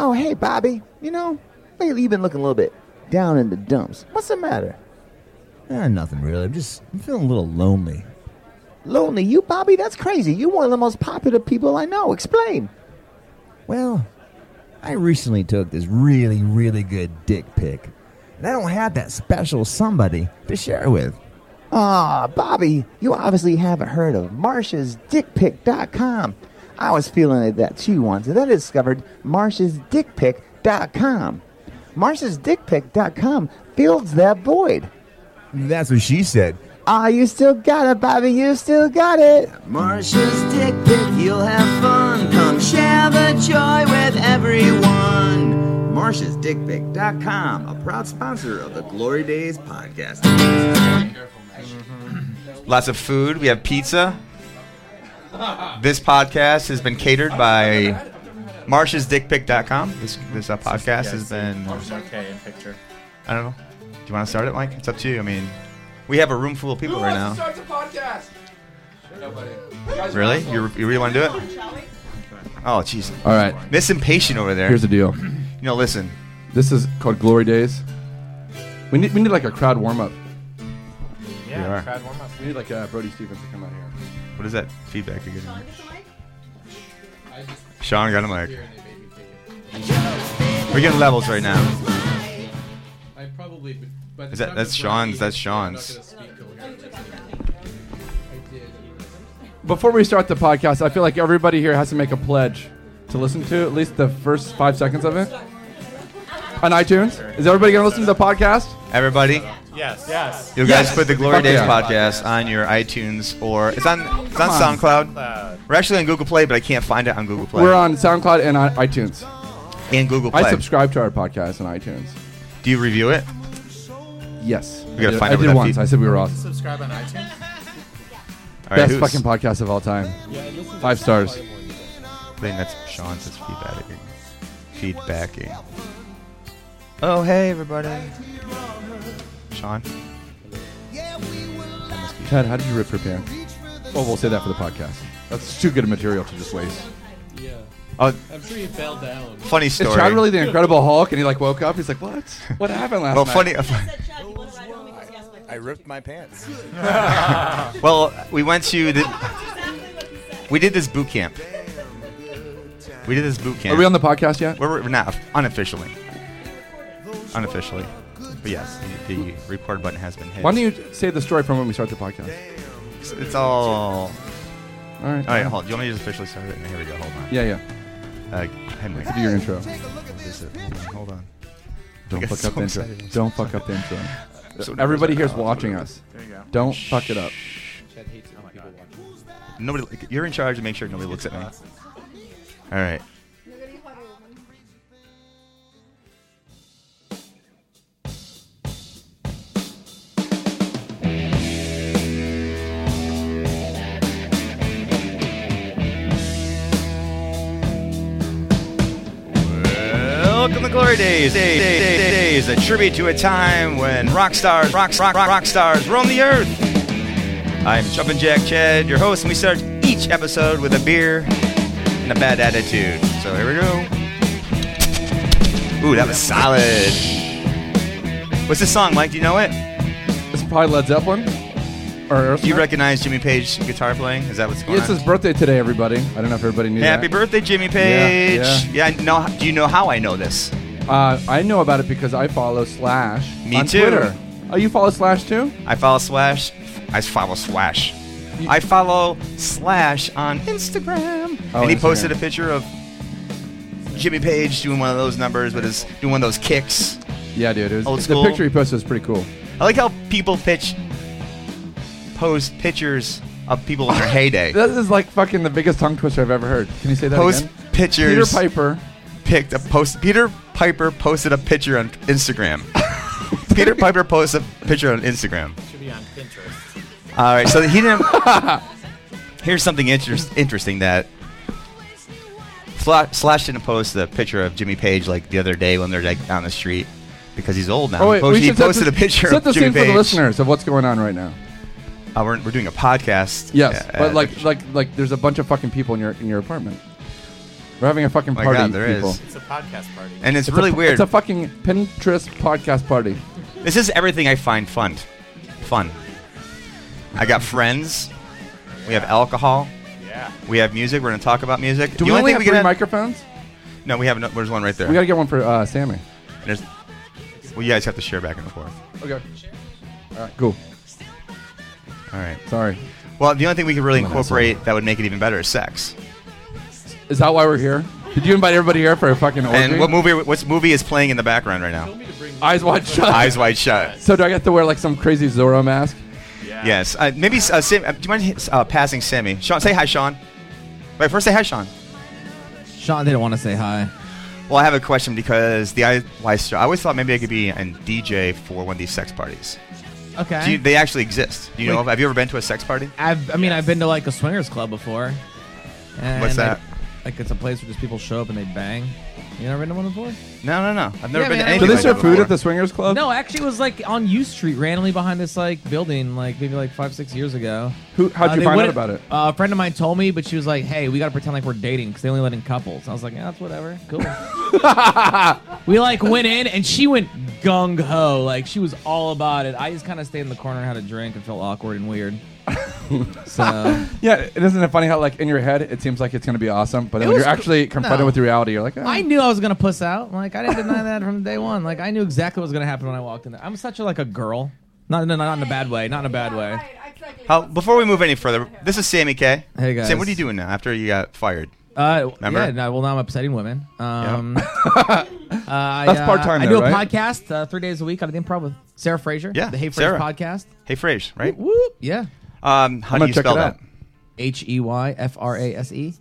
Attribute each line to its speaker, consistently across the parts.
Speaker 1: Oh, hey, Bobby. You know, lately you've been looking a little bit down in the dumps. What's the matter?
Speaker 2: Eh, nothing really. I'm just I'm feeling a little lonely.
Speaker 1: Lonely? You, Bobby? That's crazy. You're one of the most popular people I know. Explain.
Speaker 2: Well, I recently took this really, really good dick pic, and I don't have that special somebody to share with.
Speaker 1: Ah, Bobby, you obviously haven't heard of marshasdickpic.com. I was feeling it that too once, and then I discovered marshasdickpic.com. Marshasdickpic.com fills that void.
Speaker 2: That's what she said.
Speaker 1: Ah, you still got it, Bobby. You still got it.
Speaker 3: Marsha's dick pic, you'll have fun. Come share the joy with everyone. MarshaSdickPic.com, a proud sponsor of the Glory Days podcast.
Speaker 4: Mm-hmm. Lots of food. We have pizza. This podcast has been catered by MarshaSdickPic.com. This this uh, podcast has been.
Speaker 5: Okay, in picture.
Speaker 4: I don't know. Do you want to start it, Mike? It's up to you. I mean, we have a room full of people right now.
Speaker 6: Starts a podcast. Nobody.
Speaker 4: Really? You, you really want to do it? Oh, jeez.
Speaker 6: All right.
Speaker 4: Miss Impatient over there.
Speaker 6: Here's the deal.
Speaker 4: you know, listen.
Speaker 6: This is called Glory Days. We need we need like a crowd warm up.
Speaker 4: We are.
Speaker 5: Yeah, crowd warm up.
Speaker 6: We need like uh, Brody Stevens to come out here.
Speaker 4: What is that feedback you're getting? Sean got a mic. We're getting levels right now.
Speaker 7: I probably. b- By the
Speaker 4: Is that-
Speaker 7: time
Speaker 4: that's
Speaker 7: it's
Speaker 4: Sean's-
Speaker 7: ready,
Speaker 4: that's
Speaker 7: I'm not
Speaker 4: Sean's.
Speaker 7: gonna speak coherently. I did.
Speaker 6: Before we start the podcast, I feel like everybody here has to make a pledge to listen to at least the first five seconds of it on iTunes. Is everybody going to listen to the podcast?
Speaker 4: Everybody,
Speaker 5: Yes. Yes.
Speaker 4: you
Speaker 6: Yes.
Speaker 4: guys put the Glory Days
Speaker 6: yeah.
Speaker 4: podcast on your iTunes or it's on it's on SoundCloud.
Speaker 5: Uh,
Speaker 4: We're actually on Google Play, but I can't find it on Google Play.
Speaker 6: We're on SoundCloud and on iTunes.
Speaker 4: in Google Play.
Speaker 6: I subscribe to our podcast on iTunes.
Speaker 4: Do you review it?
Speaker 6: Yes, we
Speaker 4: gotta find
Speaker 6: I
Speaker 4: out what
Speaker 6: did
Speaker 4: that
Speaker 6: once.
Speaker 4: feed-
Speaker 6: I said we were awesome.
Speaker 5: subscribe on iTunes.
Speaker 4: All right,
Speaker 6: Best
Speaker 4: who's-
Speaker 6: fucking podcast of all time. Five stars.
Speaker 4: I think that's Sean's that's feedbacking. Feedbacking. Oh hey everybody. Sean.
Speaker 6: Chad, how did you rip your pants? Oh, we'll say that for the podcast. That's too good of material to just waste.
Speaker 7: Yeah.
Speaker 4: Oh,
Speaker 7: I'm sure you fell down.
Speaker 4: funny
Speaker 6: Is
Speaker 4: story.
Speaker 6: Chad really the Incredible Hulk? And he like woke up. He's like, what? What happened last
Speaker 4: well,
Speaker 6: night?
Speaker 4: funny.
Speaker 8: I ripped my pants.
Speaker 4: Well, we went to the. We did this boot camp. We did this boot camp.
Speaker 6: Are we on the podcast yet?
Speaker 4: We're, we're not unofficially. Unofficially, but yes, the, the record button has been hit.
Speaker 6: Why don't you say the story from when we start the podcast?
Speaker 4: It's, it's all. All
Speaker 6: All right.
Speaker 4: right, hold. Do you want me to just officially start it? Here we go. Hold on.
Speaker 6: Yeah, yeah.
Speaker 4: Uh, Henry,
Speaker 6: Do your intro.
Speaker 4: this is- hold on.
Speaker 6: Don't
Speaker 4: get
Speaker 6: fuck
Speaker 4: so
Speaker 6: up the intro.
Speaker 4: excited.
Speaker 6: Don't fuck up the intro.
Speaker 4: So
Speaker 6: Everybody here's
Speaker 4: nervous right now.
Speaker 6: watching us.
Speaker 5: There you go.
Speaker 6: Don't fuck it up.
Speaker 4: Oh Nobody. You're in charge to make sure nobody looks at me. All right. Welcome to Glory Days. Days, days, days, days, a tribute to a time when rock stars, rock, rock, rock, rock stars roam the earth. I'm Jumpin' Jack Chad, your host, and we start each episode with a beer and a bad attitude. So here we go. Ooh, that was solid. What's this song, Mike? Do you know it?
Speaker 6: This is probably Led Zeppelin. Or
Speaker 4: Do you
Speaker 6: Aerosmith.
Speaker 4: recognize Jimmy Page guitar playing? Is that what's going
Speaker 6: It's
Speaker 4: on?
Speaker 6: his birthday today, everybody. I don't know if everybody knew
Speaker 4: Happy
Speaker 6: that.
Speaker 4: birthday, Jimmy Page!
Speaker 6: yeah.
Speaker 4: yeah no, do you know how I know this?
Speaker 6: Uh, I know about it because I follow Slash
Speaker 4: Me
Speaker 6: on
Speaker 4: too.
Speaker 6: Twitter. Oh, you follow Slash too?
Speaker 4: I follow Slash. I follow Slash. I follow Slash on Instagram.
Speaker 6: Oh,
Speaker 4: and he
Speaker 6: Instagram.
Speaker 4: posted a picture of Jimmy Page doing one of those numbers with his doing one of those kicks.
Speaker 6: Yeah, dude. It was,
Speaker 4: Old
Speaker 6: the
Speaker 4: school.
Speaker 6: picture he posted was pretty cool.
Speaker 4: I like how people pitch post pictures of people in their heyday.
Speaker 6: This is like fucking the biggest tongue twister I've ever heard. Can you say that
Speaker 4: Post
Speaker 6: again? Peter
Speaker 4: pictures
Speaker 6: Piper.
Speaker 4: picked a post Peter Piper posted a picture on Instagram. Peter Piper posted a picture on Instagram.
Speaker 5: Should be on Pinterest.
Speaker 4: All right, so he didn't. Here's something interest, interesting that Fla- Slash didn't post the picture of Jimmy Page like the other day when they're like on the street because he's old now.
Speaker 6: Oh wait,
Speaker 4: he posted,
Speaker 6: we
Speaker 4: he
Speaker 6: should set
Speaker 4: posted
Speaker 6: the,
Speaker 4: a picture
Speaker 6: set
Speaker 4: of
Speaker 6: the
Speaker 4: Jimmy
Speaker 6: scene
Speaker 4: Page.
Speaker 6: for the listeners of what's going on right now.
Speaker 4: Uh, we're, we're doing a podcast.
Speaker 6: Yes,
Speaker 4: Uh,
Speaker 6: but like like like there's a bunch of fucking people in your in your apartment. We're having a fucking
Speaker 4: My
Speaker 6: party,
Speaker 4: God, there is.
Speaker 6: people.
Speaker 4: It's
Speaker 5: It's a podcast party.
Speaker 4: And it's,
Speaker 6: It's
Speaker 4: really
Speaker 6: a,
Speaker 4: weird.
Speaker 6: It's a fucking Pinterest podcast party.
Speaker 4: This is everything I find fun. Fun. I got friends. We have alcohol.
Speaker 5: yeah.
Speaker 4: We have music. We're going to talk about music.
Speaker 6: Do
Speaker 4: The
Speaker 6: we
Speaker 4: only
Speaker 6: only
Speaker 4: thing
Speaker 6: have
Speaker 4: we
Speaker 6: three
Speaker 4: can have-
Speaker 6: microphones?
Speaker 4: No, we have. No, there's one right there.
Speaker 6: We gotta get one for uh, Sammy.
Speaker 4: There's- well, you guys have to share back and forth.
Speaker 6: Okay. All right, cool.
Speaker 4: All right.
Speaker 6: Sorry.
Speaker 4: Well, the only thing we could really
Speaker 2: Come on, that's all.
Speaker 4: incorporate that would make it even better is sex.
Speaker 6: Is that why we're here? Did you invite everybody here for a fucking orgy?
Speaker 4: And what movie? What's movie is playing in the background right now?
Speaker 6: Eyes wide shut.
Speaker 4: Eyes Wide Shut.
Speaker 6: So do I get to wear like some crazy Zorro mask?
Speaker 5: Yeah.
Speaker 4: Yes. Uh, maybe. Uh, Sam, uh, do you mind uh, passing Sammy? Sean, say hi, Sean. Wait, first say hi, Sean.
Speaker 2: Sean didn't want to say hi.
Speaker 4: Well, I have a question because the Eyes Wide Shut. I always thought maybe I could be an DJ for one of these sex parties.
Speaker 9: Okay.
Speaker 4: Do you, they actually exist? Do you know?
Speaker 9: Wait.
Speaker 4: Have you ever been to a sex party?
Speaker 9: I've, I mean, I've been to like a swingers club before. And
Speaker 4: What's that?
Speaker 9: Like, like it's a place where just people show up and they bang. You never been to one before?
Speaker 4: No, no, no. I've never
Speaker 9: Yeah, man,
Speaker 4: been to
Speaker 9: I
Speaker 4: any.
Speaker 6: Do
Speaker 9: think
Speaker 6: they
Speaker 9: I
Speaker 6: serve food at the swingers club?
Speaker 9: No, actually, it was like on U Street, randomly behind this like building, like maybe like five, six years ago.
Speaker 6: Who, how'd
Speaker 9: Uh,
Speaker 6: you
Speaker 9: they
Speaker 6: find out
Speaker 9: wouldn't-
Speaker 6: about it?
Speaker 9: Uh, a friend of mine told me, but she was like, "Hey, we gotta pretend like we're dating because they only let in couples." I was like, "Yeah, that's whatever, cool." we like went in, and she went gung ho, like she was all about it. I just kind of stayed in the corner, and had a drink, and felt awkward and weird. so
Speaker 6: Yeah, and isn't it funny how like in your head it seems like it's gonna be awesome, but then
Speaker 9: It
Speaker 6: when
Speaker 9: was
Speaker 6: you're actually
Speaker 9: cool.
Speaker 6: confronted
Speaker 9: No.
Speaker 6: with the reality, you're like,
Speaker 4: uh,
Speaker 6: eh.
Speaker 9: I knew I was gonna puss out. Like I didn't deny that from day one. Like I knew exactly what was gonna happen when I walked in there. I'm such a like a girl. Not, no, not in a bad way. Not in a bad way.
Speaker 4: How, before we move any further, this is Sammy K.
Speaker 9: Hey, guys.
Speaker 4: Sam, what are you doing now after you got fired?
Speaker 9: Uh,
Speaker 4: Remember?
Speaker 9: Yeah, no, well, now I'm upsetting women. Um, I,
Speaker 6: That's
Speaker 9: uh,
Speaker 6: part-time
Speaker 9: I
Speaker 6: though,
Speaker 9: do a
Speaker 6: right?
Speaker 9: podcast uh, three days a week on the improv with Sarah Fraser.
Speaker 4: Yeah,
Speaker 9: the Hey Fraser
Speaker 4: Sarah.
Speaker 9: podcast.
Speaker 4: Hey, Frage, right?
Speaker 9: Whoop, yeah.
Speaker 4: Um, how
Speaker 6: I'm gonna
Speaker 4: do you
Speaker 6: check
Speaker 4: spell
Speaker 6: it
Speaker 4: that?
Speaker 6: out.
Speaker 9: H e y f r a s e.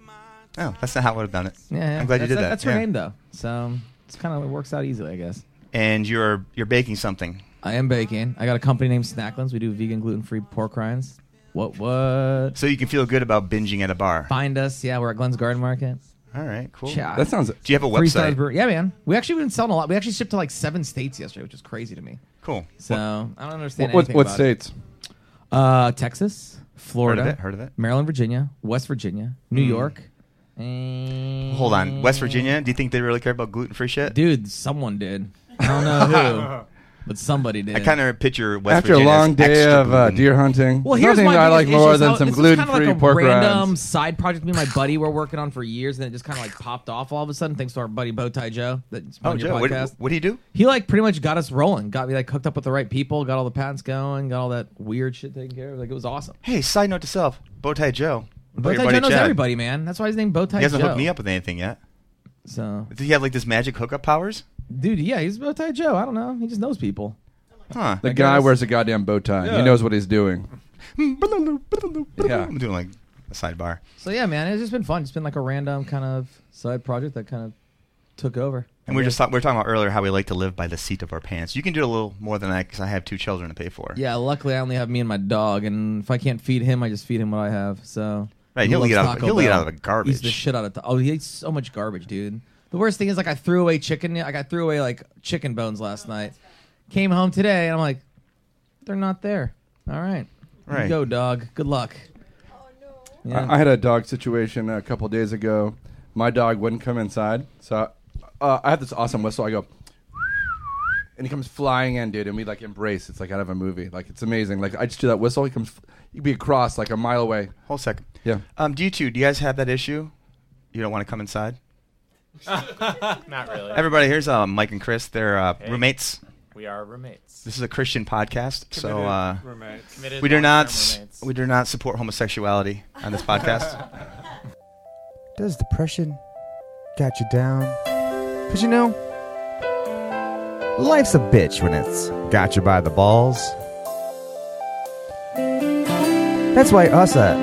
Speaker 4: Oh, that's not how I would have done it.
Speaker 9: Yeah, yeah.
Speaker 4: I'm glad you
Speaker 9: That's-
Speaker 4: did that.
Speaker 9: That's her
Speaker 4: yeah.
Speaker 9: name though, so it's kind of it works out easily, I guess.
Speaker 4: And you're you're baking something.
Speaker 9: I am baking. I got a company named Snacklins. We do vegan, gluten free pork rinds. What what?
Speaker 4: So you can feel good about binging at a bar.
Speaker 9: Find us. Yeah, we're at Glenn's Garden Market.
Speaker 4: All right, cool.
Speaker 9: Yeah.
Speaker 6: that sounds.
Speaker 4: Do you have a
Speaker 9: Three Stars
Speaker 4: website?
Speaker 9: Brewery. Yeah, man. We actually been selling a lot. We actually shipped to like seven states yesterday, which is crazy to me.
Speaker 4: Cool.
Speaker 9: So
Speaker 4: What-
Speaker 9: I don't understand
Speaker 6: What, what,
Speaker 9: anything
Speaker 6: what
Speaker 9: about it.
Speaker 6: states?
Speaker 9: Uh, Texas,
Speaker 4: heard
Speaker 9: Florida,
Speaker 4: of it? Heard of it? Hmm.
Speaker 9: Maryland, Virginia, West Virginia, New York. And
Speaker 4: Hold on. West Virginia. Do you think they really care about gluten free shit?
Speaker 9: dude. Someone did. I don't know who, but somebody did.
Speaker 4: I kind of picture West
Speaker 6: After a
Speaker 4: Virginia as
Speaker 6: long day
Speaker 4: extra
Speaker 6: of uh,
Speaker 4: gluten.
Speaker 6: deer hunting,
Speaker 9: Well, here's
Speaker 6: nothing
Speaker 9: my
Speaker 6: I
Speaker 9: biggest
Speaker 6: like
Speaker 9: issue
Speaker 6: more
Speaker 9: is
Speaker 6: than
Speaker 9: how-
Speaker 6: some
Speaker 9: this was
Speaker 6: gluten
Speaker 9: kind of
Speaker 6: free
Speaker 9: like a
Speaker 6: pork
Speaker 9: random
Speaker 6: rinds.
Speaker 9: side project me and my buddy were working on for years, and it just kind of like popped off all of a sudden thanks to our buddy Bowtie Joe that's on
Speaker 4: Oh,
Speaker 9: your
Speaker 4: Joe, what,
Speaker 9: podcast.
Speaker 4: what do you do?
Speaker 9: he like pretty much got us rolling, got me like hooked up with the right people, got all the patents going, got all that weird shit taken care of. Like it was awesome.
Speaker 4: Hey, side note to self, Bowtie Joe. What
Speaker 9: Bowtie
Speaker 4: about your buddy
Speaker 9: Joe knows
Speaker 4: Chad?
Speaker 9: everybody, man. That's why his name Bowtie Joe.
Speaker 4: He hasn't hooked me up with anything yet.
Speaker 9: So,
Speaker 4: Does he have like this magic hookup powers?
Speaker 9: dude, yeah, he's Bowtie Joe. I don't know. He just knows people.
Speaker 4: Huh.
Speaker 6: The guy
Speaker 9: guess.
Speaker 6: wears a goddamn bow tie. He
Speaker 9: Yeah.
Speaker 6: knows what he's doing. Yeah.
Speaker 4: I'm doing like a sidebar.
Speaker 9: So yeah, man, it's just been fun. It's been like a random kind of side project that kind of took over.
Speaker 4: And we were just talk- we were talking about earlier how we like to live by the seat of our pants. You can do a little more than that because I have two children to pay for.
Speaker 9: Yeah, luckily I only have me and my dog, and if I can't feed him, I just feed him what I have. So
Speaker 4: Right,
Speaker 9: He
Speaker 4: he'll
Speaker 9: loves
Speaker 4: eat out of-
Speaker 9: Taco
Speaker 4: he'll eat
Speaker 9: Bell.
Speaker 4: out of the garbage.
Speaker 9: Eats the shit out of. Ta- oh, he eats so much garbage, dude. The worst thing is like I threw away chicken. Like I threw away like chicken bones last night. Came home today and I'm like, they're not there. All right, You
Speaker 4: Right.
Speaker 9: go dog. Good luck. Yeah.
Speaker 6: I, I had a dog situation a couple days ago. My dog wouldn't come inside, so uh, I have this awesome whistle. I go, and he comes flying in, dude, and we like embrace. It's like out of a movie. Like it's amazing. Like I just do that whistle. He comes, he'd be across like a mile away.
Speaker 4: Hold second.
Speaker 6: Yeah.
Speaker 4: Um, do you two? Do you guys have that issue? You don't want to come inside.
Speaker 5: Not really.
Speaker 4: Everybody, here's uh, Mike and Chris. They're uh, roommates.
Speaker 5: we are roommates.
Speaker 4: This is a Christian podcast, so uh,
Speaker 5: Committed
Speaker 4: we do
Speaker 5: long-term
Speaker 4: not
Speaker 5: roommates.
Speaker 4: we do not support homosexuality on this podcast.
Speaker 1: Does depression got you down? Cause you know, life's a bitch when it's got you by the balls. That's why us at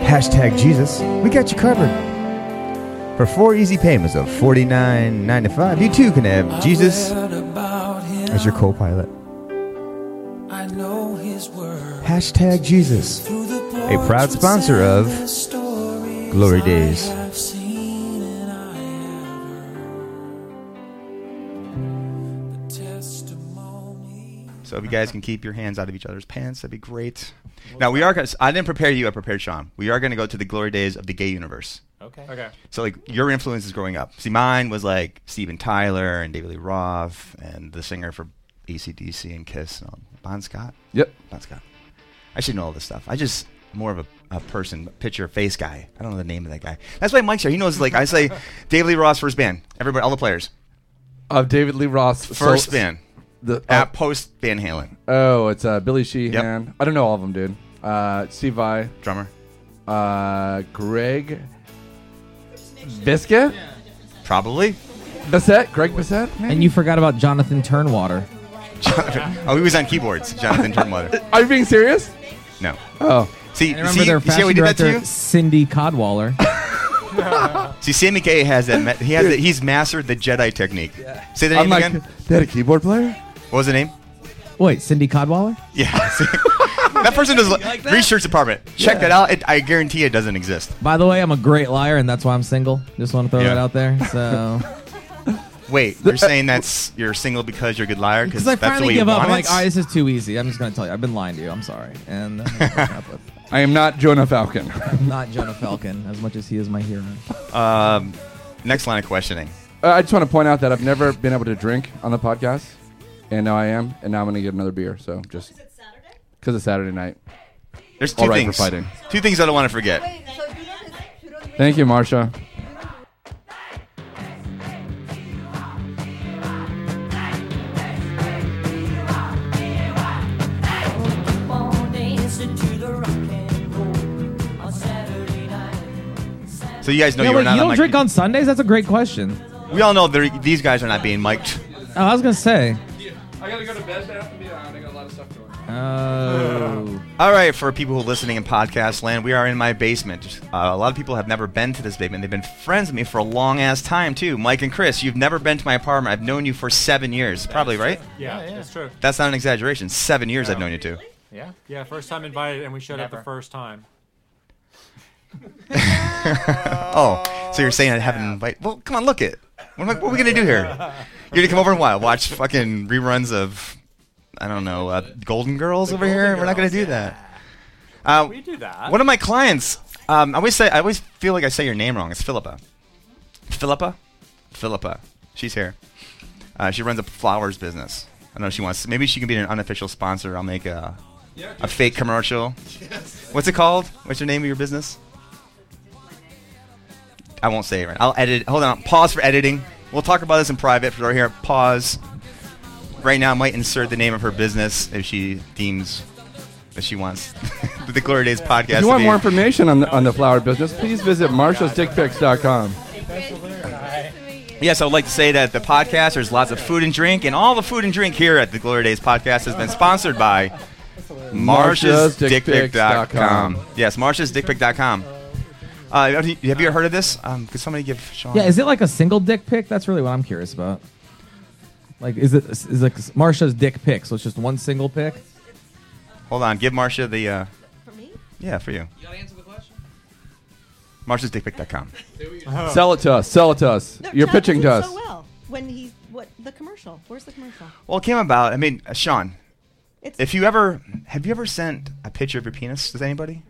Speaker 1: hashtag Jesus, we got you covered. For four easy payments of $49.95, you too can have Jesus as your co-pilot.
Speaker 10: I know his word
Speaker 1: Hashtag Jesus,
Speaker 10: through the poor
Speaker 1: a proud sponsor of
Speaker 10: story
Speaker 1: Glory Days.
Speaker 10: I've seen and I have heard the testimony.
Speaker 4: so if you guys can keep your hands out of each other's pants, that'd be great. Now we are. Gonna, I didn't prepare you. I prepared Sean. We are going to go to the glory days of the gay universe.
Speaker 5: Oh, Okay. Okay.
Speaker 4: So like your influence is growing up. See, mine was like Steven Tyler and David Lee Roth and the singer for ACDC and Kiss and all. Bon Scott.
Speaker 6: Yep.
Speaker 4: Bon Scott. I should know all this stuff. I just more of a, a person, picture, face guy. I don't know the name of that guy. That's why Mike's here. He knows like I say David Lee Roth's first band. Everybody, all the players.
Speaker 6: Of David Lee Roth's
Speaker 4: First
Speaker 6: so-
Speaker 4: band.
Speaker 6: The
Speaker 4: At post Van Halen.
Speaker 6: Oh, it's uh, Billy Sheehan. I don't know all of them, dude. Uh, Steve Vai,
Speaker 4: drummer.
Speaker 6: Uh, Greg Biscuit,
Speaker 4: probably
Speaker 6: Bissett. Greg Bissett.
Speaker 9: And you forgot about Jonathan Turnwater.
Speaker 4: Oh, he was on keyboards. Jonathan Turnwater.
Speaker 6: Are you being serious?
Speaker 4: No.
Speaker 6: Oh.
Speaker 4: See,
Speaker 9: And I remember
Speaker 4: see,
Speaker 9: their
Speaker 4: you see how
Speaker 9: fashion
Speaker 4: we did that to
Speaker 9: director
Speaker 4: you?
Speaker 9: Cindy Codwaller.
Speaker 4: See, Sammy Kaye has that. Ma- he has. That, he's mastered the Jedi technique. Say the name
Speaker 6: I'm like,
Speaker 4: again.
Speaker 6: they had a keyboard player.
Speaker 4: What was the name?
Speaker 9: Wait, Cindy Codwaller?
Speaker 4: Yeah. that person does research department. Check that out. It, I guarantee it doesn't exist.
Speaker 9: By the way, I'm a great liar, and that's why I'm single. Just want to throw
Speaker 4: Yeah.
Speaker 9: that out there. So
Speaker 4: Wait, you're
Speaker 6: uh,
Speaker 4: saying that's you're single because you're a good liar?
Speaker 9: because
Speaker 4: Because
Speaker 9: I
Speaker 4: that's the way
Speaker 9: finally
Speaker 4: you
Speaker 9: give up.
Speaker 4: want
Speaker 9: I'm like,
Speaker 4: it?
Speaker 9: all right, this is too easy. I'm just gonna tell you. I've been lying to you. I'm sorry, and that's what I'm up with.
Speaker 6: I am not Jonah Falcon.
Speaker 9: I'm not Jonah Falcon as much as he is my hero.
Speaker 4: um, next line of questioning.
Speaker 6: Uh, I just want to point out that I've never been able to drink on the podcast, and now I am, and now I'm gonna get another beer. So just because it's Saturday night.
Speaker 4: There's two
Speaker 6: All right for
Speaker 4: things.
Speaker 6: fighting.
Speaker 4: Two things I don't want to forget.
Speaker 6: Thank you, Marsha.
Speaker 4: So you guys know
Speaker 9: yeah,
Speaker 4: you
Speaker 9: wait,
Speaker 4: were not
Speaker 9: you
Speaker 4: on
Speaker 9: don't
Speaker 4: my-
Speaker 9: drink on Sundays? That's a great question.
Speaker 4: We all know they're- these guys are not being mic'd.
Speaker 9: Oh, I was gonna say.
Speaker 6: I gotta go to bed now. I got a lot of stuff going.
Speaker 9: Oh.
Speaker 4: All right, for people who are listening in podcast land, we are in my basement. Uh, a lot of people have never been to this basement. They've been friends with me for a long ass time too. Mike and Chris, you've never been to my apartment. I've known you for seven years, probably right?
Speaker 11: Yeah, that's true.
Speaker 4: That's not an exaggeration. Seven years I've known you two.
Speaker 11: Yeah, yeah. First time invited, and we showed up the first time.
Speaker 4: oh, so you're saying I haven't invite? Well, come on, look it. What, am I, what are we gonna do here? You're gonna come over and what? Watch fucking reruns of, I don't know, uh, Golden Girls over here. We're not gonna do that. Uh,
Speaker 11: We do that.
Speaker 4: One of my clients. Um, I always say. I always feel like I say your name wrong. It's Philippa. Philippa. Philippa. She's here. Uh, she runs a flowers business. I know she wants. Maybe she can be an unofficial sponsor. I'll make a a fake commercial. What's it called? What's your name of your business? I won't say it right. I'll edit. Hold on. Pause for editing. We'll talk about this in private for right here. Pause. Right now, I might insert the name of her business if she deems that she wants the Glory Days podcast.
Speaker 6: If
Speaker 4: to
Speaker 6: you want
Speaker 4: be-
Speaker 6: more information on the, on the flower business, please visit marshasdickpics.com.
Speaker 4: Yes, I would like to say that the podcast, there's lots of food and drink, and all the food and drink here at the Glory Days podcast has been sponsored by MarshaSDickPic.com. Yes, MarshaSDickPic.com. Uh, have you have you heard of this? Um, could somebody give Sean?
Speaker 9: Yeah, is it like a single dick pic? That's really what I'm curious about. Like, is it is like Marsha's dick pic? So it's just one single pic.
Speaker 4: Hold on, give Marsha the. Uh, for me? Yeah, for you. You gotta answer the question. MarshaSDickPic.com.
Speaker 6: Sell it to us. Sell it to us.
Speaker 12: No,
Speaker 6: You're
Speaker 12: Chad
Speaker 6: pitching to
Speaker 12: does it
Speaker 6: us.
Speaker 12: So well when he what the commercial? Where's the commercial?
Speaker 4: Well, it came about. I mean, uh, Sean,
Speaker 12: It's-
Speaker 4: if you ever have you ever sent a picture of your penis to anybody?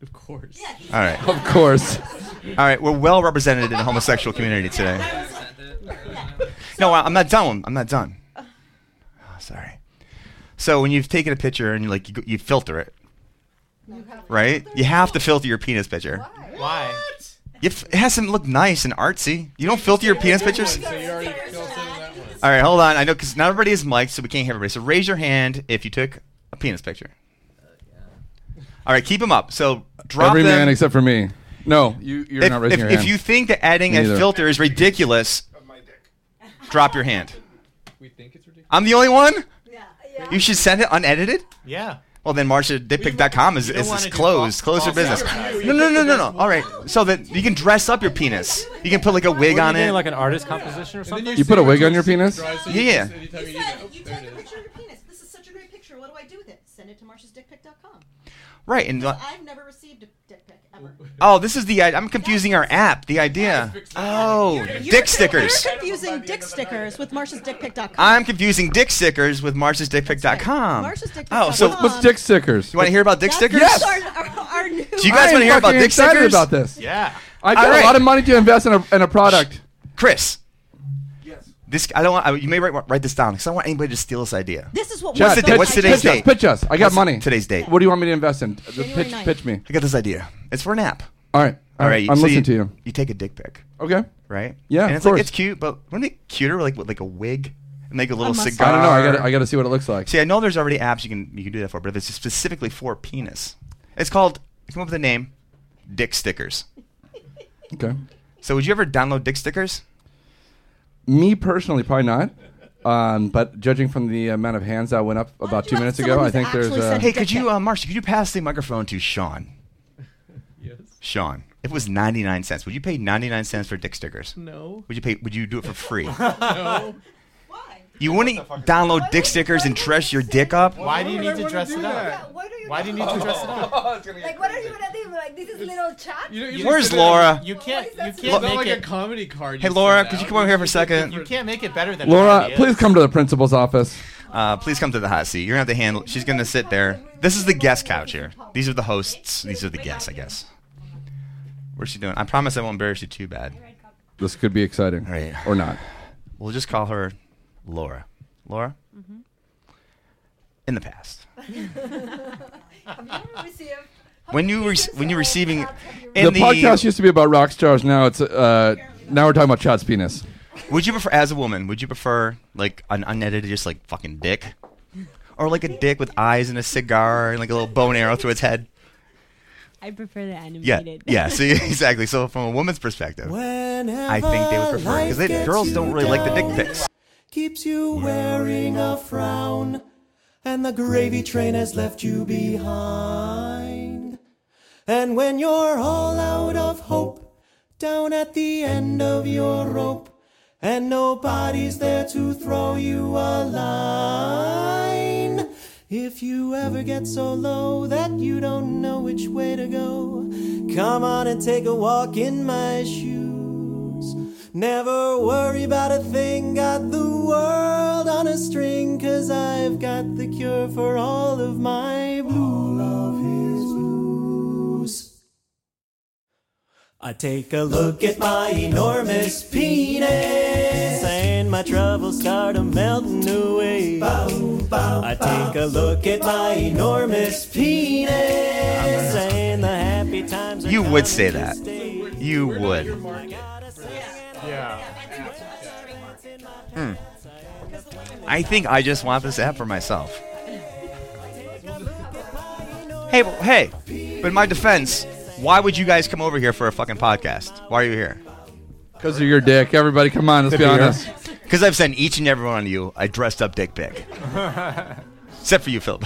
Speaker 7: Of course.
Speaker 4: All right.
Speaker 6: Of course.
Speaker 4: All right, we're well represented in the homosexual community today. No, I- I'm not done. I'm not done. Oh,
Speaker 1: Ah,
Speaker 4: sorry. So when you've taken a picture and you like you, go- you filter it, right? You have to filter your penis picture.
Speaker 5: Why?
Speaker 4: You f- it has to look nice and artsy. You don't filter your penis pictures.
Speaker 7: So you already filled in that one.
Speaker 4: All right, hold on. I know because not everybody is mic'd, so we can't hear everybody. So raise your hand if you took a penis picture. All right, keep them up. So drop
Speaker 6: Every
Speaker 4: them.
Speaker 6: man except for me. No, you, you're
Speaker 4: if,
Speaker 6: not raising
Speaker 4: if,
Speaker 6: your
Speaker 4: if
Speaker 6: hand.
Speaker 4: you think that adding
Speaker 6: Me
Speaker 4: a
Speaker 6: neither.
Speaker 4: filter is ridiculous, drop your hand.
Speaker 7: We think it's ridiculous.
Speaker 4: I'm the only one. You should send it unedited.
Speaker 11: Yeah.
Speaker 4: Well, then MarshaDickpic.com is, is,
Speaker 11: wanna
Speaker 4: is
Speaker 11: do
Speaker 4: closed. Close your
Speaker 11: false
Speaker 4: business.
Speaker 11: advertising.
Speaker 4: No, no, no, no, no. All right. So that you can dress up your penis. You can put like a wig on it.
Speaker 11: like an artist composition or something.
Speaker 6: You put a wig on your penis?
Speaker 4: Yeah, yeah. oh,
Speaker 12: Picture of your penis. This is such a great picture. What do I do with it? Send it to marshasdickpic.com.
Speaker 4: Right. And uh,
Speaker 12: I've never received a dick pic ever.
Speaker 4: oh, this is the i- I'm confusing our app. The idea. Oh, dick stickers.
Speaker 12: You're confusing dick stickers with marshasdickpic.com.
Speaker 4: I'm confusing dick stickers with MarshaDickpic.com.
Speaker 12: marshasdickpic.com.
Speaker 4: Oh, so
Speaker 6: What's dick stickers?
Speaker 4: You want to hear about dick stickers?
Speaker 12: Our, our, our new
Speaker 4: Do you
Speaker 6: I
Speaker 4: guys
Speaker 6: am
Speaker 4: want to hear about
Speaker 6: fucking
Speaker 4: dick
Speaker 6: excited
Speaker 4: stickers?
Speaker 6: about this.
Speaker 11: Yeah.
Speaker 6: I got
Speaker 4: All right.
Speaker 6: a lot of money to invest in a, in a product.
Speaker 4: Chris. Yes. This I don't want. I, you may write, write this down because I don't want anybody to steal this idea.
Speaker 12: This is what
Speaker 4: What's,
Speaker 12: we're
Speaker 4: the, date-
Speaker 12: so
Speaker 4: what's
Speaker 12: excited
Speaker 4: today's
Speaker 12: about.
Speaker 4: date?
Speaker 6: Pitch us. I got
Speaker 4: What's
Speaker 6: money.
Speaker 4: Today's date.
Speaker 6: What do you want me to invest in? Uh,
Speaker 12: January
Speaker 6: Pitch,
Speaker 12: 9th.
Speaker 6: pitch me.
Speaker 4: I got this idea. It's for an app.
Speaker 6: All right.
Speaker 4: All right,
Speaker 6: I'm
Speaker 4: so
Speaker 6: listening to you.
Speaker 4: You take a dick pic.
Speaker 6: Okay.
Speaker 4: Right.
Speaker 6: Yeah,
Speaker 4: And
Speaker 6: of
Speaker 4: it's like
Speaker 6: course.
Speaker 4: it's cute, but wouldn't it be cuter like with like a wig and like a little
Speaker 6: must-
Speaker 4: cigar?
Speaker 6: I don't know. I gotta- I gotta see what it looks like.
Speaker 4: See, I know there's already apps you can you can do that for, but if it's specifically for penis, it's called. Come up with a name. Dick stickers.
Speaker 6: Okay.
Speaker 4: So would you ever download dick stickers?
Speaker 6: Me personally, probably not. Um, but judging from the amount of hands that went up about two minutes ago, I think there's. A,
Speaker 4: hey, could you, uh, Marcy, could you pass the microphone to Sean?
Speaker 7: Yes.
Speaker 4: Sean, if it was 99 cents, would you pay 99 cents for dick stickers?
Speaker 7: No.
Speaker 4: Would you pay? Would you do it for free?
Speaker 7: no.
Speaker 4: you wouldn't download dick stickers and dress your dick up.
Speaker 5: Why do you need to dress it up?
Speaker 13: Why do you
Speaker 5: Why do you need to dress it up?
Speaker 13: Like, what are you gonna do? Like, this is little chat?
Speaker 7: You know, you
Speaker 4: Where's
Speaker 7: just-
Speaker 4: Laura?
Speaker 5: You can't. You can't
Speaker 7: It's not
Speaker 5: make
Speaker 7: like
Speaker 5: it
Speaker 7: a comedy card.
Speaker 4: Hey,
Speaker 7: you
Speaker 4: Laura,
Speaker 7: send
Speaker 4: could you
Speaker 7: out.
Speaker 4: come over here for a
Speaker 5: You
Speaker 4: second?
Speaker 5: can't make it better than
Speaker 6: Laura,
Speaker 5: It is.
Speaker 6: please come to the principal's office.
Speaker 4: Uh, please come to the hot seat. You're gonna have to handle. She's gonna sit there. This is the guest couch here. These are the hosts. These are the guests, I guess. What's she doing? I promise I won't embarrass you too bad.
Speaker 6: This could be exciting, or not?
Speaker 4: We'll just call her Laura. Laura. In the past,
Speaker 13: Have you ever received?
Speaker 4: when you re- when you're receiving in
Speaker 6: the,
Speaker 4: the,
Speaker 6: podcast used to be about rock stars. Now it's uh, now we're talking about Chad's penis.
Speaker 4: Would you prefer, as a woman, would you prefer like an unedited, just like fucking dick, or like a dick with eyes and a cigar and like a little bone arrow through its head?
Speaker 14: I prefer the
Speaker 4: Yeah,
Speaker 14: animated.
Speaker 4: yeah. See, exactly. So from a woman's perspective, I think they would prefer
Speaker 10: life
Speaker 4: because
Speaker 10: gets
Speaker 4: girls
Speaker 10: you
Speaker 4: don't really like the dick
Speaker 10: down.
Speaker 4: pics.
Speaker 10: keeps you wearing a frown, and the gravy train has left you behind. And when you're all out of hope, down at the end of your rope, and nobody's there to throw you a line. If you ever get so low that you don't know which way to go, come on and take a walk in my shoes. Never worry about a thing, got the world on a string, cause I've got the cure for all of my blues. I take a look at my enormous penis, and my troubles start a melting away. I take a look at my enormous penis, and the happy times are
Speaker 4: You would say
Speaker 10: coming to
Speaker 4: that.
Speaker 10: stay.
Speaker 4: You would. Hmm. I think I just want this app for myself. Hey, well, hey. But in my defense, why would you guys come over here for a fucking podcast? Why are you here?
Speaker 6: Because of your dick. Everybody, come on. Let's be honest.
Speaker 4: Because I've sent each and every one of you a dressed up dick pic. Except for you, Philip.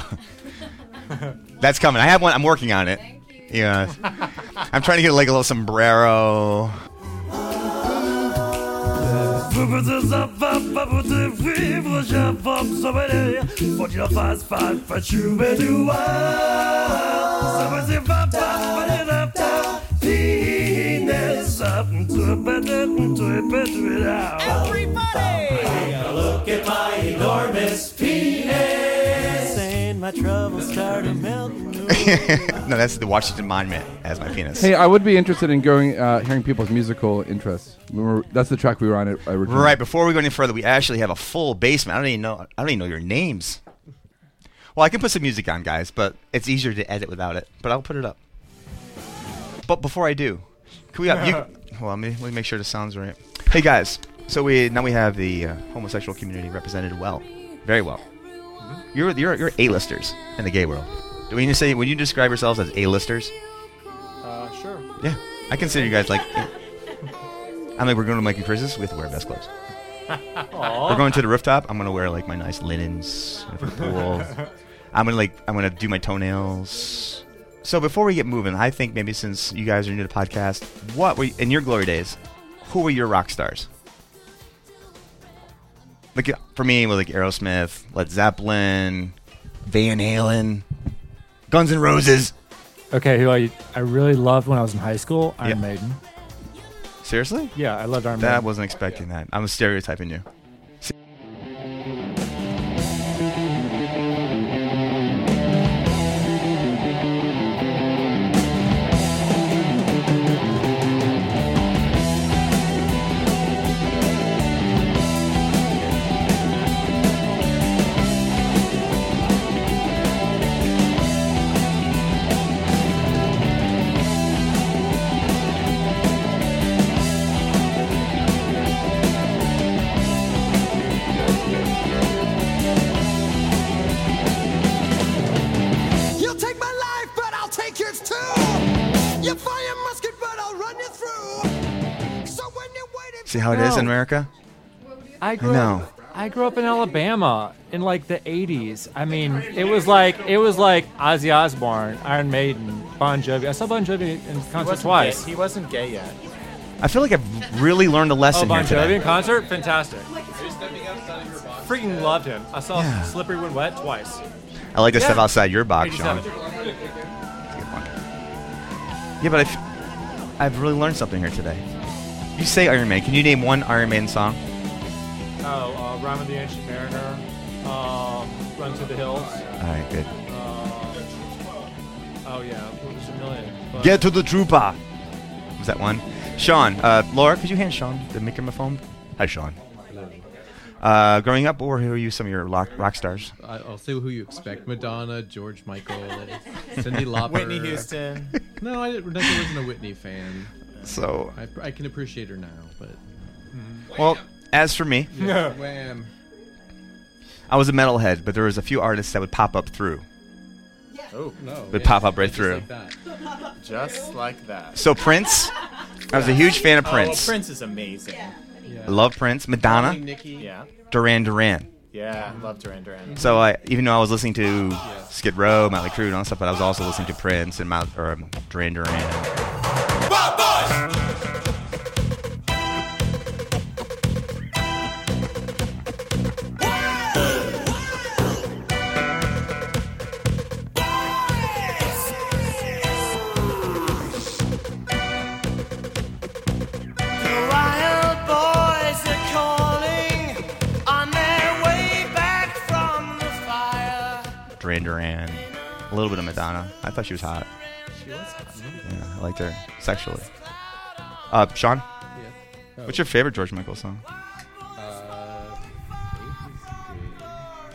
Speaker 4: That's coming. I have one. I'm working on it. Yeah. I'm trying to get like a little sombrero.
Speaker 10: Look at my enormous penis and my troubles start to melt.
Speaker 4: no, that's the Washington Monument as my penis.
Speaker 6: Hey, I would be interested in going uh, hearing people's musical interests. We were- that's the track we were on. Originally.
Speaker 4: Right. Before we go any further, we actually have a full basement. I don't even know. I don't even know your names. Well, I can put some music on, guys, but it's easier to edit without it. But I'll put it up. But before I do, can we? Have, you, well, let me, let me make sure the sounds right. Hey, guys. So we now we have the uh, homosexual community represented well, very well. You're you're you're A-listers in the gay world. Do we need to say? Would you describe yourselves as A-listers?
Speaker 11: Uh, sure.
Speaker 4: Yeah, I consider you guys like. I'm like, we're going to Mike and Chris's. We have to wear best clothes. We're going to the rooftop. I'm gonna wear like my nice linens for the pool. I'm gonna like I'm gonna do my toenails. So before we get moving, I think maybe since you guys are new to podcast, what were in your glory days? Who were your rock stars? Like uh, for me, it was like Aerosmith, Led Zeppelin, Van Halen, Guns N' Roses.
Speaker 11: Okay, who I I really loved when I was in high school, Iron
Speaker 4: Yeah.
Speaker 11: Maiden.
Speaker 4: Seriously?
Speaker 11: Yeah, I loved Iron
Speaker 4: That I
Speaker 11: Maiden.
Speaker 4: wasn't expecting that. I'm stereotyping you. See how it is
Speaker 11: No.
Speaker 4: in America?
Speaker 11: I grew
Speaker 4: No.
Speaker 11: up, I grew up in Alabama in like the 80s. I mean, it was like it was like Ozzy Osbourne, Iron Maiden, Bon Jovi. I saw Bon Jovi in concert
Speaker 5: wasn't
Speaker 11: twice.
Speaker 5: Gay. He wasn't gay yet.
Speaker 4: I feel like I've really learned a
Speaker 11: Oh,
Speaker 4: lesson
Speaker 11: Bon
Speaker 4: here
Speaker 11: Jovi in
Speaker 4: today.
Speaker 11: concert, fantastic. Freaking loved him. I saw Slippery When Wet twice.
Speaker 4: I like to
Speaker 11: Yeah.
Speaker 4: step outside your box, Sean.
Speaker 11: 87.
Speaker 4: Yeah, but I've, I've really learned something here today. You say Iron Man. Can you name one Iron Man song?
Speaker 11: Oh, uh, Rhyme of the Ancient Mariner, um, Run to the Hills. All
Speaker 4: right, good.
Speaker 11: oh yeah, well, there's a million. but-
Speaker 4: Get to the trooper. Was that one? Sean, uh, Laura, could you hand Sean the microphone? Hi, Sean. Uh, growing up, or who are you some of your rock, rock stars?
Speaker 7: I- I'll say who you expect: Madonna, George Michael, Cindy Lauper,
Speaker 4: Whitney Houston.
Speaker 7: No, I didn't- I wasn't a Whitney fan.
Speaker 4: So-
Speaker 7: I, I can appreciate her now, but
Speaker 4: Well, as for me,
Speaker 7: yeah, wham.
Speaker 4: I was a metalhead, but there was a few artists that would pop up through.
Speaker 5: Oh
Speaker 7: no.
Speaker 4: Would pop up right through.
Speaker 5: Just like that.
Speaker 4: So Prince, I was a huge fan of
Speaker 5: Oh,
Speaker 4: Prince.
Speaker 5: well, Prince is amazing.
Speaker 4: I love Prince. Madonna.
Speaker 5: Probably Nicki. Yeah.
Speaker 4: Duran Duran.
Speaker 5: Yeah, I love Duran Duran.
Speaker 4: So I, even though I was listening to Skid Row, Motley Crue, and all that stuff, but I was also listening to Prince and Mount, or um, Duran Duran.
Speaker 15: Wild boys are calling on their way back from the fire.
Speaker 4: Duran Duran. A little bit of Madonna. I thought she was hot.
Speaker 5: She was hot.
Speaker 4: Yeah, I liked her sexually. Uh, Sean,
Speaker 7: Oh.
Speaker 4: what's your favorite George Michael song?
Speaker 7: Uh,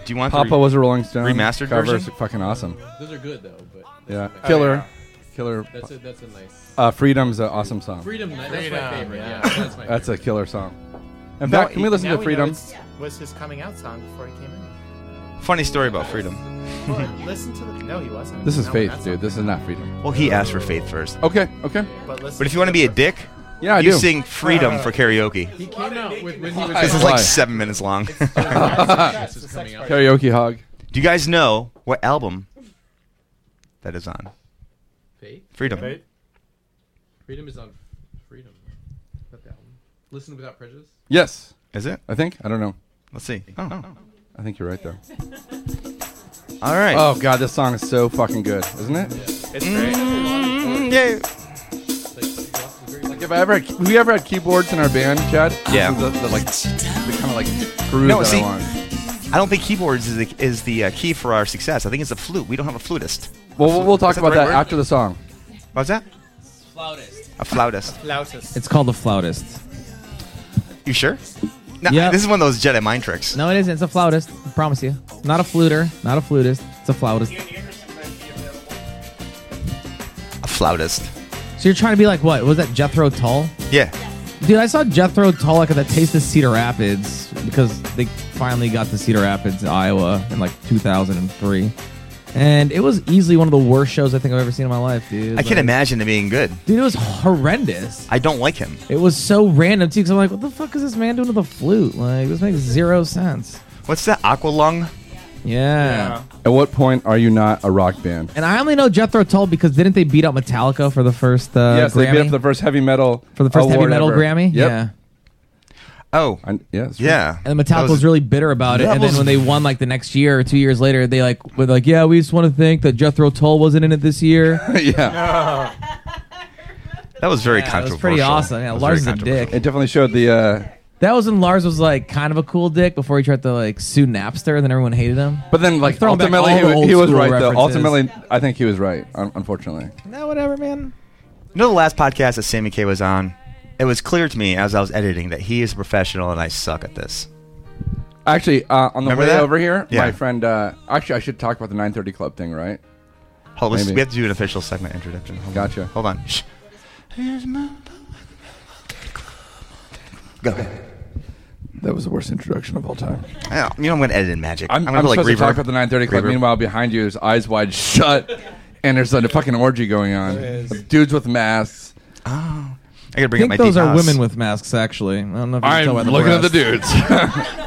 Speaker 4: Do you want the
Speaker 6: Papa
Speaker 4: re-
Speaker 6: was a Rolling Stone
Speaker 4: remastered
Speaker 6: cover.
Speaker 4: version?
Speaker 6: It's fucking awesome.
Speaker 7: Those are good though, but
Speaker 6: Yeah,
Speaker 7: that's my
Speaker 6: killer,
Speaker 7: favorite.
Speaker 6: killer.
Speaker 7: That's a that's a nice.
Speaker 6: Uh, Freedom's an awesome song.
Speaker 7: Freedom, that's my
Speaker 5: Freedom,
Speaker 7: favorite,
Speaker 5: yeah.
Speaker 7: yeah, that's my
Speaker 6: That's a killer song. In
Speaker 4: Now-
Speaker 6: fact, can we listen
Speaker 5: Now
Speaker 6: to
Speaker 5: we know
Speaker 6: Freedom?
Speaker 5: it's- Was his coming out song before he came in?
Speaker 4: Funny story about freedom.
Speaker 5: Well, listen to the. No, he wasn't.
Speaker 6: This is
Speaker 5: No,
Speaker 6: faith,
Speaker 5: that's
Speaker 6: dude. This is not freedom.
Speaker 4: Well, he asked for faith first.
Speaker 6: Okay, okay.
Speaker 5: But listen
Speaker 4: But if you want to be a dick,
Speaker 6: Yeah, I
Speaker 4: you
Speaker 6: do.
Speaker 4: sing Freedom for karaoke.
Speaker 7: He came out with when he was.
Speaker 4: This is
Speaker 6: Why?
Speaker 4: like seven minutes long.
Speaker 6: Karaoke hog.
Speaker 4: Do you guys know what album that is on?
Speaker 7: Faith?
Speaker 4: Freedom.
Speaker 7: Faith? Freedom is on freedom. Not that one. Listen without prejudice.
Speaker 6: Yes.
Speaker 4: Is it?
Speaker 6: I think. I don't know.
Speaker 4: Let's see. Oh.
Speaker 6: I think you're right though.
Speaker 4: All right.
Speaker 6: Oh god, this song is so fucking good, isn't it?
Speaker 5: It's great.
Speaker 4: Mm,
Speaker 7: Mm-hmm.
Speaker 6: Like if I ever, had, we ever had keyboards in our band, Chad?
Speaker 4: Yeah.
Speaker 6: This is The, the, like, the kind of like groove
Speaker 4: No,
Speaker 6: that
Speaker 4: see,
Speaker 6: I want.
Speaker 4: I don't think keyboards is the, is the uh, key for our success. I think it's the flute. We don't have a flutist.
Speaker 6: Well, we'll, we'll talk
Speaker 4: Is that
Speaker 6: about
Speaker 4: the
Speaker 6: that
Speaker 4: right word?
Speaker 6: after the song.
Speaker 4: What's that? A flautist.
Speaker 5: Flautist.
Speaker 9: It's called the flautist.
Speaker 4: You sure? No,
Speaker 9: Yep.
Speaker 4: this is one of those Jedi mind tricks.
Speaker 9: No, it isn't. It's a flautist. I promise you. Not a fluter. Not a flutist. It's a flautist.
Speaker 4: A flautist.
Speaker 9: So you're trying to be like what? Was that Jethro Tull?
Speaker 4: Yeah.
Speaker 9: Dude, I saw Jethro Tull like at the Taste of Cedar Rapids because they finally got to Cedar Rapids, Iowa, in like 2003, and it was easily one of the worst shows I think I've ever seen in my life, dude.
Speaker 4: I can
Speaker 9: Like-
Speaker 4: imagine it being good.
Speaker 9: Dude, it was horrendous.
Speaker 4: I don't like him.
Speaker 9: It was so random too, because I'm like, what the fuck is this man doing to the flute? Like, this makes zero sense.
Speaker 4: What's that? Aqualung?
Speaker 9: Yeah.
Speaker 6: At what point are you not a rock band?
Speaker 9: And I only know Jethro Tull because didn't they beat out Metallica for the first uh,
Speaker 6: yes,
Speaker 9: Grammy?
Speaker 6: they beat up the first heavy metal
Speaker 9: for the first heavy
Speaker 6: award
Speaker 9: metal
Speaker 6: ever.
Speaker 9: Grammy.
Speaker 6: Yep.
Speaker 9: Yeah.
Speaker 4: Oh,
Speaker 6: yeah, that's
Speaker 4: yeah.
Speaker 9: And Metallica was, really bitter about it.
Speaker 4: That
Speaker 9: And then
Speaker 4: was-
Speaker 9: when they won, like the next year or two years later, they like were like, "Yeah, we just want to think that Jethro Tull wasn't in it this year."
Speaker 6: yeah.
Speaker 4: That was very
Speaker 9: Yeah, it
Speaker 4: controversial.
Speaker 9: was pretty awesome. Yeah,
Speaker 4: That was
Speaker 9: Lars
Speaker 4: very
Speaker 9: is a
Speaker 4: controversial.
Speaker 9: dick.
Speaker 6: It definitely showed the. Uh,
Speaker 9: That was when Lars was like kind of a cool dick before he tried to like sue Napster, and then everyone hated him.
Speaker 6: but then, like,
Speaker 9: throwing back
Speaker 6: ultimately,
Speaker 9: all the
Speaker 6: he, wa-
Speaker 9: old
Speaker 6: he was
Speaker 9: school
Speaker 6: right though.
Speaker 9: references.
Speaker 6: Ultimately, I think he was right. Un- unfortunately,
Speaker 9: Nah, whatever, man.
Speaker 4: You know the last podcast that Sammy K was on? It was clear to me as I was editing that he is a professional and I suck at this.
Speaker 6: actually, uh, on the
Speaker 4: Remember
Speaker 6: way
Speaker 4: that?
Speaker 6: over here,
Speaker 4: Yeah.
Speaker 6: my friend. Uh, actually, I should talk about the 9:30 Club thing, right?
Speaker 4: Hold on,
Speaker 6: Maybe.
Speaker 4: we have to do an official segment introduction. Hold
Speaker 6: Gotcha.
Speaker 4: On. Hold on. Shh. Go.
Speaker 6: That was the worst introduction of all time.
Speaker 4: Yeah, You know I'm going to edit in magic.
Speaker 6: I'm,
Speaker 4: gonna
Speaker 6: I'm
Speaker 4: put, like
Speaker 6: supposed to
Speaker 4: reverb.
Speaker 6: talk about the 9:30 club.
Speaker 4: Reverb.
Speaker 6: Meanwhile, behind you, there's eyes wide shut, and there's like, a fucking orgy going on.
Speaker 4: There is.
Speaker 6: Dudes with masks.
Speaker 4: Oh. I gotta bring
Speaker 9: think
Speaker 4: up my
Speaker 9: those
Speaker 4: deep
Speaker 9: are
Speaker 4: house.
Speaker 9: women with masks. Actually, I don't know. if you can
Speaker 4: I'm
Speaker 9: tell by
Speaker 4: looking at the
Speaker 9: breasts.
Speaker 4: dudes.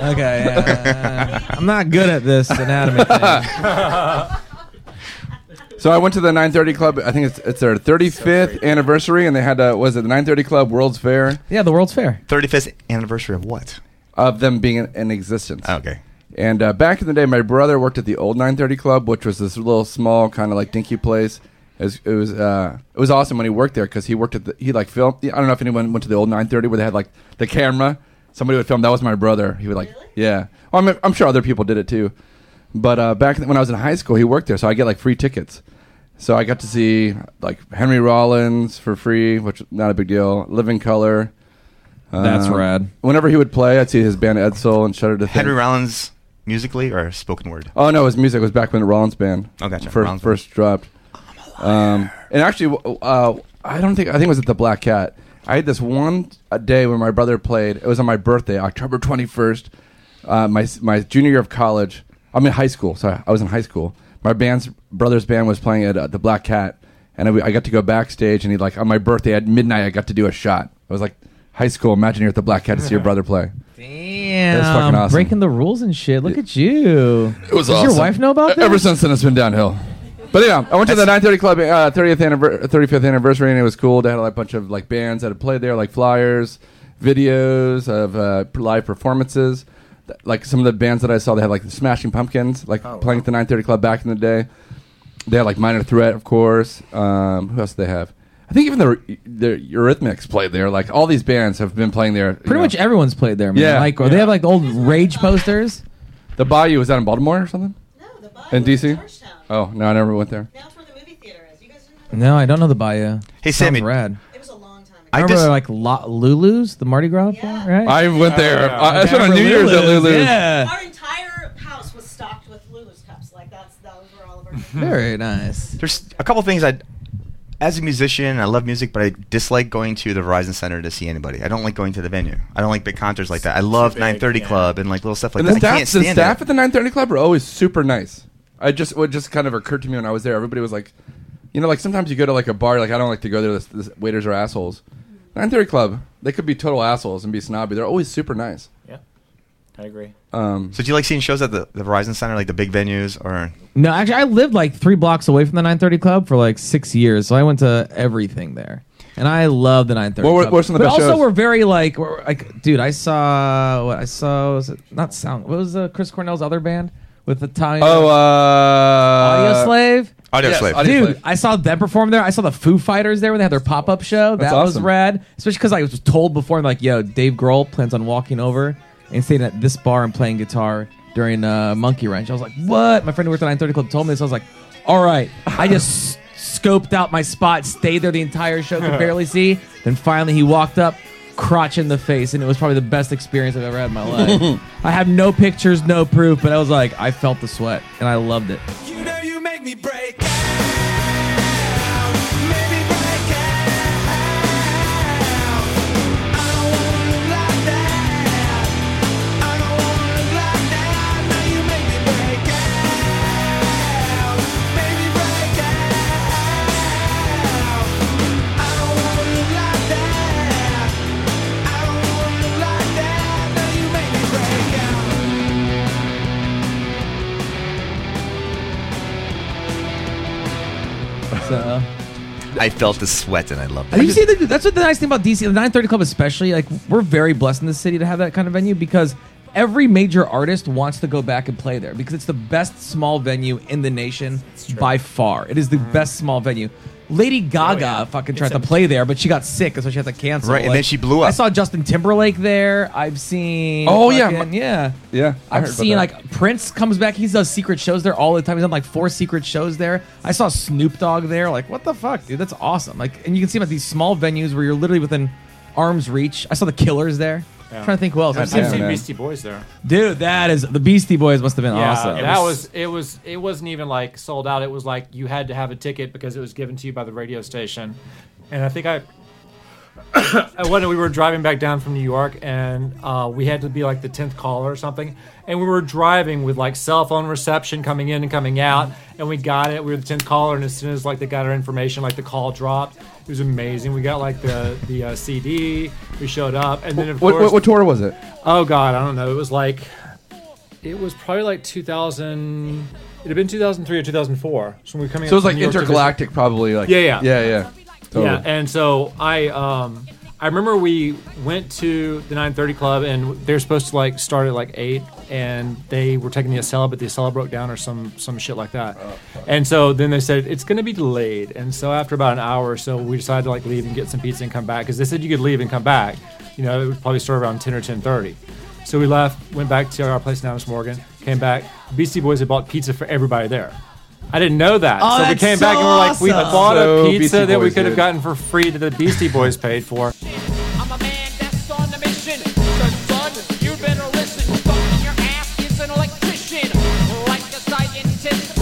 Speaker 9: okay, yeah. I'm not good at this anatomy. thing.
Speaker 6: So I went to the 930 Club. I think it's it's their 35th anniversary, and they had a, was it the 930 Club World's Fair
Speaker 9: yeah, the World's Fair.
Speaker 4: 35th anniversary of what? Ah,
Speaker 6: of them being in, in existence.
Speaker 4: Okay.
Speaker 6: And uh, back in the day, my brother worked at the old 930 Club, which was this little small kind of like dinky place. It was it was, uh, it was awesome when he worked there because he worked at the, he like filmed. I don't know if anyone went to the old 930 where they had like the camera. Somebody would film. That was my brother. He would like yeah. Well, I'm I'm sure other people did it too. But uh, back when I was in high school, he worked there, so I get like free tickets. So I got to see like Henry Rollins for free, which not a big deal. Living Color.
Speaker 9: That's rad.
Speaker 6: Uh, Whenever he would play, I'd see his band Edsel and Shudder to
Speaker 4: Henry
Speaker 6: Think.
Speaker 4: Rollins musically or spoken word?
Speaker 6: Oh no, his music was back when the Rollins Band
Speaker 4: Oh, gotcha.
Speaker 6: first
Speaker 4: Rollins Band.
Speaker 6: first dropped. Um, and actually, uh, I don't think I think it was at the Black Cat. I had this one uh, day when my brother played. It was on my birthday, October twenty first. Uh, my my junior year of college. I'm in high school, so I- I was in high school. My band's brother's band was playing at uh, the Black Cat, and I, I got to go backstage. And he like on my birthday at midnight, I got to do a shot. It was like high school. Imagine you're at the Black Cat to see your brother play.
Speaker 9: Damn,
Speaker 6: That's fucking awesome.
Speaker 9: breaking the rules and shit. Look at you.
Speaker 6: It was
Speaker 9: Does
Speaker 6: awesome.
Speaker 9: your wife know about
Speaker 6: E-
Speaker 9: this?
Speaker 6: Ever since then, it's been downhill. But yeah, I went to the 930 Club uh, 30th anniver- 35th anniversary, and it was cool. They had like, a bunch of like bands that had played there, like flyers, videos of uh, p- live performances. Th- Like some of the bands that I saw, they had like the Smashing Pumpkins, like
Speaker 9: Oh,
Speaker 6: playing at the 930 Club back in the day. They had like Minor Threat, of course. Um, who else did they have? I think even the, the Eurythmics played there. Like all these bands have been playing there.
Speaker 9: Pretty much everyone's played there, man.
Speaker 6: Yeah.
Speaker 9: Like, or they have like the old rage posters.
Speaker 6: The Bayou was that in Baltimore or something? No, the Bayou in DC. Oh no, I never went there.
Speaker 9: No, I don't know the Bayou.
Speaker 4: Hey,
Speaker 9: Sounds
Speaker 4: Sammy.
Speaker 9: Rad.
Speaker 4: It was a long time
Speaker 9: I
Speaker 4: I
Speaker 9: remember
Speaker 4: just-
Speaker 9: like La- Lulu's, the Mardi Gras, one, right?
Speaker 6: I went there.
Speaker 4: Oh,
Speaker 6: Uh, I spent on New Year's at Lulu's.
Speaker 9: Yeah.
Speaker 12: Our entire house was stocked with Lulu's cups. Like that's those were all of our.
Speaker 9: Very nice.
Speaker 4: There's a couple things I, as a musician, I love music, but I dislike going to the Verizon Center to see anybody. I don't like going to the venue. I don't like big concerts like that. I love 930 Club and like little stuff like
Speaker 6: and
Speaker 4: that.
Speaker 6: the
Speaker 4: I
Speaker 6: staff,
Speaker 4: can't
Speaker 6: the
Speaker 4: stand
Speaker 6: staff
Speaker 4: it.
Speaker 6: at the 930 Club are always super nice. I just what just kind of occurred to me when I was there. Everybody was like, you know, like sometimes you go to like a bar. Like I don't like to go there. This, this waiters are assholes. 930 Club, they could be total assholes and be snobby. They're always super nice.
Speaker 11: Yeah, I agree.
Speaker 6: Um,
Speaker 4: so do you like seeing shows at the, the Verizon Center, like the big venues, or
Speaker 9: No, actually, I lived like three blocks away from the 930 Club for like six years, so I went to everything there, and I love the 930.
Speaker 6: What were-
Speaker 9: Club.
Speaker 6: what were some of
Speaker 9: but
Speaker 6: the best
Speaker 9: also,
Speaker 6: shows?
Speaker 9: we're very like, we're, like, dude, I saw what I saw was it not sound? What was uh, Chris Cornell's other band with the time?
Speaker 6: Oh, uh,
Speaker 9: Audio Slave.
Speaker 4: Audio Yes, Slave. Audio
Speaker 9: Dude,
Speaker 4: Slave.
Speaker 9: I saw them perform there. I saw the Foo Fighters there when they had their pop up show.
Speaker 6: That's
Speaker 9: that was
Speaker 6: awesome.
Speaker 9: rad, especially because I was told before, like, yo, Dave Grohl plans on walking over and staying at this bar and playing guitar during uh, Monkey Wrench. I was like, what? My friend who worked at 930 Club told me this. I was like, all right. I just s- scoped out my spot, stayed there the entire show, could barely see. Then finally he walked up. Crotch in the face, and it was probably the best experience I've ever had in my life. I have no pictures, no proof, but I was like, I felt the sweat, and I loved it.
Speaker 15: You know you make me break.
Speaker 9: So.
Speaker 4: I felt the sweat and I loved it.
Speaker 9: Have you seen the, that's what the nice thing about DC, the 930 Club especially, like we're very blessed in this city to have that kind of venue because every major artist wants to go back and play there because it's the best small venue in the nation by far. It is
Speaker 4: Mm-hmm.
Speaker 9: the best small venue. Lady
Speaker 4: Oh,
Speaker 9: Gaga fucking tried to play there, but she got sick, so she had to cancel.
Speaker 4: Right, and then she blew up.
Speaker 9: I saw Justin Timberlake there. I've seen.
Speaker 6: Oh, yeah,
Speaker 9: fucking-
Speaker 6: my-
Speaker 9: yeah.
Speaker 6: Yeah, I
Speaker 9: I've
Speaker 6: heard about
Speaker 9: seen
Speaker 6: that.
Speaker 9: like Prince comes back. He does secret shows there all the time. He's done like four secret shows there. I saw Snoop Dogg there. Like, what the fuck, dude? That's awesome. Like, and you can see him at these small venues where you're literally within arm's reach. I saw the Killers there.
Speaker 11: Yeah.
Speaker 9: trying to think who else.
Speaker 11: I've seen Beastie Boys there.
Speaker 9: Dude, that is the Beastie Boys must have been
Speaker 11: yeah,
Speaker 9: awesome.
Speaker 11: that was it was it wasn't even like sold out. It was like you had to have a ticket because it was given to you by the radio station, and I think I when we were driving back down from New York, and uh, we had to be like the tenth caller or something, and we were driving with like cell phone reception coming in and coming out, and we got it. We were the tenth caller, and as soon as like they got our information, like the call dropped. It was amazing. We got like the the uh, CD. We showed up, and then of
Speaker 6: What,
Speaker 11: course,
Speaker 6: what, what tour was it?
Speaker 11: Oh God, I don't know. It was like, it was probably like 2000. It had been 2003 or 2004. So when we were coming.
Speaker 6: So it was
Speaker 11: up from
Speaker 6: like
Speaker 11: New York to visit-
Speaker 6: intergalactic, probably. Like
Speaker 11: yeah, yeah,
Speaker 6: yeah, yeah. Totally.
Speaker 11: Yeah, and so I, um, I remember we went to the 9:30 club, and they're supposed to like start at like eight, and they were taking the Acela, but the Acela broke down or some some shit like that. and so then they said it's going to be delayed, and so after about an hour or so, we decided to like leave and get some pizza and come back because they said you could leave and come back. You know, it would probably start around 10 or 10:30. So we left, went back to our place in Adams Morgan, came back. Beastie Boys had bought pizza for everybody there. I didn't know that.
Speaker 9: Oh,
Speaker 11: so we
Speaker 9: that's
Speaker 11: came back
Speaker 9: so
Speaker 11: and we're like, we
Speaker 9: awesome.
Speaker 11: bought
Speaker 9: So
Speaker 11: a pizza
Speaker 9: Beastie
Speaker 11: that we
Speaker 9: Boys
Speaker 11: could have
Speaker 9: did.
Speaker 11: gotten for free that the Beastie Boys paid for.
Speaker 15: on a mission. So, son, you better listen. Fucking your ass is an electrician, like a scientist.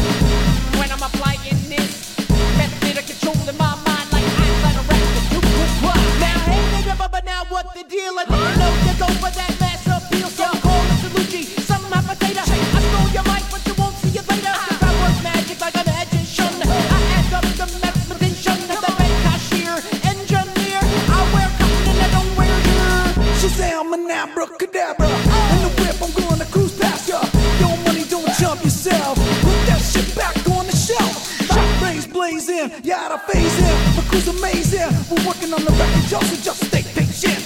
Speaker 15: When I'm applying this, method of controlling my mind like Einstein or Raptor. You could try. Now, hey, nigga, but- but now what the deal? I didn't know you go for that mass appeal. So I'm calling Salucci, some hot potato. I stole your life, but you won't see it later. 'Cause I work magic like a magician. I add up the mathematician, the bank cashier, engineer. I wear cotton and I don't wear your
Speaker 16: She say I'm an abracadabra. In the whip, I'm going to cruise past ya. Your money don't jump yourself. Put that shit back on the shelf. Shot rays blazing, yeah, the phase in. The crew's amazing. We're working on the record, y'all, so just stay patient.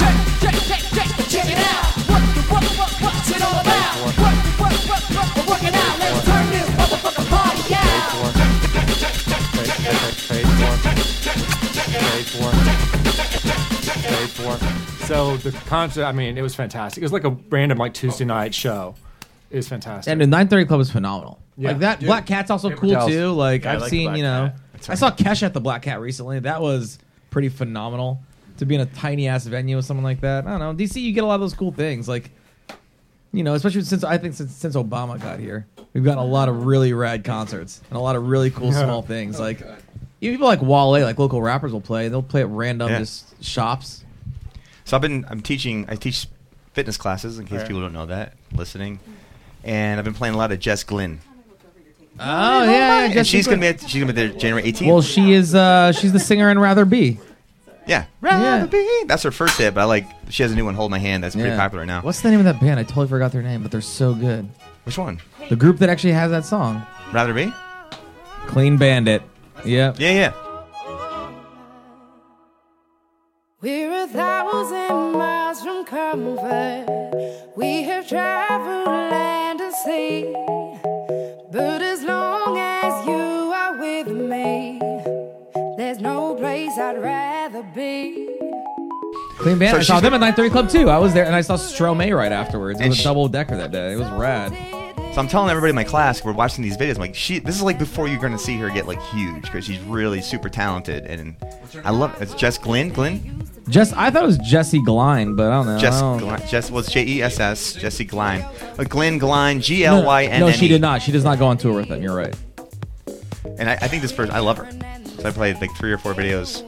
Speaker 15: Check, check, check, check, check it out. What, what, what, what's it all about? What, what, what, what, we're working out. Let's turn this motherfucking party out.
Speaker 11: So the concert, I mean, it was fantastic. It was like a random like Tuesday night show. It was fantastic.
Speaker 9: And the 9:30 Club is phenomenal.
Speaker 11: Yeah.
Speaker 9: Like that
Speaker 11: Dude.
Speaker 9: Black Cat's also
Speaker 11: Paper
Speaker 9: cool
Speaker 11: towels.
Speaker 9: too. Like
Speaker 11: Yeah, I
Speaker 9: I've
Speaker 11: like the
Speaker 9: seen,
Speaker 11: Black
Speaker 9: you know,
Speaker 11: Cat. That's
Speaker 9: I saw Kesha at the Black Cat recently. That was pretty phenomenal to be in a tiny ass venue with someone like that. I don't know. DC, you get a lot of those cool things. Like, you know, especially since I think since since Obama got here, we've gotten a lot of really rad concerts and a lot of really cool
Speaker 2: Yeah.
Speaker 9: small
Speaker 11: Oh,
Speaker 9: things. Like, even people like Wale, like local rappers will play. They'll play at random
Speaker 4: Yeah.
Speaker 9: just shops.
Speaker 4: So I've been I'm teaching I teach fitness classes in case
Speaker 9: Right.
Speaker 4: people don't know that listening, and I've been playing a lot of Jess Glynn.
Speaker 9: Oh yeah,
Speaker 4: and she's gonna be at, she's gonna be there January 18th.
Speaker 9: Well, she is. uh She's the singer in Rather Be.
Speaker 4: yeah,
Speaker 9: Yeah.
Speaker 4: that's her first hit. But I like she has a new one, Hold My Hand. That's pretty
Speaker 9: Yeah.
Speaker 4: popular now.
Speaker 9: What's the name of that band? I totally forgot their name, but they're so good.
Speaker 4: Which one?
Speaker 9: The group that actually has that song.
Speaker 4: Rather be.
Speaker 9: Clean Bandit. Yep.
Speaker 4: Yeah, yeah.
Speaker 17: We're a thousand miles from comfort. We have traveled land and sea. But as long as you are with me, there's no place I'd rather be.
Speaker 9: Clean Bandit.
Speaker 17: So
Speaker 9: I saw
Speaker 17: she's
Speaker 9: them at 930 Club too. I was there and I saw Stromae right afterwards. It
Speaker 4: And
Speaker 9: was
Speaker 4: she-
Speaker 9: a double decker that day. It was rad.
Speaker 4: So I'm telling everybody in my class, we're watching these videos. I'm like, she, this is like before you're gonna see her get like huge because she's really super talented, and I love it. It's Jess Glynn. Glynn.
Speaker 9: Jess, I thought it was Jesse Gline, but I don't know.
Speaker 4: Jess.
Speaker 9: I don't-
Speaker 4: Glynn. Jess was J E S S. Jesse Glynn. Uh, Glynn Glynn. G
Speaker 9: No,
Speaker 4: L Y N E. N.
Speaker 9: No, she did not. She does not go on tour with them. You're right.
Speaker 4: And I, I think this person, I love her. So I played like three or four videos.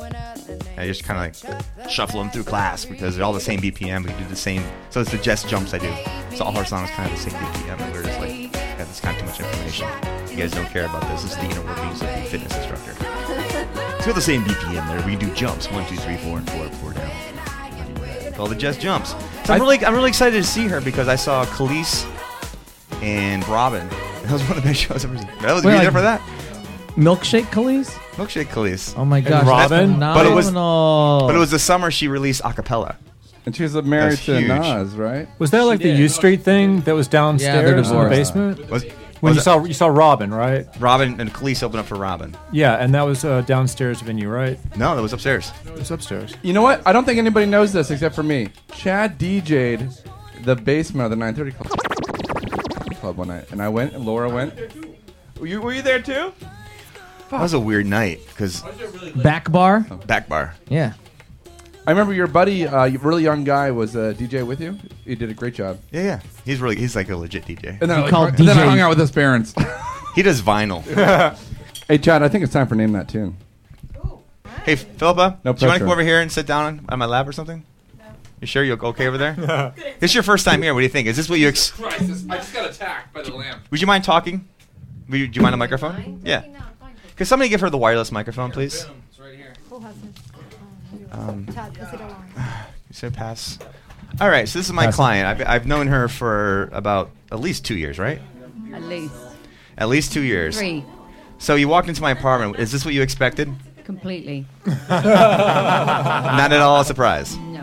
Speaker 4: I just kind of like shuffle them through class because they're all the same BPM. We do the same. So it's the Jess jumps I do. So all her songs kind of the same BPM. And we're just like, God, this is kind of too much information. You guys don't care about this. This is the inner workings of the fitness instructor. It's got the same BPM there. We do jumps one, two, three, four, and four, four down. It's all the Jess jumps. So I'm really, I'm really excited to see her because I saw Khalees and Robin. That was one of the best shows I've ever seen. That was, were
Speaker 9: Wait,
Speaker 4: you
Speaker 9: like-
Speaker 4: there for that?
Speaker 9: Milkshake Khalees?
Speaker 4: Milkshake Khalees.
Speaker 9: Oh my gosh. that's
Speaker 4: But it was,
Speaker 9: phenomenal.
Speaker 4: but it was the summer she released a cappella.
Speaker 6: And she's married
Speaker 4: That's
Speaker 6: to
Speaker 4: huge.
Speaker 6: Nas, right?
Speaker 11: Was that like the U Street thing that was downstairs in the
Speaker 6: divorced.
Speaker 11: basement?
Speaker 4: Was-
Speaker 11: when
Speaker 4: was
Speaker 11: you
Speaker 4: it-
Speaker 11: saw you saw Robin, right?
Speaker 4: Robin and Khalees opened up for Robin.
Speaker 11: Yeah, and that was a downstairs venue, right?
Speaker 4: No, that was upstairs.
Speaker 11: It was upstairs.
Speaker 6: You know what? I don't think anybody knows this except for me. Chad DJ'd the basement of the 930 club, club one night, and I went, and Laura went. Were you, were you there too?
Speaker 4: That was a weird night because
Speaker 9: back bar.
Speaker 4: Back bar.
Speaker 9: Yeah.
Speaker 6: Oh. I remember your buddy, uh, you- really young guy, was a DJ with you. He did a great job.
Speaker 4: Yeah, yeah. He's really he's like a legit DJ.
Speaker 6: And then, I, like, hung- and then I hung out with his parents.
Speaker 4: he does vinyl.
Speaker 6: hey, Chad, I think it's time for name that tune.
Speaker 4: Hey, Philippa,
Speaker 6: No
Speaker 4: do you want to
Speaker 6: pressure.
Speaker 4: come over here and sit down on my lap or something? You sure you're okay over there? this is your first time here. What do you think? Is this what you ex-
Speaker 18: Christ, this- I just got attacked by the lamp.
Speaker 4: Would you mind talking? Would you, do you mind a microphone? Yeah. Could somebody give her the wireless microphone, please?
Speaker 18: It's right here.
Speaker 4: Um,
Speaker 19: Todd, pass it along.
Speaker 4: You said pass. All right. So this is my
Speaker 20: Pass.
Speaker 4: client. I've, I've known her for about at least two years, right?
Speaker 13: At least
Speaker 4: At least two years.
Speaker 13: three,
Speaker 4: So you walked into my apartment. Is this what you expected?
Speaker 13: completely.
Speaker 4: Not at all a surprise.
Speaker 13: No.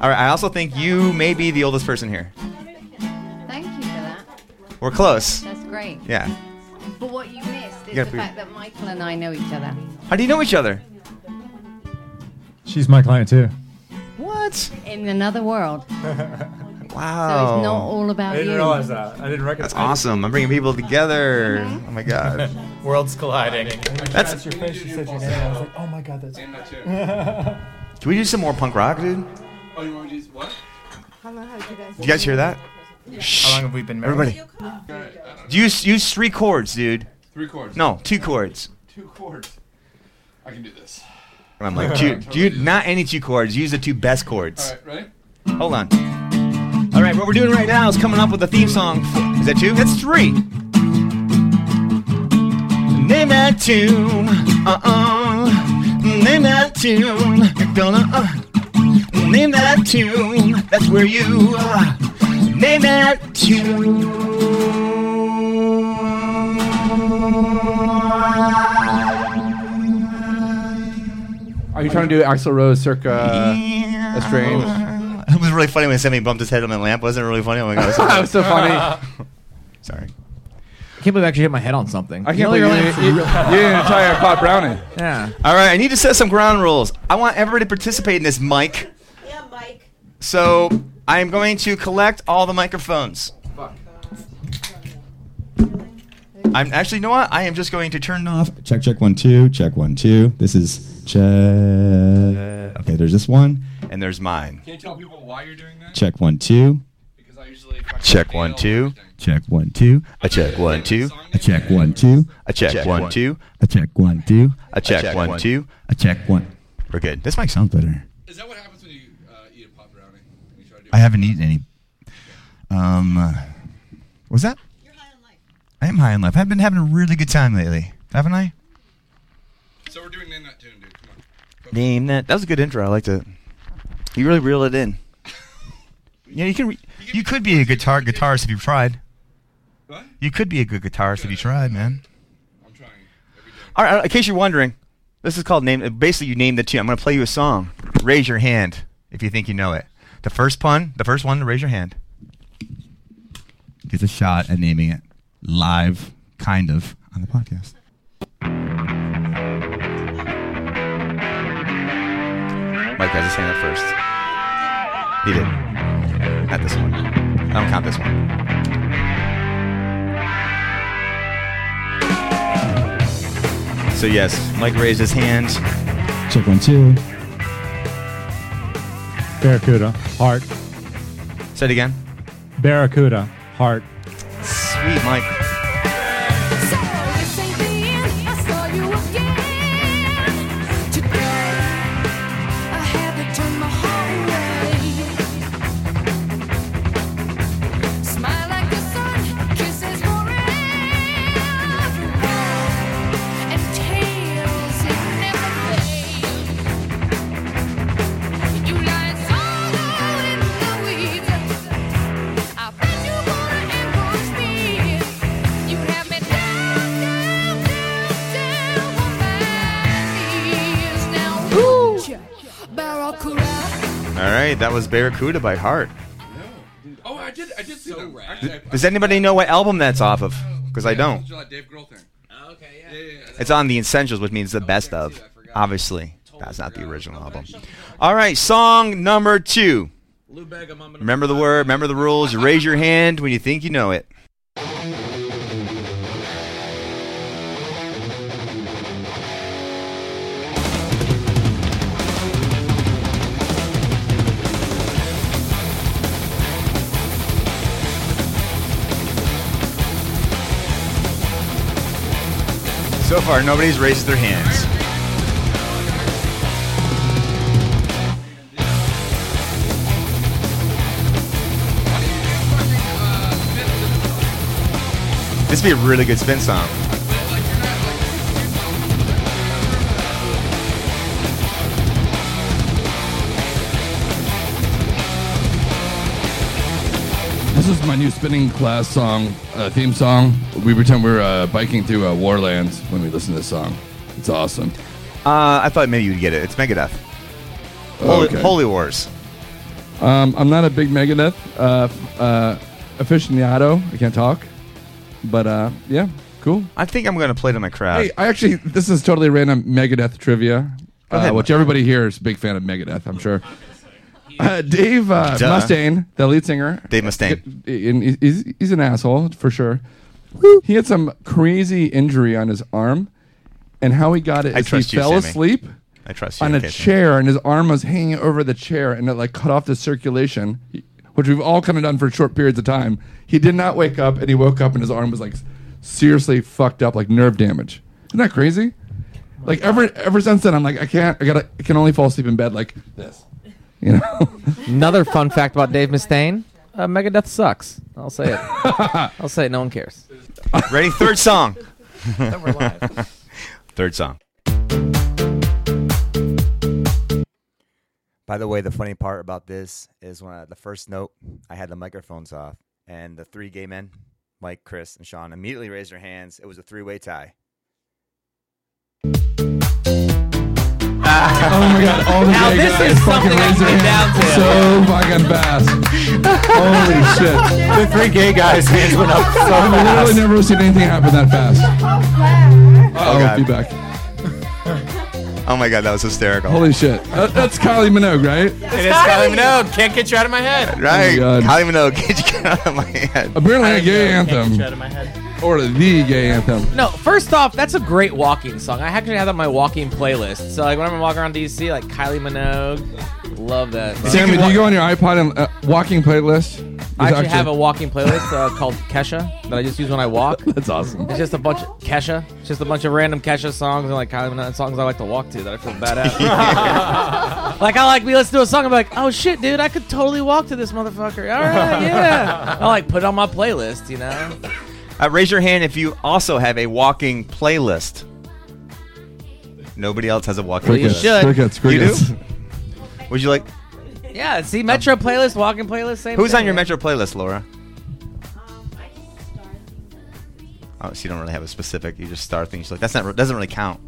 Speaker 4: All right. I also think you may be the oldest person here.
Speaker 13: Thank you for that.
Speaker 4: We're close.
Speaker 13: That's great.
Speaker 4: Yeah.
Speaker 13: But what you missed is
Speaker 4: Yeah,
Speaker 13: the
Speaker 4: please.
Speaker 13: fact that Michael and I know each other.
Speaker 4: How do you know each other?
Speaker 11: She's my client too.
Speaker 4: What?
Speaker 13: In another world.
Speaker 4: Wow.
Speaker 13: So it's not all about
Speaker 11: I didn't
Speaker 13: you.
Speaker 11: realize that. I didn't recognize.
Speaker 4: That's awesome. I'm bringing people together.
Speaker 13: Mm-hmm.
Speaker 4: Oh my god.
Speaker 5: Worlds colliding.
Speaker 4: That's-
Speaker 11: your face. You said your name. I was like, oh my god, that's.
Speaker 18: And that too.
Speaker 4: Can we do some more punk rock, dude?
Speaker 18: Oh, you want to use what?
Speaker 19: How long have you guys?
Speaker 4: Do you guys hear that?
Speaker 5: How long have we been married?
Speaker 4: Everybody. Use use three chords, dude.
Speaker 6: Three chords.
Speaker 4: No, two chords.
Speaker 6: Two chords. I can do this.
Speaker 4: And I'm like, dude, dude, not any two chords. Use the two best chords.
Speaker 6: All right, ready?
Speaker 4: Hold on. All right, what we're doing right now is coming up with a theme song. Is that two? That's three. Name that tune. Uh uh. Name that tune. You're gonna. Uh. Name that tune. That's where you. Uh, name that tune.
Speaker 6: Are you trying to do Axl Rose circa estranged?
Speaker 4: It was really funny when Sammy bumped his head on the lamp. Wasn't it really funny? Oh my god, that's
Speaker 6: That was so funny.
Speaker 4: Sorry.
Speaker 9: I can't believe I actually hit my head on something.
Speaker 4: I
Speaker 9: You
Speaker 4: can't
Speaker 9: know, your
Speaker 4: believe you
Speaker 9: lamp's
Speaker 4: didn't- you-
Speaker 9: really-
Speaker 4: you didn't tell your
Speaker 6: Pop Brownie.
Speaker 9: Yeah.
Speaker 4: All right, I need to set some ground rules. I want everybody to participate in this, Mike. Yeah, Mike. So I am going to collect all the microphones. I'm actually, you know what? I am just going to turn off.
Speaker 15: Check, check, one, two, check, one, two. This is check. Okay, there's this one.
Speaker 4: And there's mine.
Speaker 6: Can you tell people why you're doing that?
Speaker 15: Check, one, two.
Speaker 4: Check one two.
Speaker 15: Check, one, two.
Speaker 4: A check one two.
Speaker 15: A check, one, two.
Speaker 4: A check one two.
Speaker 15: A check, one, two.
Speaker 4: A check one two.
Speaker 15: A check, one.
Speaker 4: We're good. This mic
Speaker 15: sounds better.
Speaker 6: uh,
Speaker 15: Is that what happens when you uh, eat a pop brownie? I haven't eaten any. Um, uh, what was that?
Speaker 4: I am high on life. I've been having a really good time lately, haven't I?
Speaker 6: So we're doing Name That Tune, dude. Come
Speaker 4: Name that. That was a good intro. I liked it. You really reeled it in. Yeah, you can. Re- you could be a guitar guitarist if you tried. What? You could be a good guitarist if you tried, man. I'm trying. All right. all right, In case you're wondering, this is called name. Basically, you name the tune. I'm gonna play you a song. Raise your hand if you think you know it. The first pun, the first one to raise your hand.
Speaker 15: Gets a shot at naming it live, kind of, on the podcast.
Speaker 4: Mike has his hand up first. He did. Not this one. I don't count this one. So yes, Mike raised his hand.
Speaker 15: Check, one, two.
Speaker 11: Barracuda, heart.
Speaker 4: Say it again.
Speaker 11: Barracuda, heart.
Speaker 4: Sweet Mike.
Speaker 16: I bet you wanna ambush me. You have me down, down, down, down on my knees now. Barracuda.
Speaker 4: All right, that was Barracuda by Heart.
Speaker 6: Oh, I did. I did see that. Actually,
Speaker 4: Th- Does anybody know what album that's off of? Because I don't.
Speaker 6: July Dave Grohl thing. Oh, okay, yeah. yeah, yeah,
Speaker 4: It's on the Essentials, which means the best of. Obviously, that's not the original album. All right, song number two. Remember the word. Remember the rules. You raise your hand when you think you know it. So far, nobody's raised their hands. This would be a really good spin song.
Speaker 6: This is my new spinning class song, uh, theme song. We pretend we're uh, biking through uh, warlands when we listen to this song. It's awesome.
Speaker 4: Uh, I thought maybe you'd get it. It's Megadeth. Holy,
Speaker 6: Okay.
Speaker 4: Holy Wars.
Speaker 6: Um, I'm not a big Megadeth uh, f- uh, aficionado. I can't talk, but uh, yeah, cool.
Speaker 4: I think I'm going to play to my crowd.
Speaker 6: Hey, I actually this is totally random Megadeth trivia,
Speaker 4: Go ahead,
Speaker 6: uh, which
Speaker 4: Mike.
Speaker 6: everybody here is a big fan of Megadeth. I'm sure. Uh, Dave uh,
Speaker 4: Duh.
Speaker 6: Mustaine, the lead singer.
Speaker 4: Dave Mustaine.
Speaker 6: And he's, he's an asshole for sure. He had some crazy injury on his arm, and how he got it
Speaker 4: I
Speaker 6: is
Speaker 4: trust
Speaker 6: he
Speaker 4: you,
Speaker 6: fell
Speaker 4: Sammy.
Speaker 6: asleep
Speaker 4: I trust you.
Speaker 6: on a
Speaker 4: okay, Sammy.
Speaker 6: chair, and his arm was hanging over the chair, and it like cut off the circulation, which we've all kind of done for short periods of time. He did not wake up, and he woke up, and his arm was like seriously fucked up, like nerve damage. Isn't that crazy? Like ever ever since then, I'm like I can't. I gotta. I can only fall asleep in bed like this. You know.
Speaker 9: Another fun fact about Dave Mustaine: uh, Megadeth sucks. I'll say it. I'll say it. No one cares.
Speaker 4: Ready? Third song.
Speaker 9: Then we're live.
Speaker 4: Third song.
Speaker 21: By the way, the funny part about this is when I, the first note, I had the microphones off,
Speaker 22: And the three gay men, Mike, Chris, and Sean, immediately raised their hands. It was a three-way tie.
Speaker 6: oh my god! All the
Speaker 22: Now
Speaker 6: gay
Speaker 22: this
Speaker 6: guys
Speaker 22: is
Speaker 6: fucking
Speaker 22: something I
Speaker 6: raise their
Speaker 22: get
Speaker 6: hands
Speaker 22: down to.
Speaker 6: so fucking fast. Holy shit! The three gay guys hands went up so I've literally never seen anything happen that fast.
Speaker 4: Oh,
Speaker 6: Uh-oh,
Speaker 4: God.
Speaker 6: feedback.
Speaker 4: Oh my god, that was hysterical.
Speaker 6: Holy shit! Uh, that's Kylie Minogue, right?
Speaker 11: It is Kylie Minogue. Can't get you out of my head.
Speaker 4: Right?
Speaker 6: Oh my God.
Speaker 4: Kylie Minogue, get you out of my head.
Speaker 6: Apparently, a gay anthem,
Speaker 11: of my head.
Speaker 6: or the gay anthem.
Speaker 9: No, first off, that's a great walking song. I actually have that on my walking playlist. So like when I'm walking around DC, like Kylie Minogue, love that.
Speaker 6: Sammy, do you go on your iPod and uh, walking playlist?
Speaker 9: I
Speaker 6: There's
Speaker 9: actually have a walking playlist uh, called Kesha that I just use when I walk.
Speaker 6: That's awesome.
Speaker 9: It's just a bunch of Kesha. It's just a bunch of random Kesha songs and like Kylie Minogue songs I like to walk to that I feel badass. like I like we listen to a song, I'm like, oh shit, dude, I could totally walk to this motherfucker. All right, yeah. I like put it on my playlist, you know.
Speaker 4: Uh, raise your hand if you also have a walking playlist. Nobody else has a walking
Speaker 9: Well, you
Speaker 4: playlist.
Speaker 9: should.
Speaker 6: Crickets, crickets.
Speaker 4: You do? Would you like?
Speaker 9: Yeah, see Metro playlist, walking playlist, same.
Speaker 4: Who's
Speaker 9: thing,
Speaker 4: on your
Speaker 9: yeah.
Speaker 4: Metro playlist, Laura? Oh, so you don't really have a specific. You just star things. Like that's not doesn't really count.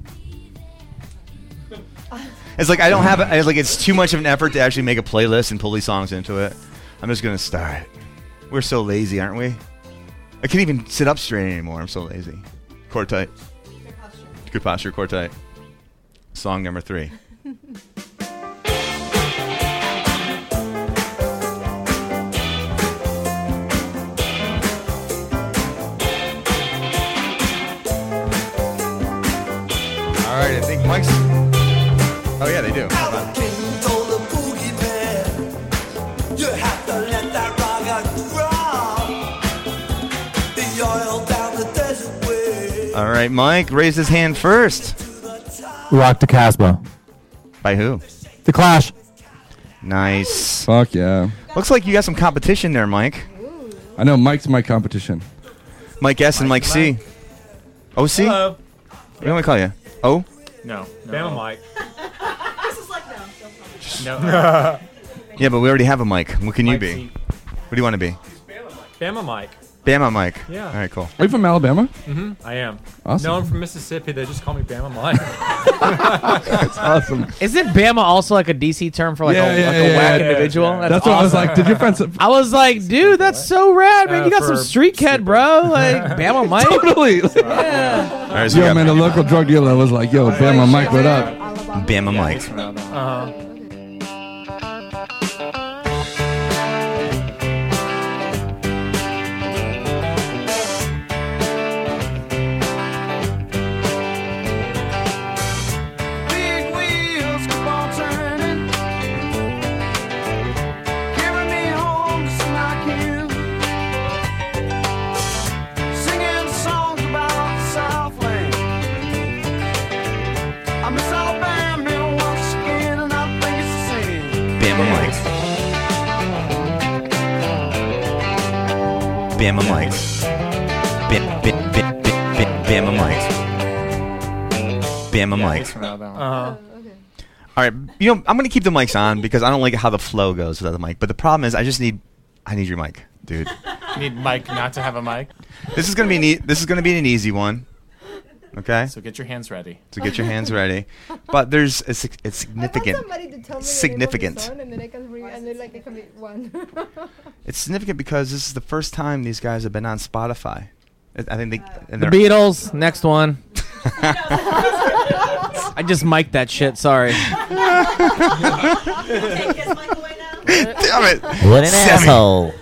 Speaker 4: It's like I don't have. A, it's like it's too much of an effort to actually make a playlist and pull these songs into it. I'm just gonna star it. We're so lazy, aren't we? I can't even sit up straight anymore. I'm so lazy. Core tight. Good posture, core tight. Song number three. All right, I think Mike's. Oh yeah, they do.
Speaker 16: You have to let that rock and roll. The oil down the desert way.
Speaker 4: All right, Mike raised his hand first.
Speaker 11: Rock the Casbah.
Speaker 4: By who?
Speaker 11: The Clash.
Speaker 4: Nice.
Speaker 6: Fuck yeah.
Speaker 4: Looks like you got some competition there, Mike.
Speaker 6: I know Mike's my competition.
Speaker 4: Mike S and Mike, C. OC?
Speaker 11: Hello.
Speaker 4: What do I call you? O?
Speaker 11: No. Bama Mike.
Speaker 23: this is like no.
Speaker 11: No.
Speaker 4: Yeah, but we already have a Mike. What can you
Speaker 11: Mike
Speaker 4: be?
Speaker 11: C.
Speaker 4: What do you want to be?
Speaker 11: Bama Mike.
Speaker 4: Bama Mike.
Speaker 11: Yeah.
Speaker 4: All right, cool.
Speaker 6: Are you from Alabama?
Speaker 11: hmm I am.
Speaker 6: Awesome.
Speaker 11: No, I'm from Mississippi. They just call me Bama Mike.
Speaker 6: That's awesome.
Speaker 9: Isn't Bama also like a DC term for like
Speaker 6: Yeah,
Speaker 9: a,
Speaker 6: yeah,
Speaker 9: like
Speaker 6: yeah,
Speaker 9: a whack
Speaker 6: yeah.
Speaker 9: individual?
Speaker 6: Yeah. That's what I was
Speaker 9: awesome.
Speaker 6: like, did your friends-
Speaker 9: I was like, dude, that's so rad, man.
Speaker 6: Uh,
Speaker 9: you got some
Speaker 6: for
Speaker 9: street cred, bro. Like Bama Mike.
Speaker 6: Totally.
Speaker 9: Yeah.
Speaker 4: right, so we
Speaker 6: yo,
Speaker 4: got-
Speaker 6: man, the local drug dealer was like, yo, Bama Mike, what up?
Speaker 4: Bama Mike.
Speaker 11: Uh-huh.
Speaker 16: Big wheels keep on turning, carrying me home to some IQ. Singing songs about the Southland. I miss Alabama once again, and I think it's the same.
Speaker 4: Bama Mike. Bama Mike. Ba- ba- Bama Mike. Bama Mike.
Speaker 11: Uh-huh.
Speaker 4: All right, you know I'm gonna keep the mics on because I don't like how the flow goes without the mic. But the problem is I just need I need your mic, dude.
Speaker 5: You need Mike not to have a mic.
Speaker 4: This is gonna be an e- this is gonna be an easy one. Okay.
Speaker 5: So get your hands ready.
Speaker 4: So get your hands ready. But there's a, sig- it's significant.
Speaker 13: Somebody to tell me
Speaker 4: significant.
Speaker 13: The name of the song and then I can re- and then like I can be one.
Speaker 4: It's significant because this is the first time these guys have been on Spotify. I I think they and
Speaker 9: The
Speaker 4: they're-
Speaker 9: Beatles, next one. I just mic'd that shit, sorry.
Speaker 4: Damn it.
Speaker 9: What an
Speaker 4: asshole.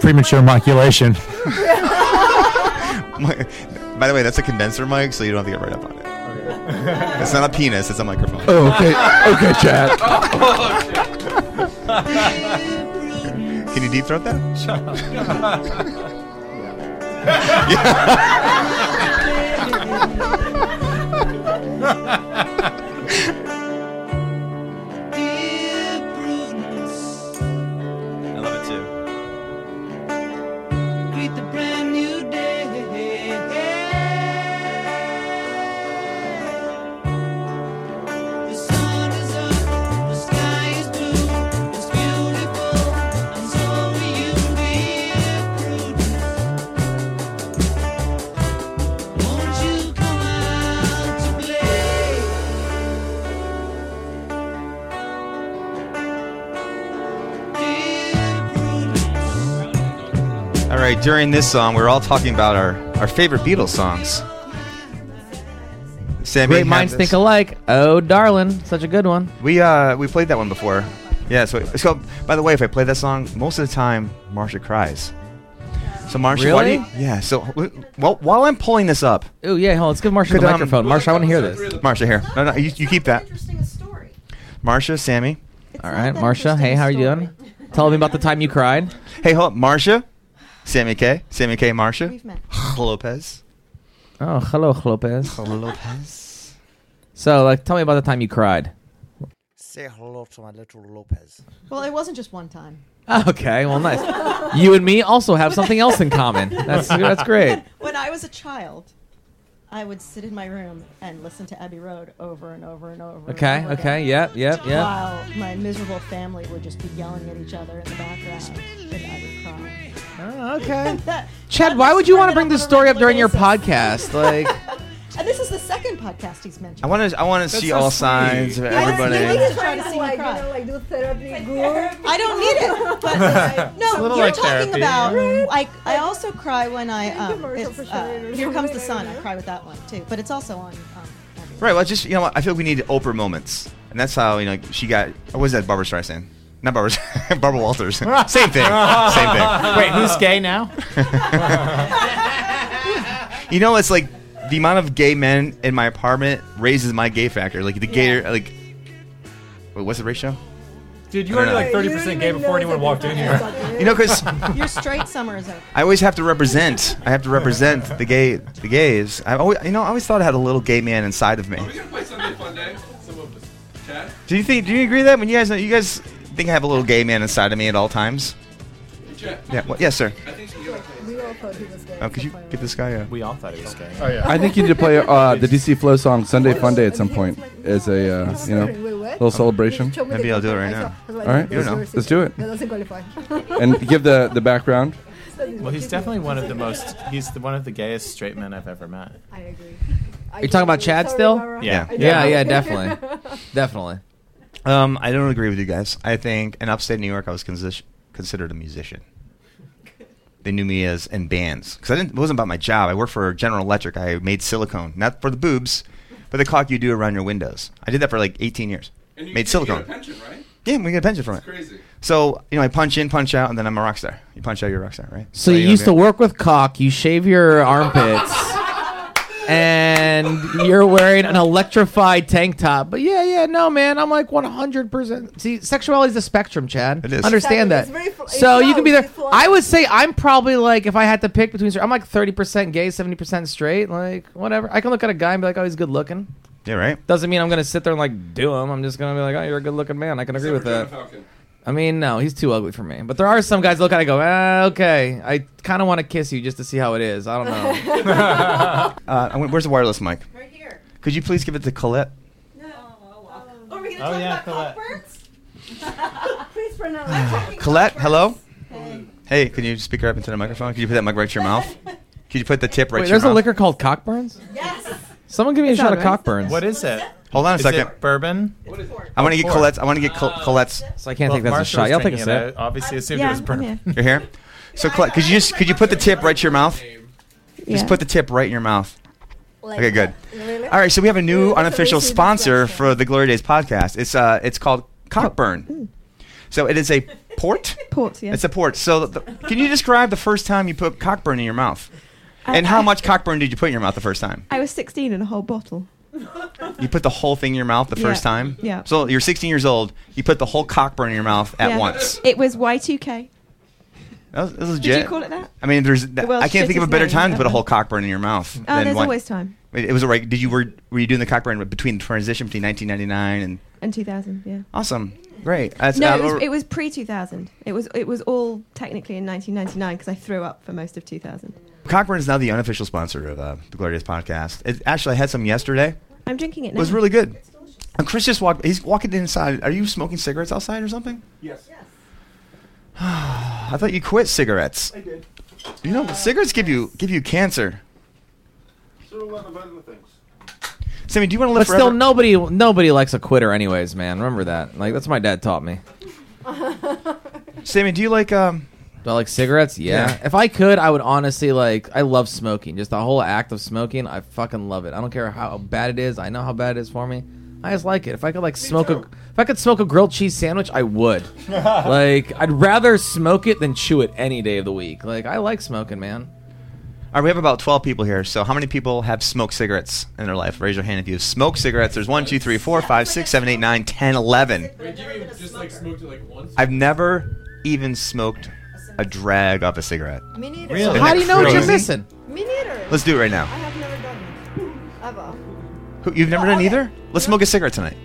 Speaker 11: Premature inoculation.
Speaker 4: By the way, that's a condenser mic, so you don't have to get right up on it. It's not a penis; it's a microphone.
Speaker 6: Oh, okay. Okay, Chad.
Speaker 4: Oh,
Speaker 16: Oh,
Speaker 4: Can you deep throat that? I love it too.
Speaker 16: Greet the brand new day. The sun is up, the sky is blue, it's beautiful, and so will you be prudent. Won't you come out to play?
Speaker 4: All right, during this song, we are all talking about our, our favorite Beatles songs. Sammy,
Speaker 9: Great
Speaker 4: had
Speaker 9: minds
Speaker 4: this.
Speaker 9: think alike. Oh, darling. Such a good one.
Speaker 4: We uh we played that one before. Yeah. So it's called. By the way, if I play that song, most of the time Marsha cries. So Marsha, why do
Speaker 9: Really?
Speaker 4: you, yeah. So well, while I'm pulling this up,
Speaker 9: Oh, yeah, hold on. Let's give Marsha
Speaker 4: Could,
Speaker 9: the
Speaker 4: um,
Speaker 9: microphone. Marsha, I want to hear this.
Speaker 4: Marsha here. No, no, you, you keep that. Marsha, Sammy.
Speaker 9: All right, Marsha. Hey, how are you doing? Tell me about the time you cried.
Speaker 4: Hey, hold on, Marsha, Sammy K, Sammy K, Marsha, Lopez.
Speaker 9: Oh, hello, Lopez.
Speaker 4: Hello, Lopez.
Speaker 9: So, like, tell me about the time you cried.
Speaker 15: Say hello to my little Lopez.
Speaker 12: Well, it wasn't just one time.
Speaker 9: Okay, well, nice. You and me also have something else in common. That's that's great.
Speaker 12: When I was a child, I would sit in my room and listen to Abbey Road over and over and over. and
Speaker 9: Okay,
Speaker 12: over
Speaker 9: okay,
Speaker 12: again,
Speaker 9: yep, yep, yep.
Speaker 12: While my miserable family would just be yelling at each other in the background, and I would cry.
Speaker 9: Oh, okay. Chad, why would you want to bring this story up during your podcast? Like,
Speaker 12: And this is the second podcast he's mentioned.
Speaker 4: I want to I want to see all signs of everybody.
Speaker 12: He's trying to see me
Speaker 13: Like, you
Speaker 12: cry.
Speaker 13: know, like do therapy group.
Speaker 12: I don't need it. But like,
Speaker 13: It's a
Speaker 12: no,
Speaker 13: little
Speaker 12: you're
Speaker 13: like
Speaker 12: talking
Speaker 13: therapy.
Speaker 12: about.
Speaker 13: Right?
Speaker 12: I I also cry when I um,
Speaker 13: commercial
Speaker 12: it's,
Speaker 13: for
Speaker 12: uh,
Speaker 13: Charade or
Speaker 12: here comes the sun.
Speaker 13: something,
Speaker 12: I cry with that one too. But it's also on. Um,
Speaker 4: Right. Well, just you know, what? I feel we need Oprah moments, and that's how you know she got. What was that Barbara Streisand? Not Barbara, Streisand, Barbara Walters. Same thing. Same thing.
Speaker 5: Wait, who's gay now?
Speaker 4: You know, it's like the amount of gay men in my apartment raises my gay factor. Like the gayer, like. Wait, what's the ratio?
Speaker 11: Dude, you
Speaker 4: I don't
Speaker 11: already
Speaker 4: know.
Speaker 11: like 30% gay before anyone walked in here.
Speaker 4: You know, 'cause-
Speaker 12: your straight summer is over.
Speaker 4: I always have to represent. I have to represent the gay, the gays. I always, you know, I always thought I had a little gay man inside of me.
Speaker 24: play Sunday Fun Day. Some of us. Chad?
Speaker 4: Do you think? Do you agree with that when you guys, you guys think I have a little gay man inside of me at all times? Yeah. What, yes, sir.
Speaker 13: We all thought he was gay.
Speaker 4: Oh, could you get this guy?
Speaker 5: We all thought he was gay.
Speaker 6: I think you need to play uh, the DC Flow song "Sunday Fun Day" at some point as a uh, you know little celebration.
Speaker 13: Show me the picture. I saw- I was
Speaker 6: All
Speaker 13: like,
Speaker 6: right,
Speaker 13: that's your
Speaker 6: let's
Speaker 13: sister.
Speaker 6: do it.
Speaker 13: That doesn't qualify.
Speaker 6: And give the the background.
Speaker 5: Well, he's definitely one of the most. He's the, one of the gayest straight men I've ever met.
Speaker 13: I agree.
Speaker 9: Are you talking about Chad still?
Speaker 4: Yeah.
Speaker 9: Yeah, yeah, definitely. definitely.
Speaker 4: Um, I don't agree with you guys. I think in upstate New York, I was consi- considered a musician. They knew me as in bands because I didn't. It wasn't about my job. I worked for General Electric. I made silicone, not for the boobs, but the caulk you do around your windows. I did that for like 18 years.
Speaker 6: And you-
Speaker 4: made
Speaker 6: you get a
Speaker 4: silicone.
Speaker 6: pension, right?
Speaker 4: Yeah, we get a pension from
Speaker 6: That's
Speaker 4: it.
Speaker 6: crazy.
Speaker 4: So you know, I punch in, punch out, and then I'm a rock star. You punch out, you're a rock star, right?
Speaker 9: So you
Speaker 4: know
Speaker 9: used
Speaker 4: what I
Speaker 9: to
Speaker 4: mean?
Speaker 9: work with cock. You shave your armpits, and you're wearing an electrified tank top. But yeah, yeah, no, man, I'm like 100. percent See, sexuality is a spectrum, Chad. It
Speaker 4: is.
Speaker 9: Understand that.
Speaker 13: Exactly, it's very fl-
Speaker 9: so
Speaker 13: it
Speaker 9: you can be
Speaker 13: flows,
Speaker 9: there.
Speaker 13: it flows.
Speaker 9: I would say I'm probably like, if I had to pick between, I'm like 30 percent gay, 70 percent straight. Like whatever. I can look at a guy and be like, oh, he's good looking.
Speaker 4: Yeah, right.
Speaker 9: Doesn't mean I'm gonna sit there and like do him. I'm just gonna be like, oh, you're a good looking man. I can agree with that. I mean, no, he's too ugly for me. But there are some guys that look at it and go, ah, okay, I kind of want to kiss you just to see how it is. I don't know.
Speaker 4: Uh, I went- where's the wireless mic? Right here. Could you please give it to Colette?
Speaker 12: Are we going to
Speaker 5: Oh,
Speaker 12: talk
Speaker 5: yeah,
Speaker 12: about cockbirds? Please pronounce. I'm talking
Speaker 4: Colette, hello. Hey, can you speak her up into the microphone? Can you put that mic right to your mouth? Could you put the tip right
Speaker 9: Wait,
Speaker 4: to your
Speaker 9: there's a
Speaker 4: mouth?
Speaker 9: liquor called Cockburns?
Speaker 12: Yes.
Speaker 9: Someone give me a shot of Cockburns.
Speaker 5: What is it?
Speaker 4: Hold on a
Speaker 5: Is
Speaker 4: second.
Speaker 5: It bourbon.
Speaker 4: I want to get
Speaker 5: Port.
Speaker 4: Colette's. I want to get
Speaker 12: Uh,
Speaker 4: Col- Colette's.
Speaker 9: So I
Speaker 5: can't Well, think that's a Marshall shot. was Y'all take a drinking it. sip. I
Speaker 13: Uh,
Speaker 5: obviously assumed it was bourbon.
Speaker 4: You're here. So Colette, could you just could you put the tip right to your mouth?
Speaker 12: Yeah.
Speaker 4: Just put the tip right in your mouth.
Speaker 12: Like
Speaker 4: okay, good.
Speaker 12: that, really?
Speaker 4: All right, so we have a new unofficial
Speaker 12: amazing
Speaker 4: sponsor for the Glory Days podcast. It's uh, it's called Cockburn. So it is a port.
Speaker 12: Port, yeah.
Speaker 4: It's a port. So the, can you describe the first time you put Cockburn in your mouth, and how much Cockburn did you put in your mouth the first time?
Speaker 3: Um, I was 16 and a whole bottle.
Speaker 4: You put the whole thing in your mouth the
Speaker 3: Yeah,
Speaker 4: first time.
Speaker 3: yeah.
Speaker 4: So you're 16 years old. You put the whole Cockburn in your mouth at
Speaker 3: Yeah.
Speaker 4: once.
Speaker 3: It was Y2K.
Speaker 4: That was, that was
Speaker 3: Did
Speaker 4: legit.
Speaker 3: you call it that?
Speaker 4: I mean, there's.
Speaker 3: The
Speaker 4: That,
Speaker 3: world's
Speaker 4: I can't think of a
Speaker 3: shittest
Speaker 4: better
Speaker 3: name
Speaker 4: time to put a
Speaker 3: ever.
Speaker 4: whole cockburn in your mouth.
Speaker 3: Oh,
Speaker 4: than
Speaker 3: there's
Speaker 4: one-
Speaker 3: always time.
Speaker 4: It, it was like, did you were were you doing the cockburn between the transition between 1999 and
Speaker 3: And 2000, yeah.
Speaker 4: awesome, great. Oh, That's-
Speaker 3: no,
Speaker 4: uh,
Speaker 3: it was,
Speaker 4: or-
Speaker 3: it was pre 2000. It was it was all technically in 1999 because I threw up for most of 2000.
Speaker 4: Cockburn is now the unofficial sponsor of uh, the Glorious Podcast. It, actually, I had some yesterday.
Speaker 3: I'm drinking it
Speaker 4: It
Speaker 3: now.
Speaker 4: was really good. And Chris just walked. He's walking inside. Are you smoking cigarettes outside or something?
Speaker 6: Yes.
Speaker 4: I thought you quit cigarettes.
Speaker 6: I did.
Speaker 4: You know, cigarettes give you give you cancer.
Speaker 6: So one of other things.
Speaker 4: Sammy, do you want to
Speaker 9: But
Speaker 4: live forever?
Speaker 9: still, nobody nobody likes a quitter, anyways, man. Remember that. Like that's what my dad taught me.
Speaker 4: Sammy, do you like um?
Speaker 9: Do I like cigarettes? Yeah.
Speaker 4: Yeah.
Speaker 9: If I could, I would honestly like. I love smoking. Just the whole act of smoking, I fucking love it. I don't care how bad it is. I know how bad it is for me. I just like it. If I could like smoke a, if I could smoke a grilled cheese sandwich, I would. like I'd rather smoke it than chew it any day of the week. Like I like smoking, man.
Speaker 4: All right, we have about 12 people here. So, how many people have smoked cigarettes in their life? Raise your hand if you have smoked cigarettes. There's 1, 2, 3, 4, 5, 6, 7, 8, 9, 10, 11.
Speaker 7: Wait, you even just like smoked it like once?
Speaker 4: I've never even smoked a drag off a cigarette.
Speaker 13: Me neither.
Speaker 4: Isn't
Speaker 13: How
Speaker 4: that
Speaker 13: do you know what you're
Speaker 4: crazy?
Speaker 13: missing? Me neither.
Speaker 4: Let's do it right now.
Speaker 13: I have never done it. Ever.
Speaker 4: Who- You've never done either? Let's smoke a cigarette tonight.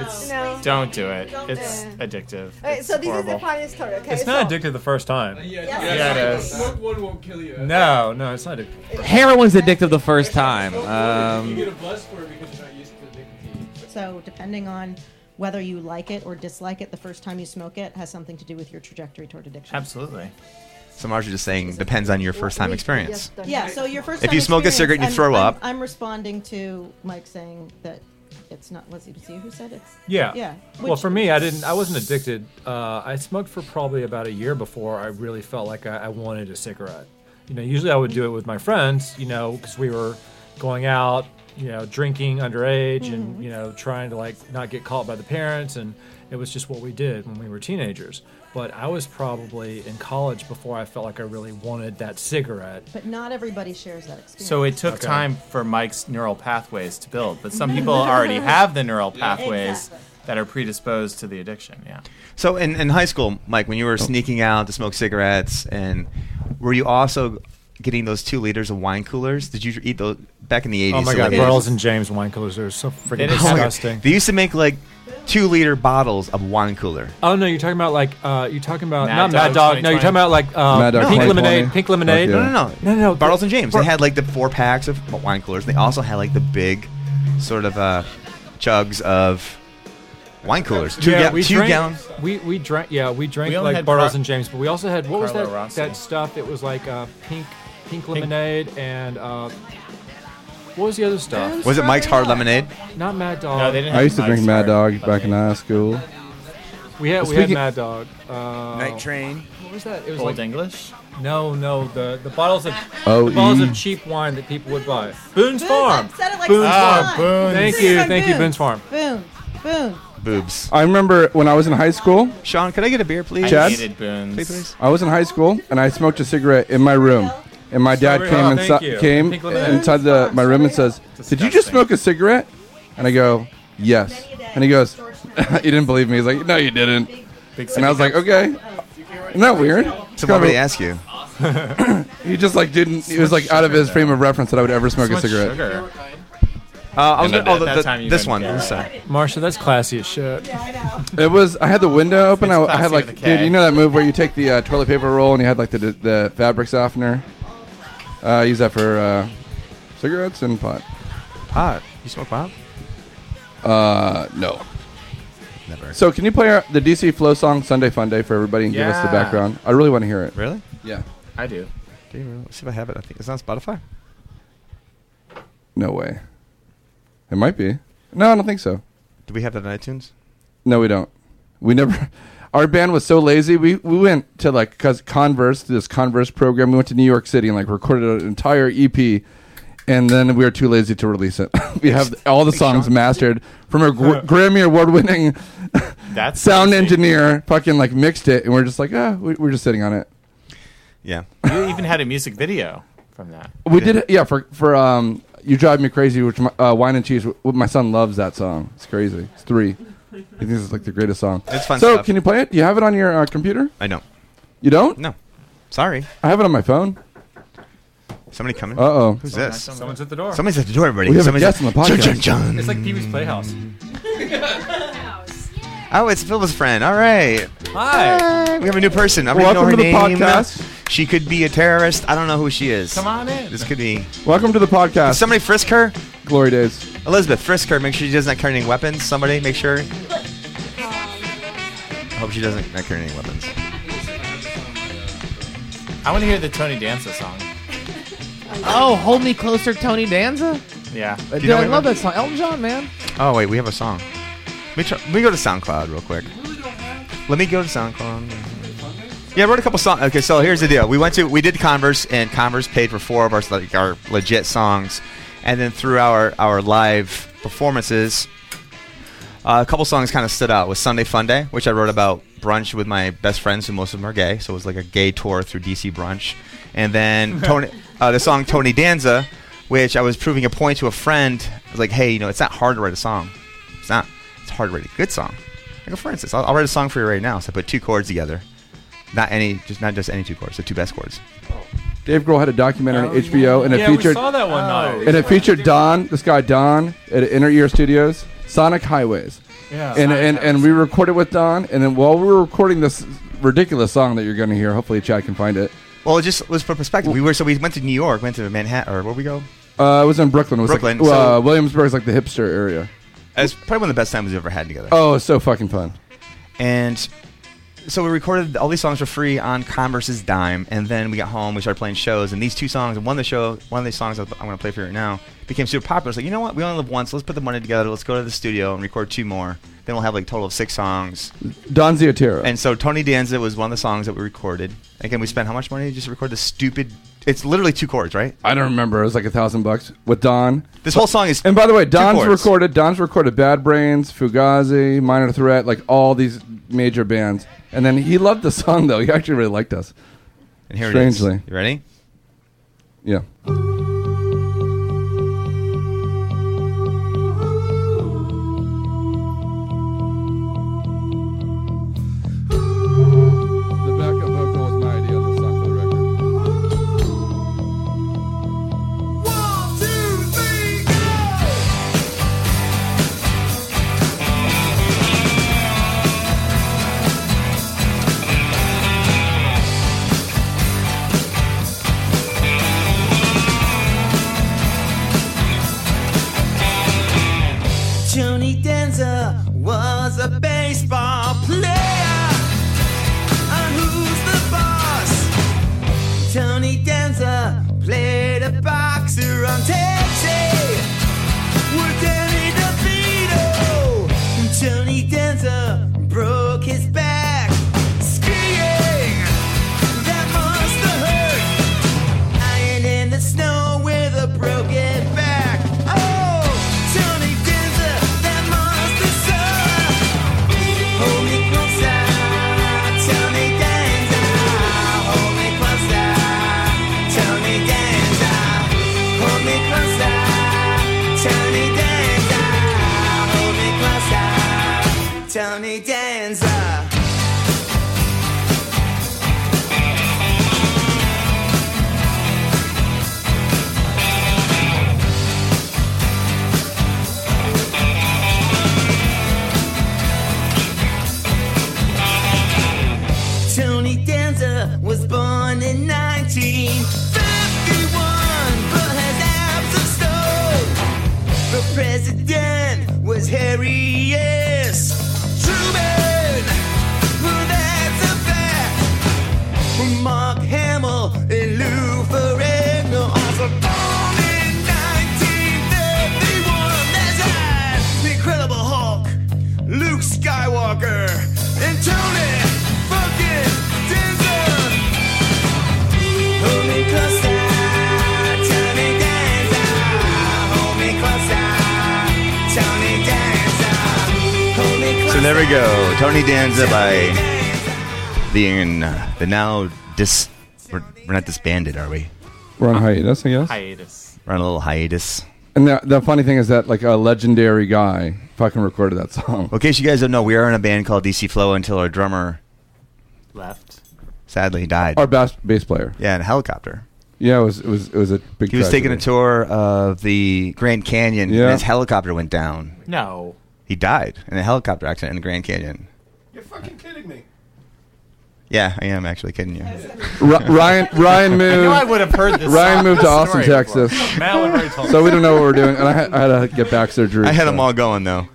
Speaker 13: It's, no.
Speaker 5: Don't do it.
Speaker 13: Don't
Speaker 5: It's
Speaker 13: do it.
Speaker 5: addictive.
Speaker 13: Alright, so this is the
Speaker 5: horrible.
Speaker 13: funny story, okay?
Speaker 11: It's
Speaker 13: so
Speaker 11: not addictive the first time.
Speaker 13: Yeah,
Speaker 5: Yeah, it is.
Speaker 7: Smoke one won't kill you.
Speaker 11: No, no, it's not addictive.
Speaker 9: Heroin's addictive the first time.
Speaker 7: you
Speaker 9: Um,
Speaker 7: get a buzz for it because you're not used to the nicotine.
Speaker 12: So, depending on whether you like it or dislike it the first time you smoke it, has something to do with your trajectory toward addiction.
Speaker 5: Absolutely.
Speaker 4: So, Marge is just saying, depends on your first time experience.
Speaker 12: Yeah. So your first.
Speaker 4: If
Speaker 12: time
Speaker 4: you smoke a
Speaker 12: experience,
Speaker 4: cigarette and you
Speaker 12: I'm-
Speaker 4: throw
Speaker 12: I'm-
Speaker 4: up-
Speaker 12: I'm responding to Mike saying that it's not. Was it was you who said it's?
Speaker 11: Yeah.
Speaker 12: Yeah.
Speaker 11: well, for me, I didn't. I wasn't addicted. Uh, I smoked for probably about a year before I really felt like I, I wanted a cigarette. You know, usually I would do it with my friends. You know, because we were going out. You know, drinking underage
Speaker 12: Mm-hmm.
Speaker 11: and you know trying to like not get caught by the parents, and it was just what we did when we were teenagers. But I was probably in college before I felt like I really wanted that cigarette.
Speaker 12: But not everybody shares that experience.
Speaker 5: So it took time for Mike's neural pathways to build, but some people already have the neural pathways that are predisposed to the addiction. Yeah.
Speaker 4: So, in, in high school, Mike, when you were sneaking out to smoke cigarettes, and were you also getting those two liters of wine coolers? Did you eat those back in the 80s?
Speaker 11: Oh my
Speaker 4: so
Speaker 11: god,
Speaker 4: like-
Speaker 11: Burles and James wine coolers are so freaking
Speaker 4: Oh my God.
Speaker 11: disgusting.
Speaker 4: They used to make like two liter bottles of wine cooler.
Speaker 11: Oh no, you're talking about like uh, you're talking about
Speaker 4: Mad
Speaker 11: not Mad
Speaker 4: Dog
Speaker 11: Dog. No, you're
Speaker 4: 2020.
Speaker 11: talking about like uh,
Speaker 4: Mad Dog
Speaker 11: Pink
Speaker 4: 2020.
Speaker 11: Lemonade. Pink Lemonade.
Speaker 4: No, no, no, no, no. Bartles and James. They had like the four packs of wine coolers. They also had like the big, sort of uh, chugs of wine coolers. Two,
Speaker 11: yeah,
Speaker 4: ga-
Speaker 11: we
Speaker 4: two
Speaker 11: drank,
Speaker 4: gallon.
Speaker 11: We we drank. Yeah, we drank
Speaker 5: We only
Speaker 11: like
Speaker 5: had
Speaker 11: Bartles
Speaker 5: Car-
Speaker 11: and James, but we also had what was
Speaker 5: Carlo
Speaker 11: that
Speaker 5: Rossi.
Speaker 11: that stuff? It was like uh, pink pink lemonade and uh, what was the other stuff?
Speaker 4: Was it Mike's Hard Lemonade?
Speaker 11: Not Mad Dog.
Speaker 5: No, they didn't.
Speaker 6: I used to drink Mad Dog back in high school.
Speaker 11: We had
Speaker 6: Well,
Speaker 11: we had
Speaker 6: speaking-
Speaker 11: Mad Dog. Uh,
Speaker 4: Night Train.
Speaker 11: What was that? It was
Speaker 5: Old
Speaker 11: like
Speaker 5: English.
Speaker 11: No, no, the the bottles of
Speaker 6: Oh,
Speaker 11: the bottles
Speaker 6: E.
Speaker 11: of cheap wine that people would buy. Boone's Farm.
Speaker 12: said it like
Speaker 11: Boone's
Speaker 12: five
Speaker 11: Farm.
Speaker 12: times. Boone's.
Speaker 11: Thank
Speaker 12: Say it
Speaker 11: you,
Speaker 12: like
Speaker 11: thank you, Boone's Farm.
Speaker 12: Boom. Boom.
Speaker 4: Boobs.
Speaker 6: I remember when I was in high school.
Speaker 4: Sean, could I get a beer, please?
Speaker 6: Chad?
Speaker 5: Boons.
Speaker 4: Please, please.
Speaker 6: I was in high school and I smoked a cigarette in my room. And my dad
Speaker 4: Strawberry
Speaker 6: came
Speaker 4: Hill.
Speaker 6: inside
Speaker 4: Oh, Thank you.
Speaker 6: came
Speaker 4: Pink lemonade.
Speaker 6: inside the my room and says, "Did you just smoke a cigarette?" And I go, "Yes." And he goes, "He didn't believe me." He's like, "No, you didn't."
Speaker 5: Big
Speaker 6: And I was
Speaker 5: city
Speaker 6: like, "Okay." Isn't that weird?
Speaker 4: So why would he ask you?
Speaker 6: he just like didn't. He was like out of his frame of reference that I would ever smoke a cigarette.
Speaker 4: Uh, I was
Speaker 5: And
Speaker 4: gonna, oh,
Speaker 5: at
Speaker 4: the,
Speaker 5: that
Speaker 4: the-
Speaker 5: time you
Speaker 4: this
Speaker 5: didn't
Speaker 4: one.
Speaker 5: care.
Speaker 4: This side.
Speaker 11: Marsha, that's classy as shit.
Speaker 6: It was. I had the window open. I, I had
Speaker 5: classy
Speaker 6: like,
Speaker 5: with a K.
Speaker 6: dude, you know that move where you take the uh, toilet paper roll and you had like the the fabric softener. Uh, I use that for uh, cigarettes and pot.
Speaker 4: Pot? You smoke pot?
Speaker 6: Uh, no.
Speaker 4: Never.
Speaker 6: So can you play our, the DC Flow song "Sunday Fun Day" for everybody and give us the
Speaker 4: Yeah.
Speaker 6: background? I really want to hear it.
Speaker 4: Really?
Speaker 6: Yeah.
Speaker 5: I do.
Speaker 4: Do you really? Let's see if I have it. I think it's on Spotify.
Speaker 6: No way. It might be. No, I don't think so.
Speaker 4: Do we have that on iTunes?
Speaker 6: No, we don't. We never. Our band was so lazy. We we went to like cause Converse this Converse program. We went to New York City and like recorded an entire EP, and then we were too lazy to release it. we have all the songs mastered from a gr- Grammy award winning
Speaker 5: That's
Speaker 6: sound
Speaker 5: lazy.
Speaker 6: engineer. Fucking like mixed it, and we're just like, ah, we, we're just sitting on it.
Speaker 4: Yeah.
Speaker 5: You even had a music video from that.
Speaker 6: We did, it- yeah, for for um, you drive me crazy, which my, uh, wine and cheese. wh- My son loves that song. It's crazy. It's three. He thinks it's like the greatest song.
Speaker 4: It's fun
Speaker 6: So,
Speaker 4: stuff.
Speaker 6: can you play it? Do you have it on your uh, computer?
Speaker 4: I don't.
Speaker 6: You don't?
Speaker 4: No. Sorry.
Speaker 6: I have it on my phone.
Speaker 4: Somebody coming?
Speaker 6: Uh oh.
Speaker 4: Who's this?
Speaker 11: Someone's at the door.
Speaker 4: Somebody's at the door, everybody.
Speaker 6: We have a
Speaker 4: Somebody's
Speaker 6: guest on the
Speaker 4: Chun,
Speaker 6: podcast.
Speaker 4: chun, chun.
Speaker 11: It's like Pee Wee's Playhouse.
Speaker 4: Oh, it's Phil's friend. All right.
Speaker 11: Hi.
Speaker 4: We have a new person. I don't
Speaker 6: Welcome
Speaker 4: know her
Speaker 6: to the
Speaker 4: name.
Speaker 6: podcast.
Speaker 4: She could be a terrorist. I don't know who she is.
Speaker 5: Come on in.
Speaker 4: This could be.
Speaker 6: Welcome to the podcast.
Speaker 4: Did somebody frisk her?
Speaker 6: Glory days.
Speaker 4: Elizabeth, frisk her. Make sure she does not carry any weapons. Somebody, make sure. I hope she doesn't not carry any weapons.
Speaker 5: I want to hear the Tony Danza song.
Speaker 9: Oh, hold me closer, Tony Danza.
Speaker 5: Yeah.
Speaker 9: Dude, I love that song. Elton John, man.
Speaker 4: Oh wait, we have a song. Let me, try, let me go to SoundCloud real quick. Let me go to SoundCloud. Yeah, I wrote a couple songs. Okay, so here's the deal. We went to we did Converse, and Converse paid for four of our like our legit songs, and then through our our live performances, uh, a couple songs kind of stood out. Was Sunday Fun Day, which I wrote about brunch with my best friends, who most of them are gay, so it was like a gay tour through DC brunch, and then Tony, uh, the song Tony Danza, which I was proving a point to a friend. I was like, hey, you know, it's not hard to write a song. It's not. It's hard to write a good song. Like for instance, I'll, I'll write a song for you right now. So I put two chords together, not any, just not just any two chords, the two best chords.
Speaker 6: Dave Grohl had a documentary on HBO, Oh, and it
Speaker 4: Yeah, we
Speaker 6: featured
Speaker 4: saw that
Speaker 5: one
Speaker 4: night.
Speaker 6: And it featured Don, this guy Don, at Inner Ear Studios, Sonic Highways.
Speaker 5: Yeah.
Speaker 6: And
Speaker 5: Sonic
Speaker 6: and, and we recorded with Don, and then while we were recording this ridiculous song that you're going to hear, hopefully Chad can find it.
Speaker 4: Well, it just was for perspective. We were so we went to New York, went to Manhattan, or where we go.
Speaker 6: Uh, it was in Brooklyn. It was
Speaker 4: Brooklyn,
Speaker 6: Like,
Speaker 4: so-
Speaker 6: uh, Williamsburg's like the hipster area.
Speaker 4: It's probably one of the best times we've ever had together.
Speaker 6: Oh, it's so fucking fun.
Speaker 4: And so we recorded all these songs for free on Converse's dime, and then we got home. We started playing shows, and these two songs, and one of the show, one of these songs I am going to play for you right now, became super popular. It's like, you know what? We only live once. Let's put the money together. Let's go to the studio and record two more. Then we'll have like a total of six songs.
Speaker 6: Don Ziotero.
Speaker 4: And so Tony Danza was one of the songs that we recorded. Again, we spent how much money to just to record the stupid? It's literally two chords, right?
Speaker 6: I don't remember. It was like a thousand bucks with Don.
Speaker 4: This whole song is.
Speaker 6: And by the way,
Speaker 4: two
Speaker 6: Don's
Speaker 4: chords.
Speaker 6: recorded. Don's recorded Bad Brains, Fugazi, Minor Threat, like all these major bands. And then he loved the song though. He actually really liked us.
Speaker 4: And here
Speaker 6: Strangely.
Speaker 4: it is. You ready?
Speaker 6: Yeah. The backup vocal was my idea on the song for the record.
Speaker 16: One, two, three,
Speaker 15: Oh, 1951, but his abs are stone. The president was Harry S. Truman. Well, that's a fact. Mark Hamill and Lou Ferrigno are so born in 1951. That's right. The Incredible Hulk, Luke Skywalker, and Tony fucking Denzel. Hold me closer. Tony Danza. Hold me closer. Tony Danza. Hold me
Speaker 4: So there we go. Tony Danza by the in the now dis. We're, we're not disbanded, are we?
Speaker 6: We're on hiatus, I guess.
Speaker 5: Hiatus.
Speaker 4: We're on a little hiatus.
Speaker 6: And the, the funny thing is that like a legendary guy fucking recorded that song.
Speaker 4: Well, in case you guys don't know, we are in a band called DC Flow until our drummer
Speaker 5: left.
Speaker 4: Sadly, died.
Speaker 6: Our best bass player.
Speaker 4: Yeah, in a helicopter.
Speaker 6: Yeah, it was it was it was a big.
Speaker 4: He was taking a
Speaker 6: tragedy.
Speaker 4: tour of the Grand Canyon,
Speaker 6: Yeah.
Speaker 4: and his helicopter went down.
Speaker 5: No.
Speaker 4: He died in a helicopter accident in the Grand Canyon.
Speaker 6: You're fucking kidding me.
Speaker 4: Yeah, I am actually kidding you.
Speaker 6: Ri- Ryan Ryan moved. Ryan moved to Austin, Texas. so we don't know what we're doing, and I had, I had to get back surgery.
Speaker 4: I had
Speaker 6: so.
Speaker 4: them all going though.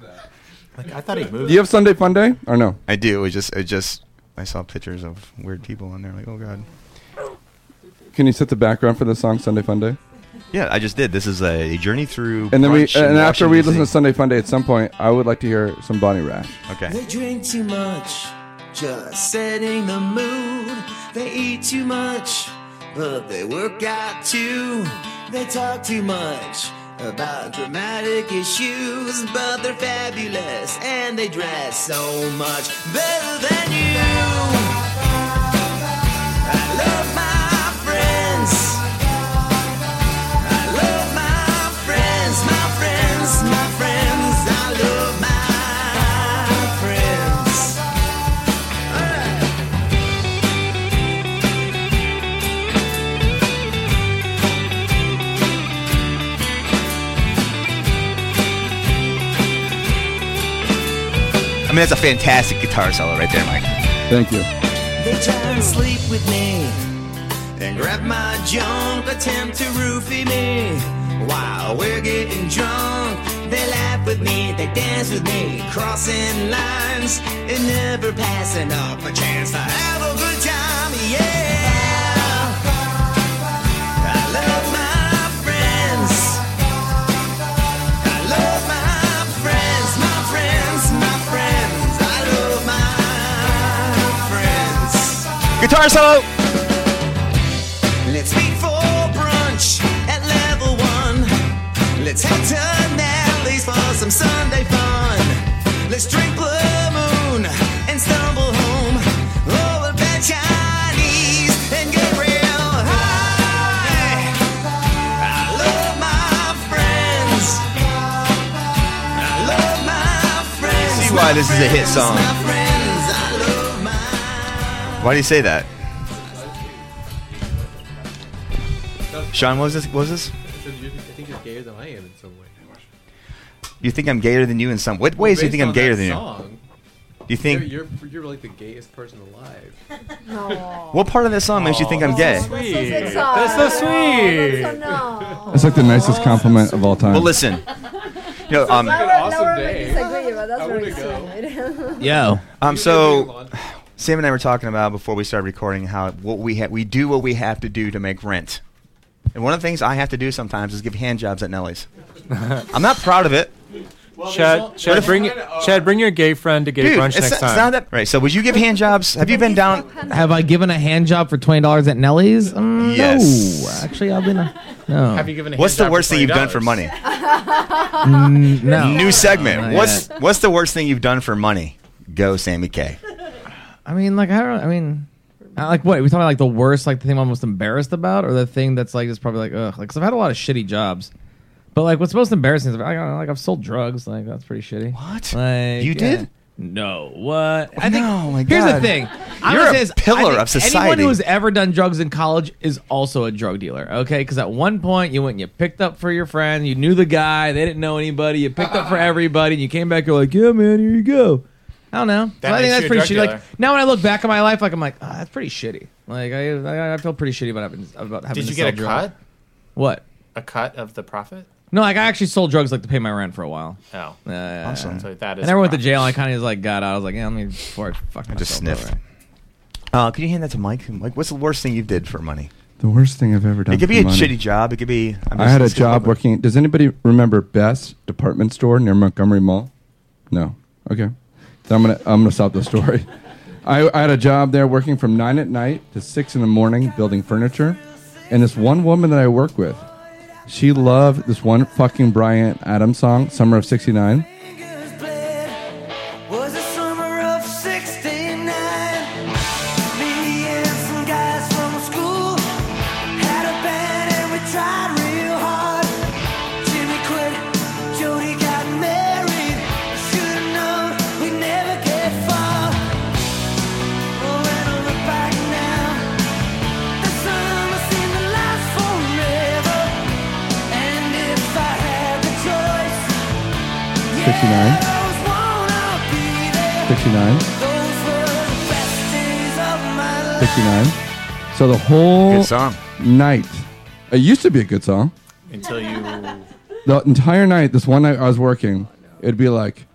Speaker 5: Like I thought he
Speaker 6: Do
Speaker 5: moved.
Speaker 6: you have Sunday Fun Day or no?
Speaker 4: I do. It was just, it just. I saw pictures of weird people on there. Like, oh god.
Speaker 6: Can you set the background for the song Sunday Fun Day?
Speaker 4: Yeah, I just did. This is a journey through.
Speaker 6: And then we
Speaker 4: brunch in
Speaker 6: and after we listen
Speaker 4: Washington,
Speaker 6: to Sunday Fun Day at some point, I would like to hear some Bonnie Rash.
Speaker 4: Okay.
Speaker 15: They drink too much, just setting the mood. They eat too much, but they work out too. They talk too much about dramatic issues, but they're fabulous and they dress so much better than you. I love my friends. I love my friends, my friends, my friends. I love my friends.
Speaker 4: I mean, that's a fantastic guitar solo right there, Mike.
Speaker 6: Thank you.
Speaker 15: They try and sleep with me and grab my junk, attempt to roofie me while we're getting drunk. They laugh with me, they dance with me, crossing lines and never passing up a chance to have a good time. Yeah, I love my friends. I love my friends, my friends, my friends. I love my friends.
Speaker 4: Guitar solo.
Speaker 15: Let's meet for brunch at level one. Let's head to Natalie's for some Sunday fun. Let's drink Blue Moon and stumble home. Oh, we'll bet Chinese and get real high. I love my friends. I love my friends.
Speaker 4: See why this is a hit song.
Speaker 15: Friends, I love
Speaker 4: Why do you say that? Sean, what was this? What was this?
Speaker 7: I said, you- I think you're gayer than I am in some way.
Speaker 4: You think I'm gayer than you in some? What ways do you
Speaker 7: Based
Speaker 4: think I'm
Speaker 7: on
Speaker 4: gayer
Speaker 7: that
Speaker 4: than
Speaker 7: song,
Speaker 4: you? Do you think
Speaker 7: you're, you're you're like the gayest person alive?
Speaker 4: what part of that song makes you think I'm gay?
Speaker 7: sweet.
Speaker 5: That's so sweet.
Speaker 6: That's like the nicest compliment of all time.
Speaker 4: Well, listen. You know, um,
Speaker 13: Laura would disagree, but that's very sweet.
Speaker 4: Yo. Um. So, Sam and I were talking about before we started recording how what we ha- we do what we have to do to make rent. And one of the things I have to do sometimes is give hand jobs at Nelly's. I'm not proud of it.
Speaker 11: Chad, Chad, bring Chad, bring your gay friend to gay
Speaker 4: Dude,
Speaker 11: brunch
Speaker 4: it's,
Speaker 11: next
Speaker 4: it's
Speaker 11: time.
Speaker 4: not that right. So, would you give hand jobs? Have you been down?
Speaker 9: Have I given a hand job for twenty dollars at Nelly's? Mm,
Speaker 4: Yes.
Speaker 9: No, actually, I've been. A, no.
Speaker 4: Have you given a What's the worst thing you've done for money?
Speaker 9: Mm, no.
Speaker 4: New segment.
Speaker 9: Not
Speaker 4: what's
Speaker 9: yet.
Speaker 4: what's the worst thing you've done for money? Go, Sammy K.
Speaker 9: I mean, like I don't. I mean, uh, like what? Are we talking about, like the worst, like the thing I'm most embarrassed about, or the thing that's like is probably like ugh. Like, i I've had a lot of shitty jobs, but like what's most embarrassing is like, I don't know, like I've sold drugs. Like that's pretty shitty. What? Like
Speaker 4: You
Speaker 9: yeah.
Speaker 4: did?
Speaker 9: No. What? I think. here's the
Speaker 4: God.
Speaker 9: thing. I'm
Speaker 4: You're
Speaker 9: gonna say
Speaker 4: a
Speaker 9: is, I
Speaker 4: pillar
Speaker 9: think
Speaker 4: of
Speaker 9: Anyone
Speaker 4: society.
Speaker 9: who's ever done drugs in college is also a drug dealer. Okay, because at one point you went and you picked up for your friend. You knew the guy. They didn't know anybody. You picked up for everybody, and you came back. You're like, yeah, man, here you go. I don't know.
Speaker 25: That
Speaker 9: I
Speaker 25: makes
Speaker 9: think that's
Speaker 25: you a
Speaker 9: pretty
Speaker 25: drug
Speaker 9: shitty. Like
Speaker 25: dealer.
Speaker 9: now, when I look back at my life, like I'm like, ah, that's pretty shitty. Like I, I, I feel pretty shitty about having about having.
Speaker 5: Did
Speaker 9: to
Speaker 5: you get a
Speaker 9: sell drugs.
Speaker 5: cut?
Speaker 9: What?
Speaker 5: A cut of the profit?
Speaker 9: No, like I actually sold drugs like to pay my rent for a while.
Speaker 5: Oh.
Speaker 9: yeah,
Speaker 5: Awesome. So that is
Speaker 9: and I went to
Speaker 5: a
Speaker 9: jail. I kind of just like got out. I was like, yeah, let me before I fuck myself.
Speaker 4: just
Speaker 9: over.
Speaker 4: sniffed. Uh, can you hand that to Mike? Mike, what's the worst thing you did for money?
Speaker 6: The worst thing I've ever done.
Speaker 4: It could be
Speaker 6: for
Speaker 4: a
Speaker 6: money.
Speaker 4: shitty job. It could be. I'm
Speaker 6: I
Speaker 4: just-
Speaker 6: had a
Speaker 4: let's go
Speaker 6: job
Speaker 4: over.
Speaker 6: working. Does anybody remember Best department store near Montgomery Mall? No. Okay. So I'm gonna I'm gonna stop the story. I, I had a job there working from nine at night to six in the morning building furniture, and this one woman that I work with, she loved this one fucking Bryant Adams song, "Summer of '69."
Speaker 16: Was the summer of 69. Me and some guys from school had a band and we tried real hard. Jimmy quit, Jody got married. Should've known we'd never get far. Oh, and I look back now. The summer seemed to last forever. And if I had the choice,
Speaker 6: 69. 59. 59. So the whole
Speaker 4: Good song.
Speaker 6: night. It used to be a good song.
Speaker 5: Until you.
Speaker 6: The entire night, this one night I was working, it'd be like,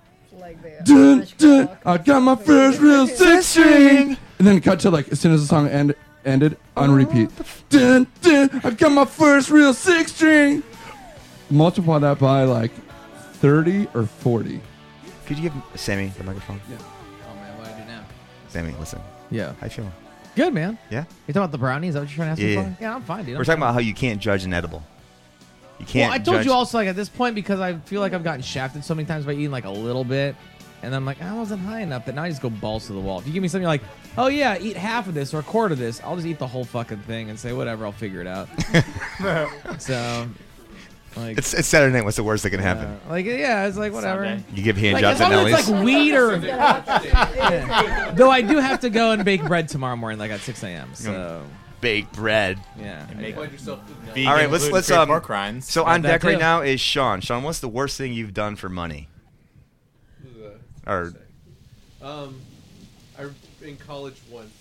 Speaker 6: dun, dun, I got my first real six string. And then cut to like, as soon as the song end, ended, on repeat. Dun, dun, I got my first real six string. Multiply that by like 30 or 40.
Speaker 4: Could you give Sammy the microphone? Yeah.
Speaker 9: Oh man, what do I do now?
Speaker 4: Sammy, listen.
Speaker 9: Yeah.
Speaker 4: How you feeling?
Speaker 9: Good man.
Speaker 4: Yeah.
Speaker 9: You talking about the brownies? Is that what you're trying to ask me
Speaker 4: Yeah.
Speaker 9: for? Yeah, I'm fine, dude.
Speaker 4: We're
Speaker 9: I'm
Speaker 4: talking
Speaker 9: fine.
Speaker 4: about how you can't judge an edible. You can't.
Speaker 9: Well, I told
Speaker 4: judge-
Speaker 9: you also like at this point because I feel like I've gotten shafted so many times by eating like a little bit, and I'm like I wasn't high enough that now I just go balls to the wall. If you give me something like, oh yeah, eat half of this or a quarter of this, I'll just eat the whole fucking thing and say whatever, I'll figure it out. so, like,
Speaker 4: It's, it's Saturday night. What's the worst that can happen?
Speaker 9: like yeah, it's like whatever.
Speaker 4: You give hand
Speaker 9: Like,
Speaker 4: jobs
Speaker 9: as
Speaker 4: at
Speaker 9: long as
Speaker 4: Nelly's.
Speaker 9: it's like weed or Yeah. though I do have to go and bake bread tomorrow morning like at 6 a.m. So
Speaker 4: bake bread.
Speaker 9: Yeah.
Speaker 5: And make
Speaker 9: yeah.
Speaker 5: yourself
Speaker 4: All right, let's let's um.
Speaker 5: pork rinds.
Speaker 4: So on deck right now is Sean. Sean, what's the worst thing you've done for money? Or
Speaker 7: Um, I in college once.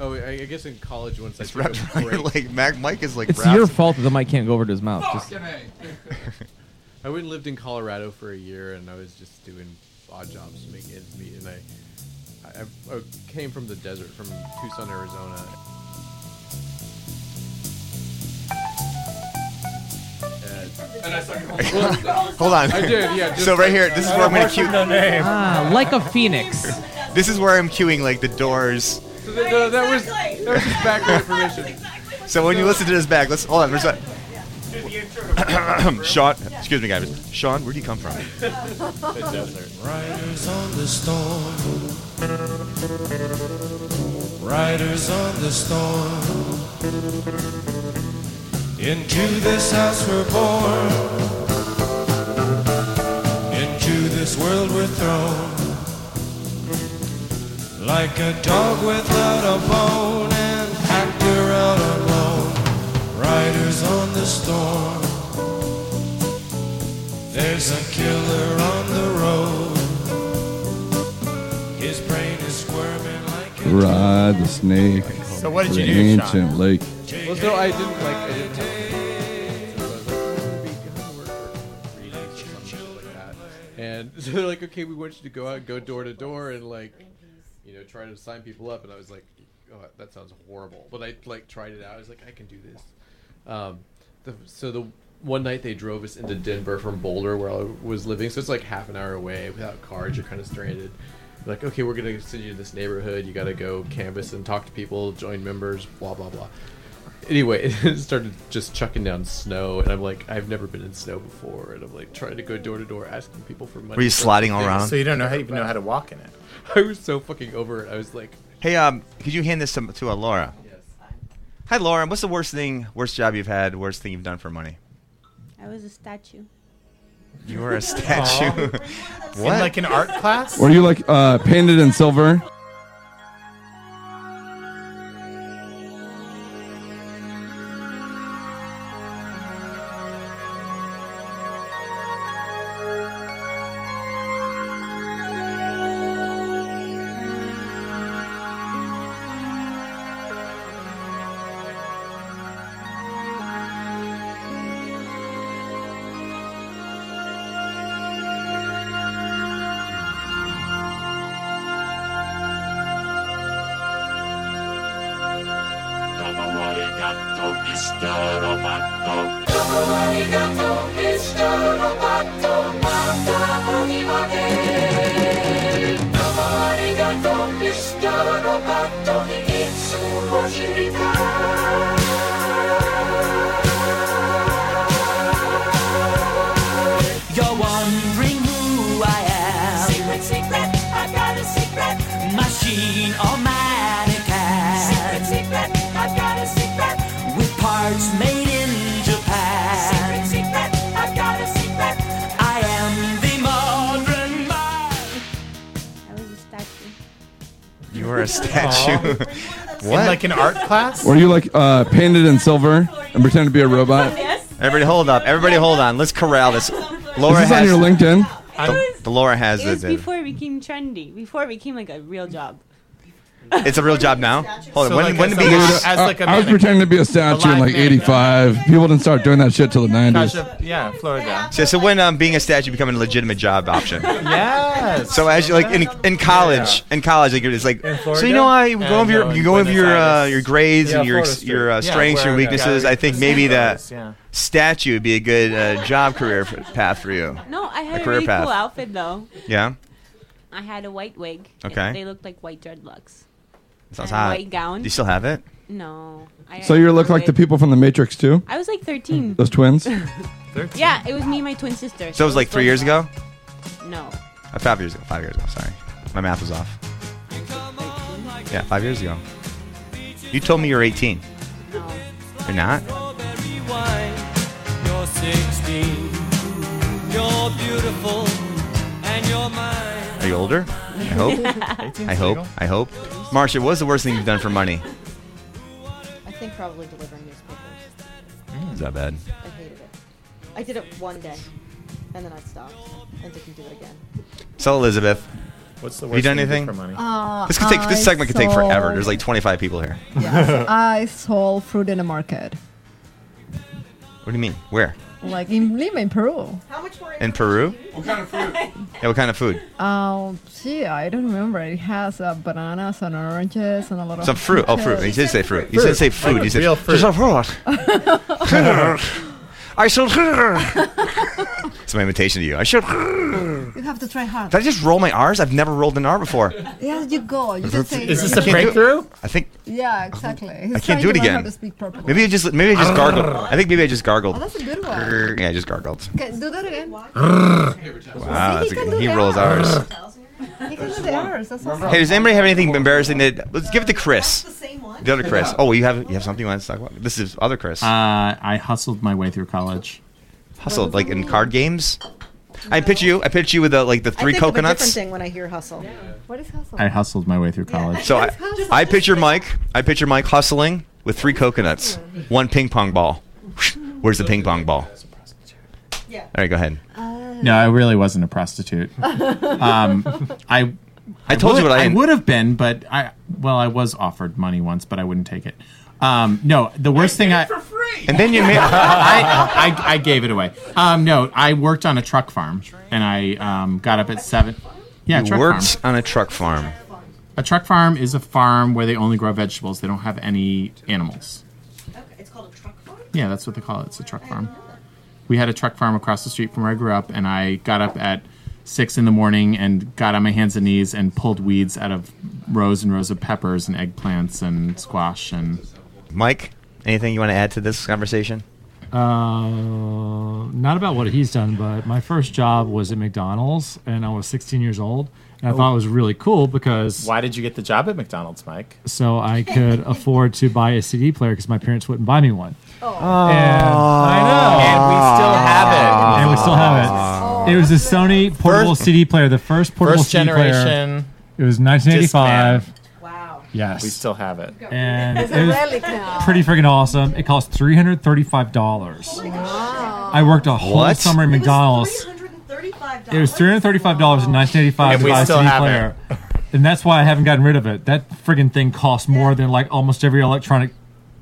Speaker 7: Oh, I, I guess in college once.
Speaker 4: It's
Speaker 7: I took
Speaker 4: wrapped
Speaker 7: a
Speaker 4: around your
Speaker 7: break.
Speaker 4: leg. Mac- Mike is like
Speaker 9: it's
Speaker 4: wrapped-
Speaker 9: your fault that the mic can't go over to his mouth. Just-
Speaker 7: I went and lived in Colorado for a year, and I was just doing odd jobs to make ends meet. And I, I, I came from the desert, from Tucson, Arizona. And I started
Speaker 4: Hold on.
Speaker 7: I did, yeah.
Speaker 4: so right here, this is where I'm going to cue.
Speaker 9: Ah, like a phoenix.
Speaker 4: This is where I'm cueing like the doors.
Speaker 7: So that, that- that was that was just background information.
Speaker 4: So when you listen to this back, let's hold on. There's a Sean. Excuse me, guys. Sean, where do you come from?
Speaker 5: The desert.
Speaker 16: Riders on the storm. Riders on the storm. Into this house we're born. Into this world we're thrown. Like a dog without a bone and packed around alone. Riders on the storm. There's a killer on the road. His brain is squirming like a
Speaker 6: Ride the snake.
Speaker 7: So what did you
Speaker 6: the
Speaker 7: do,
Speaker 6: ancient
Speaker 7: Sean?
Speaker 6: lake.
Speaker 7: Well, so I didn't like. I didn't have. So I was like, "We'll be gone work for three days or something like that." And so they're like, okay, we want you to go out and go door to door and like, you know, try to sign people up. And I was like, oh, that sounds horrible. But I like tried it out. I was like, I can do this. Um, the, so the one night they drove us into Denver from Boulder, where I was living. So it's like half an hour away. Without cars, you're kind of stranded. Like, okay, we're gonna send you to this neighborhood. You gotta go canvas and talk to people, join members, blah blah blah. Anyway, it started just chucking down snow, and I'm like, I've never been in snow before, and I'm like trying to go door to door asking people for money.
Speaker 4: Were you
Speaker 7: for
Speaker 4: sliding
Speaker 7: things.
Speaker 4: around? So you
Speaker 5: don't know how- even know how to walk in it.
Speaker 7: I was so fucking over it. I was like,
Speaker 4: Hey, um, could you hand this to, to uh, Laura? Yes. Hi, Laura. What's the worst thing, worst job you've had, worst thing you've done for money?
Speaker 14: I was a statue.
Speaker 4: You were a statue.
Speaker 5: In like an art class?
Speaker 6: Were you like uh, painted in silver?
Speaker 16: Mr. Roboto. Dopo arigato, Mr. Roboto, mata arrivate. Dopo arigato, Mr. Roboto, it's
Speaker 15: You're wondering who I am.
Speaker 16: Secret, secret, I've got a secret.
Speaker 15: Machine or mannequin.
Speaker 16: Secret, secret, I've got a secret.
Speaker 15: With parts made in
Speaker 16: Secret,
Speaker 15: Japan.
Speaker 16: secret, I've got a secret.
Speaker 15: I am the modern man.
Speaker 14: I was a statue.
Speaker 4: You were a statue. what?
Speaker 5: In like an art class?
Speaker 6: Were you like uh, painted in silver and pretend to be a robot?
Speaker 4: Everybody hold up. Everybody hold on. Let's corral this. Laura
Speaker 6: Is this on
Speaker 4: has
Speaker 6: your LinkedIn?
Speaker 4: The, the Laura has
Speaker 14: It was
Speaker 4: it.
Speaker 14: before it became trendy, before it became like a real job.
Speaker 4: It's a real job now. Hold on.
Speaker 5: So
Speaker 4: when
Speaker 5: like
Speaker 4: when
Speaker 5: as
Speaker 4: did
Speaker 5: a-
Speaker 4: the-
Speaker 5: as like a
Speaker 6: I was
Speaker 5: mannequin.
Speaker 6: pretending to be a statue in like '85. People didn't start doing that shit till the '90s.
Speaker 5: Kasha, yeah, Florida.
Speaker 4: so, so when um, being a statue becoming a legitimate job option?
Speaker 5: Yes.
Speaker 4: So as you like in, in college, in college, like it's like
Speaker 5: In
Speaker 4: so you
Speaker 5: Florida?
Speaker 4: know how you go
Speaker 5: Uh,
Speaker 4: over
Speaker 5: no,
Speaker 4: your
Speaker 5: in
Speaker 4: you go over
Speaker 5: Buenos
Speaker 4: your uh,
Speaker 5: Aires.
Speaker 4: your grades
Speaker 5: Yeah,
Speaker 4: and your
Speaker 5: Florida
Speaker 4: your uh,
Speaker 5: Street. Yeah,
Speaker 4: strengths, your
Speaker 5: where- yeah,
Speaker 4: weaknesses. I think maybe the
Speaker 5: Buenos Aires, yeah.
Speaker 4: statue would be a good uh, job career f- path for you.
Speaker 14: No, I
Speaker 4: A
Speaker 14: had a,
Speaker 4: career
Speaker 14: really
Speaker 4: path.
Speaker 14: cool outfit though.
Speaker 4: Yeah,
Speaker 14: I had a white wig.
Speaker 4: Okay.
Speaker 14: They looked like white dreadlocks. And
Speaker 4: sounds
Speaker 14: a
Speaker 4: hot.
Speaker 14: White gown.
Speaker 4: Do you still have it?
Speaker 14: No. I
Speaker 6: So you
Speaker 14: had
Speaker 6: look
Speaker 14: a
Speaker 6: like the
Speaker 14: wig.
Speaker 6: people from The Matrix too.
Speaker 14: I was like 13.
Speaker 6: Those twins?
Speaker 14: yeah, it was me and my twin sister.
Speaker 4: So it was like three years ago.
Speaker 14: No.
Speaker 4: Uh, five years ago. Five years ago. Sorry, my math was off. Yeah, five years ago. You told me you're 18.
Speaker 14: Oh.
Speaker 4: You're not.
Speaker 16: You're 16. You're beautiful. And you're mine.
Speaker 4: Are you older? I hope. I hope. I hope. Marcia, what's the worst thing you've done for money?
Speaker 12: I think probably delivering newspapers.
Speaker 5: Mm.
Speaker 4: Is that bad?
Speaker 12: I hated it. I did it one day, and then I stopped and didn't do it again.
Speaker 4: So Elizabeth,
Speaker 5: What's the
Speaker 4: have you
Speaker 5: worst
Speaker 4: done
Speaker 5: thing you did
Speaker 4: anything?
Speaker 5: for money?
Speaker 13: Uh,
Speaker 4: this could take. This
Speaker 13: I
Speaker 4: segment could take
Speaker 13: sold-
Speaker 4: forever. There's like 25 people here.
Speaker 13: I sold fruit in a market,
Speaker 4: what do you mean? Where?
Speaker 13: like in Lima, in Peru.
Speaker 12: How much were
Speaker 4: In Peru?
Speaker 12: What kind of fruit?
Speaker 4: Yeah. What kind of food?
Speaker 13: Um, gee, I don't remember. It has uh, bananas and oranges and a lot of
Speaker 4: Some fruit. Oh, fruit. He
Speaker 13: peaches.
Speaker 4: did say fruit. He did say
Speaker 13: Fruit.
Speaker 4: food. He
Speaker 13: Like
Speaker 4: said
Speaker 13: real
Speaker 4: "There's a fruit. I sold. It's my invitation to you. I should.
Speaker 13: You have to try hard.
Speaker 4: Did I just roll my R's? I've never rolled an R before.
Speaker 13: Yes, you go. You just say.
Speaker 4: I can't do it. I think
Speaker 13: Yeah, exactly.
Speaker 4: I can't do it again. Maybe I just maybe I just gargled. I think maybe I just gargled.
Speaker 13: Oh, that's a good one.
Speaker 4: Grrr. Yeah, I just gargled.
Speaker 13: Okay, do that again.
Speaker 4: wow,
Speaker 13: See,
Speaker 4: that's a
Speaker 13: he can
Speaker 4: good.
Speaker 13: do
Speaker 4: He
Speaker 13: the
Speaker 4: rolls
Speaker 13: R's.
Speaker 4: ours.
Speaker 13: He can do the R's. That's awesome.
Speaker 4: Hey, does anybody have anything embarrassing that? Let's give it to Chris. The other Chris. Oh, you have you have something you want to talk about? This is other Chris.
Speaker 5: Uh, I hustled my way through college.
Speaker 4: Hustled like in card games. I picture you. I picture you with the, like the three
Speaker 12: I think Of a different
Speaker 4: coconuts.
Speaker 12: thing when I hear hustle. What is hustle?
Speaker 5: I hustled my way through college.
Speaker 4: So I, I picture Mike. I picture Mike hustling with three coconuts, one ping pong ball. Where's the ping pong ball? All right, go ahead.
Speaker 5: No, I really wasn't a prostitute. Um, I,
Speaker 4: I told
Speaker 5: would,
Speaker 4: you what I-
Speaker 5: would have been, but I well, I was offered money once, but I wouldn't take it. Um, no, the worst thing I for free,
Speaker 4: and then you made
Speaker 5: I, I, I gave it away. Um, no, I worked on a truck farm, and I um, got up at seven. Yeah,
Speaker 4: you
Speaker 5: truck
Speaker 4: worked
Speaker 5: farm.
Speaker 4: on a truck farm.
Speaker 5: A truck farm is a farm where they only grow vegetables. They don't have any animals. Yeah, that's what they call it. It's a truck farm. We had a truck farm across the street from where I grew up, and I got up at six in the morning and got on my hands and knees and pulled weeds out of rows and rows of peppers and eggplants and squash and.
Speaker 4: Mike, anything you want to add to this conversation?
Speaker 11: Uh, not about what he's done, but my first job was at McDonald's, and I was 16 years old, and I
Speaker 5: Oh.
Speaker 11: thought it was really cool because
Speaker 5: Why did you get the job at McDonald's, Mike?
Speaker 11: so I could afford to buy a CD player because my parents wouldn't buy me one.
Speaker 5: I
Speaker 11: And we still have it. It was a Sony portable CD player, the first portable
Speaker 5: First
Speaker 11: CD
Speaker 5: generation
Speaker 11: player. It was 1985.
Speaker 5: Wow.
Speaker 11: Yes.
Speaker 5: We still have it.
Speaker 11: And
Speaker 5: It's
Speaker 11: it
Speaker 5: a
Speaker 11: was
Speaker 5: relic now.
Speaker 11: pretty freaking awesome. It cost $335. I worked a whole
Speaker 5: What?
Speaker 11: summer at McDonald's. It was three hundred thirty-five dollars in nineteen eighty-five
Speaker 5: And
Speaker 11: to
Speaker 5: we
Speaker 11: buy a
Speaker 5: still
Speaker 11: CD
Speaker 5: have
Speaker 11: player, and that's why I haven't gotten rid of it. That friggin' thing costs more than like almost every electronic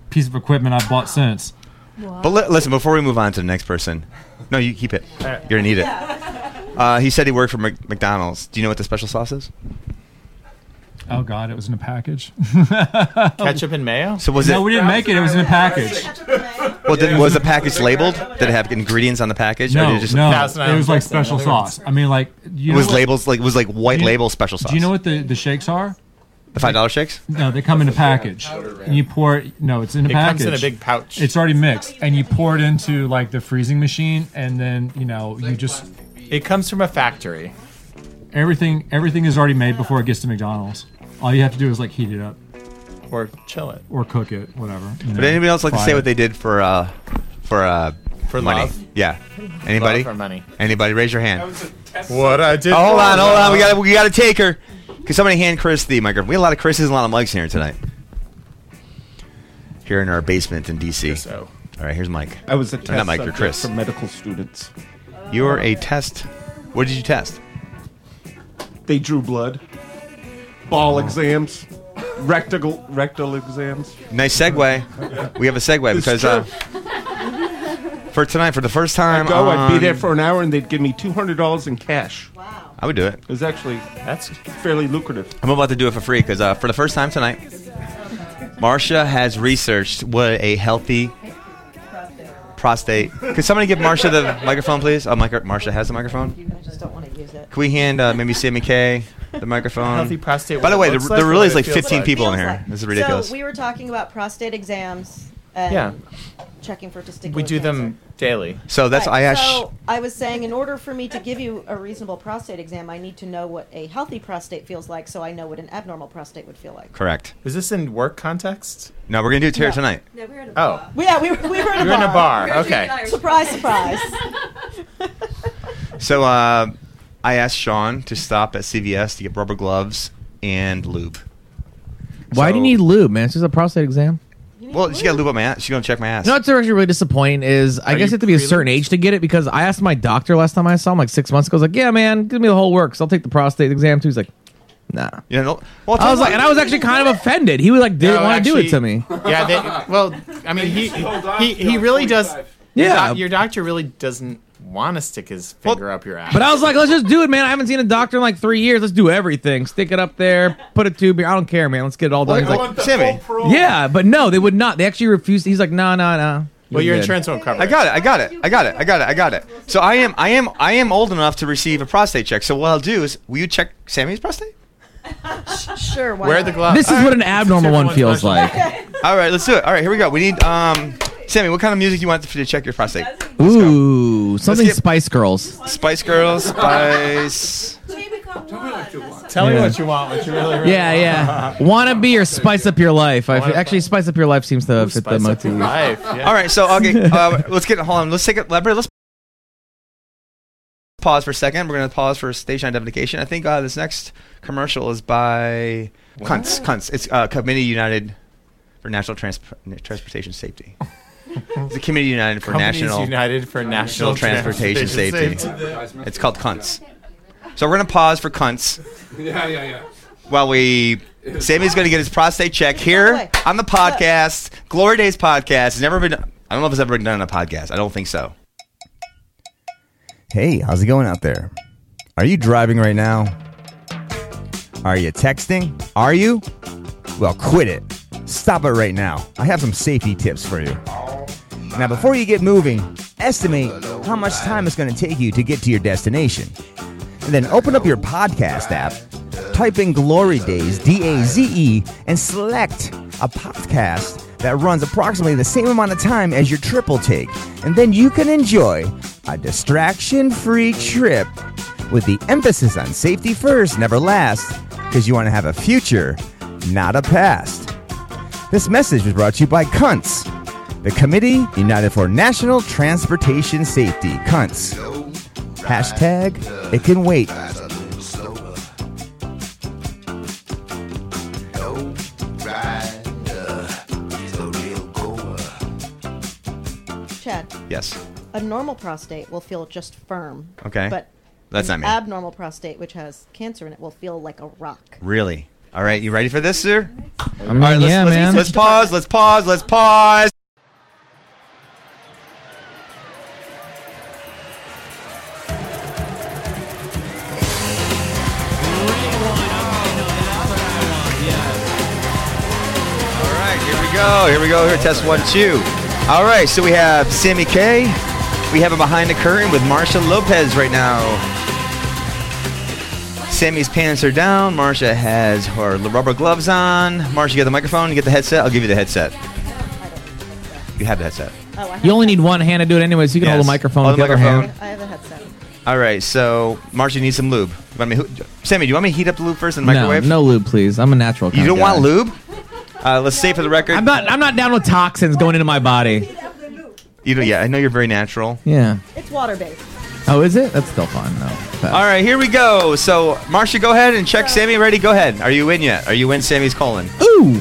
Speaker 11: piece of equipment I've bought since.
Speaker 4: But li- listen, before we move on to the next person, no, you keep it. Uh, You're gonna need it. Uh, he said he worked for Mc- McDonald's. Do you know what the special sauce is?
Speaker 11: Oh God, it was in a package.
Speaker 4: Ketchup
Speaker 11: and mayo.
Speaker 4: So was it-
Speaker 11: No, we didn't make it. It was in a package.
Speaker 4: Well, did, was the package labeled? Did it have ingredients on the package?
Speaker 11: No,
Speaker 4: did just
Speaker 11: no. It was like special sauce. I mean, like you
Speaker 4: It
Speaker 11: know
Speaker 4: was
Speaker 11: what-
Speaker 4: labels like it was like white
Speaker 11: Do you-
Speaker 4: label special sauce.
Speaker 11: Do you know what the, the shakes are?
Speaker 4: the five dollar shakes?
Speaker 11: No, they come in a package. And you pour it. No, it's in a
Speaker 4: It
Speaker 11: package.
Speaker 4: comes in a big pouch.
Speaker 11: It's already mixed, and you pour it into like the freezing machine, and then you know you just. It comes from a factory. Everything everything is already made before it gets to McDonald's. All you have to do is like heat it up, or chill it, or cook it, whatever. you
Speaker 4: Would
Speaker 11: know,
Speaker 4: anybody else like to
Speaker 11: fry
Speaker 4: say
Speaker 11: it.
Speaker 4: what they did for uh for uh for money?
Speaker 11: love?
Speaker 4: Yeah. Anybody?
Speaker 11: Love or money?
Speaker 4: Anybody? Raise your hand.
Speaker 11: What I did
Speaker 4: Oh, hold
Speaker 11: for
Speaker 4: on, hold on.
Speaker 11: love.
Speaker 4: We got to we got to take her. Can somebody hand Chris the microphone? We had a lot of Chris's and a lot of Mike's here tonight. Here in our basement in DC. So. All right, here's Mike.
Speaker 17: I was a
Speaker 4: Or
Speaker 17: test
Speaker 4: not Mike. You're
Speaker 17: subject
Speaker 4: Chris.
Speaker 17: for medical students.
Speaker 4: You're a test. What did you test?
Speaker 17: They drew blood. Ball exams. Rectal rectal exams.
Speaker 4: Nice segue. We have a segue
Speaker 17: It's
Speaker 4: because uh, for tonight, for the first time,
Speaker 17: I'd go. I'd be
Speaker 4: on-
Speaker 17: there for an hour, and they'd give me two hundred dollars in cash.
Speaker 4: I would do it.
Speaker 17: It was actually that's fairly lucrative.
Speaker 4: I'm about to do it for free because uh, for the first time tonight, Marsha has researched what a healthy prostate. Could somebody give Marsha the microphone, please? Oh, micro- Marsha has the microphone.
Speaker 12: I just don't want to use it.
Speaker 4: Can we hand uh, maybe Sammy Kay the microphone?
Speaker 5: Healthy prostate,
Speaker 4: By the
Speaker 5: what
Speaker 4: way,
Speaker 5: it
Speaker 4: there,
Speaker 5: looks like,
Speaker 4: there really
Speaker 5: what
Speaker 4: is
Speaker 5: it
Speaker 4: like
Speaker 5: feels
Speaker 4: 15
Speaker 5: like.
Speaker 4: people in
Speaker 12: Feels
Speaker 4: here.
Speaker 12: like-
Speaker 4: This is ridiculous.
Speaker 12: So we were talking about prostate exams and
Speaker 4: Yeah.
Speaker 12: checking for testicular
Speaker 4: We do them
Speaker 12: cancer.
Speaker 4: daily. So that's
Speaker 12: Right,
Speaker 4: I asked.
Speaker 12: So I was saying, in order for me to give you a reasonable prostate exam, I need to know what a healthy prostate feels like, so I know what an abnormal prostate would feel like.
Speaker 4: Correct.
Speaker 5: Is this in work context?
Speaker 4: No, we're gonna do it here
Speaker 12: No.
Speaker 4: tonight.
Speaker 12: No, we're in a
Speaker 5: Oh,
Speaker 12: Well, yeah, we were, we were in a
Speaker 5: You're
Speaker 12: bar.
Speaker 5: in a bar, We were okay. drinking
Speaker 12: Surprise, surprise.
Speaker 4: So uh, I asked Sean to stop at CVS to get rubber gloves and lube.
Speaker 9: Why do you need lube, man? It's just a prostate exam.
Speaker 4: Well, she got to lube up my ass. She's gonna check my ass.
Speaker 9: No, it's actually really disappointing. Is I guess
Speaker 4: Are you
Speaker 9: you have to be a
Speaker 4: pre-lubed?
Speaker 9: certain age to get it because I asked my doctor last time I saw him like six months ago. I was like, "Yeah, man, give me the whole works. I'll take the prostate exam too." He's like, "Nah."
Speaker 4: You know,
Speaker 9: I was like, and I was actually kind of offended. He was like, didn't
Speaker 5: No,
Speaker 9: want to do it
Speaker 5: actually-
Speaker 9: to me.
Speaker 5: Yeah, they, well, I mean, he he, he really does.
Speaker 9: Yeah.
Speaker 5: your doctor really doesn't want to stick his finger up your ass.
Speaker 9: But I was like, let's just do it, man. I haven't seen a doctor in like three years. Let's do everything. Stick it up there, put a tube here. I don't care, man. Let's get it all done. He's
Speaker 5: I
Speaker 9: like,
Speaker 5: want the Sammy.
Speaker 9: Yeah, but no, they would not. They actually refused. He's like, no, no, no. You're good."
Speaker 4: I got it. I got it. I got it. I got it. I got it. So I am. I am. I am old enough to receive a prostate check. So what I'll do is, will you check Sammy's prostate?
Speaker 12: sure. Why
Speaker 4: Wear
Speaker 12: not?
Speaker 4: the gloves.
Speaker 9: This is what an abnormal one
Speaker 4: Everyone's
Speaker 9: feels like.
Speaker 4: special. All right, let's do it. All right, here we go. We need um, Sammy. What kind of music do you want to check your prostate?
Speaker 9: Ooh, something
Speaker 4: get-
Speaker 9: Spice Girls.
Speaker 4: Spice Girls, Spice.
Speaker 5: Tell me
Speaker 9: Yeah.
Speaker 5: what you want. What you really, really
Speaker 9: Yeah,
Speaker 5: want.
Speaker 9: yeah. Wanna be or spice up your life. I feel, actually, spice up your life seems to fit the
Speaker 5: spice up
Speaker 9: motif.
Speaker 5: your life, yeah.
Speaker 4: All right, so okay, uh, let's get hold on. Let's take a Let's let's pause for a second. We're gonna pause for station identification. I think uh, this next commercial is by Cunts. Cunts. It's uh, Committee United for National Trans- Transportation Safety. the Committee United for
Speaker 5: Companies
Speaker 4: National
Speaker 5: United for National
Speaker 4: Transportation,
Speaker 5: Transportation
Speaker 4: Safety.
Speaker 5: Safety.
Speaker 4: It's called Cunts. So we're gonna pause for Cunts
Speaker 6: yeah, yeah, yeah.
Speaker 4: while we Sammy's going to get his prostate check here on the podcast, Glory Days podcast. It's never been. I don't know if it's ever been done on a podcast. I don't think so.
Speaker 1: Hey, how's it going out there? Are you driving right now? Are you texting? Are you? Well, quit it. Stop it right now. I have some safety tips for you. Now, before you get moving, estimate how much time it's going to take you to get to your destination. And then open up your podcast app, type in Glory Days, D A Z E, and select a podcast that runs approximately the same amount of time as your triple take. And then you can enjoy a distraction free trip with the emphasis on safety first, never last, because you want to have a future, not a past. This message was brought to you by Cunts, the Committee United for National Transportation Safety. Cunts. Hashtag it can wait.
Speaker 12: Chad,
Speaker 4: Yes.
Speaker 12: a normal prostate will feel just firm.
Speaker 4: Okay.
Speaker 12: But
Speaker 4: That's
Speaker 12: an
Speaker 4: not me.
Speaker 12: abnormal prostate, which has cancer in it, will feel like a rock.
Speaker 4: Really. All right, you ready for this, sir?
Speaker 9: I mean,
Speaker 4: All right, let's,
Speaker 9: yeah,
Speaker 4: let's,
Speaker 9: man.
Speaker 4: Let's pause. Let's pause. Let's pause. go. Here we go. Here, test one, two. All right, so we have Sammy K. We have a behind the curtain with Marsha Lopez right now. Sammy's pants are down. Marsha has her rubber gloves on. Marsha, you got the microphone? You get the headset? I'll give you the headset. You have the headset.
Speaker 9: You only need one hand to do it anyway, so you can hold
Speaker 4: Yes.
Speaker 9: the microphone
Speaker 4: Hold
Speaker 9: with the
Speaker 4: the
Speaker 9: other
Speaker 4: microphone.
Speaker 9: hand.
Speaker 12: I have a headset.
Speaker 4: All right, so Marsha needs some lube. You want me, who, Sammy, do you want me to heat up the lube first in the
Speaker 9: No,
Speaker 4: microwave?
Speaker 9: no lube, please. I'm a natural.
Speaker 4: You
Speaker 9: kind
Speaker 4: don't
Speaker 9: of
Speaker 4: want
Speaker 9: guy.
Speaker 4: lube? Uh, let's say for the record.
Speaker 9: I'm not. I'm not down with toxins going into my body.
Speaker 4: You know, yeah, I know you're very natural.
Speaker 9: Yeah.
Speaker 12: It's water based.
Speaker 9: Oh, is it? That's still fine though.
Speaker 4: All right, here we go. So, Marcia, go ahead and check Sammy. Ready? Go ahead. Are you in yet? Are you in Sammy's colon?
Speaker 9: Ooh.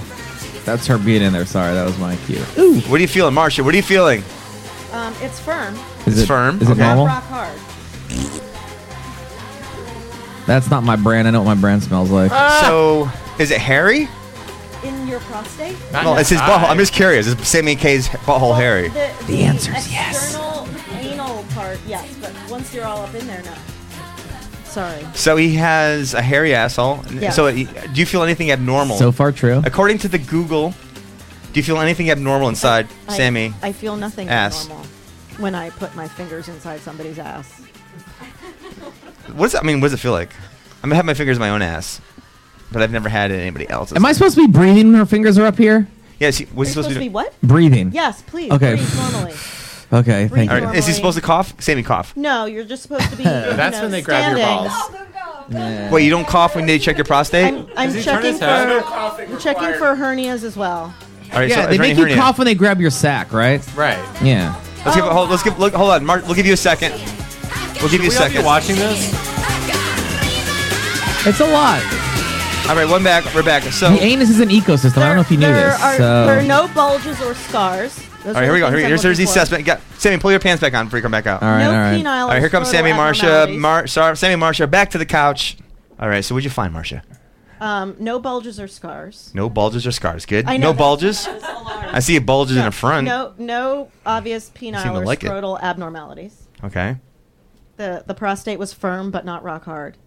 Speaker 9: That's her being in there. Sorry, that was my cue.
Speaker 4: Ooh. What are you feeling, Marcia? What are you feeling?
Speaker 12: Um, it's firm.
Speaker 4: Is it's firm.
Speaker 9: is it
Speaker 4: okay.
Speaker 9: normal?
Speaker 12: Rock hard.
Speaker 9: That's not my brand. I know what my brand smells like.
Speaker 12: Uh,
Speaker 4: So, is it hairy?
Speaker 12: In your prostate?
Speaker 4: Well, it's his butthole. I'm just curious. Is Sammy K's butthole hairy?
Speaker 12: The, the answer's yes. anal part, yes, but once you're all up in there, no. Sorry.
Speaker 4: So he has a hairy asshole.
Speaker 12: Yeah.
Speaker 4: So, it- do you feel anything abnormal?
Speaker 9: So far, true.
Speaker 4: According to the Google, do you feel anything abnormal inside
Speaker 12: I-
Speaker 4: Sammy?
Speaker 12: I, feel nothing
Speaker 4: ass.
Speaker 12: abnormal when I put my fingers inside somebody's ass.
Speaker 4: What does that I mean? What does it feel like? I'm gonna have my fingers in my own ass, but I've never had it in anybody else's.
Speaker 9: Am I supposed to be breathing when her fingers are up here?
Speaker 4: Yeah, is he, was he
Speaker 12: You're
Speaker 4: supposed, to, do?
Speaker 12: what?
Speaker 9: Breathing.
Speaker 12: Yes, please.
Speaker 9: Okay.
Speaker 12: Breathe normally.
Speaker 9: Okay.
Speaker 12: Breathe
Speaker 9: Thank you.
Speaker 4: All right, Is he supposed to cough? Sammy cough.
Speaker 12: No, you're just supposed to be.
Speaker 5: That's
Speaker 12: you know,
Speaker 5: when they grab your
Speaker 12: standing.
Speaker 5: balls.
Speaker 4: Wait, you don't cough when they check your prostate?
Speaker 12: I'm, I'm checking for I'm checking for hernias as well.
Speaker 4: All right,
Speaker 9: yeah,
Speaker 4: so
Speaker 9: they
Speaker 4: is
Speaker 9: make
Speaker 4: there any
Speaker 9: you
Speaker 4: hernia?
Speaker 9: cough when they grab your sack, right?
Speaker 4: Right.
Speaker 9: Yeah.
Speaker 4: Let's give. Hold. Let's give. Look. Hold on. Mark, we'll give you a second. We'll give you a
Speaker 9: Should we all be
Speaker 4: second.
Speaker 9: watching
Speaker 4: this.
Speaker 9: It's a lot.
Speaker 4: All right, one back. We're back. So.
Speaker 9: the anus is an ecosystem. I don't know if you knew
Speaker 12: There
Speaker 9: this.
Speaker 12: are
Speaker 9: so.
Speaker 12: there are no bulges or scars.
Speaker 4: all right, here we go. Here, we go. here's here's the assessment. Got, Sammy, pull your pants back on before you come back out.
Speaker 9: All right, No all right.
Speaker 12: penile
Speaker 4: All right, here comes
Speaker 12: or
Speaker 4: Sammy,
Speaker 12: scrotal
Speaker 4: Marsha,
Speaker 12: abnormalities.
Speaker 4: Mar- sorry, Sammy, Marsha, back to the couch. All right, so what'd you find, Marsha?
Speaker 12: Um, no bulges or scars.
Speaker 4: No bulges or scars. Good.
Speaker 12: I know
Speaker 4: No
Speaker 12: that-
Speaker 4: bulges. I see bulges in the front.
Speaker 12: No, no obvious penile
Speaker 4: to
Speaker 12: or
Speaker 4: like it.
Speaker 12: scrotal abnormalities.
Speaker 4: Okay.
Speaker 12: The the prostate was firm but not rock hard.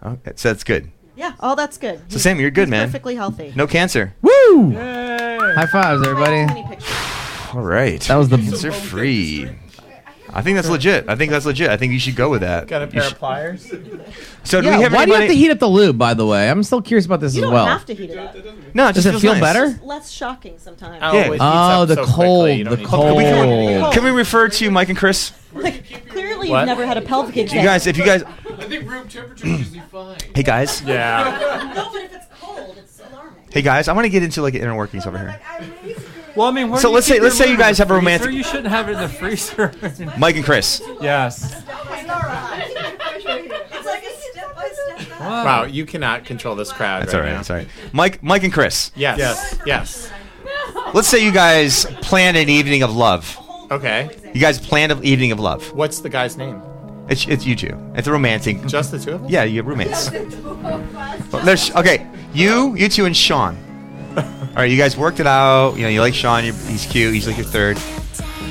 Speaker 4: Oh, so that's good.
Speaker 12: Yeah, all that's good.
Speaker 4: So Sammy, you're good,
Speaker 12: he's
Speaker 4: man.
Speaker 12: Perfectly healthy.
Speaker 4: No cancer.
Speaker 9: Woo! High fives, everybody.
Speaker 4: All right.
Speaker 9: That was the-
Speaker 4: cancer free. I think that's legit. I think that's legit. I think you should go with that.
Speaker 5: Got a pair of pliers?
Speaker 4: So do
Speaker 9: yeah,
Speaker 4: we have
Speaker 9: why do you have
Speaker 4: anybody-
Speaker 9: to heat up the lube? By the way, I'm still curious about this
Speaker 12: You
Speaker 9: as
Speaker 12: don't
Speaker 9: well.
Speaker 12: have to heat it up.
Speaker 9: No, it Does just it feels feel nice. better?
Speaker 12: It's just less shocking sometimes.
Speaker 4: Yeah. it heats
Speaker 25: Um,
Speaker 9: oh,
Speaker 4: up
Speaker 9: the
Speaker 4: so quickly,
Speaker 9: cold,
Speaker 4: you
Speaker 9: the
Speaker 4: don't need to- Can
Speaker 9: cold.
Speaker 4: we, can we- can we refer to Mike and Chris?
Speaker 12: Clearly,
Speaker 4: What?
Speaker 12: you've never had a pelvic
Speaker 4: You guys, if you guys,
Speaker 7: I think room temperature is usually fine.
Speaker 4: hey guys,
Speaker 12: no, but if it's cold, it's alarming.
Speaker 4: hey guys, I want to get into like inner workings over here.
Speaker 11: Well, I mean, where
Speaker 4: So
Speaker 11: do you
Speaker 4: let's
Speaker 11: keep
Speaker 4: say- let's
Speaker 11: your
Speaker 4: say you
Speaker 11: lube? In
Speaker 4: guys
Speaker 11: the
Speaker 4: have a romantic-
Speaker 11: freezer? You shouldn't have it in the freezer.
Speaker 4: Mike and Chris.
Speaker 11: yes.
Speaker 12: It's like a step by step.
Speaker 5: Wow, you cannot control this crowd.
Speaker 4: That's
Speaker 5: right
Speaker 4: all right.
Speaker 5: now.
Speaker 4: That's all right. Mike, Mike and Chris.
Speaker 5: Yes. Yes. Yes.
Speaker 4: Let's say you guys plan an evening of love.
Speaker 5: Okay.
Speaker 4: You guys planned an evening of love.
Speaker 5: What's the guy's name?
Speaker 4: It's, it's you two. It's a romantic.
Speaker 5: Just the two of them?
Speaker 4: Yeah, you roommates. Well, there's okay. You, you two, and Sean. All right, you guys worked it out. You know, you like Sean. you he's cute. He's like your third.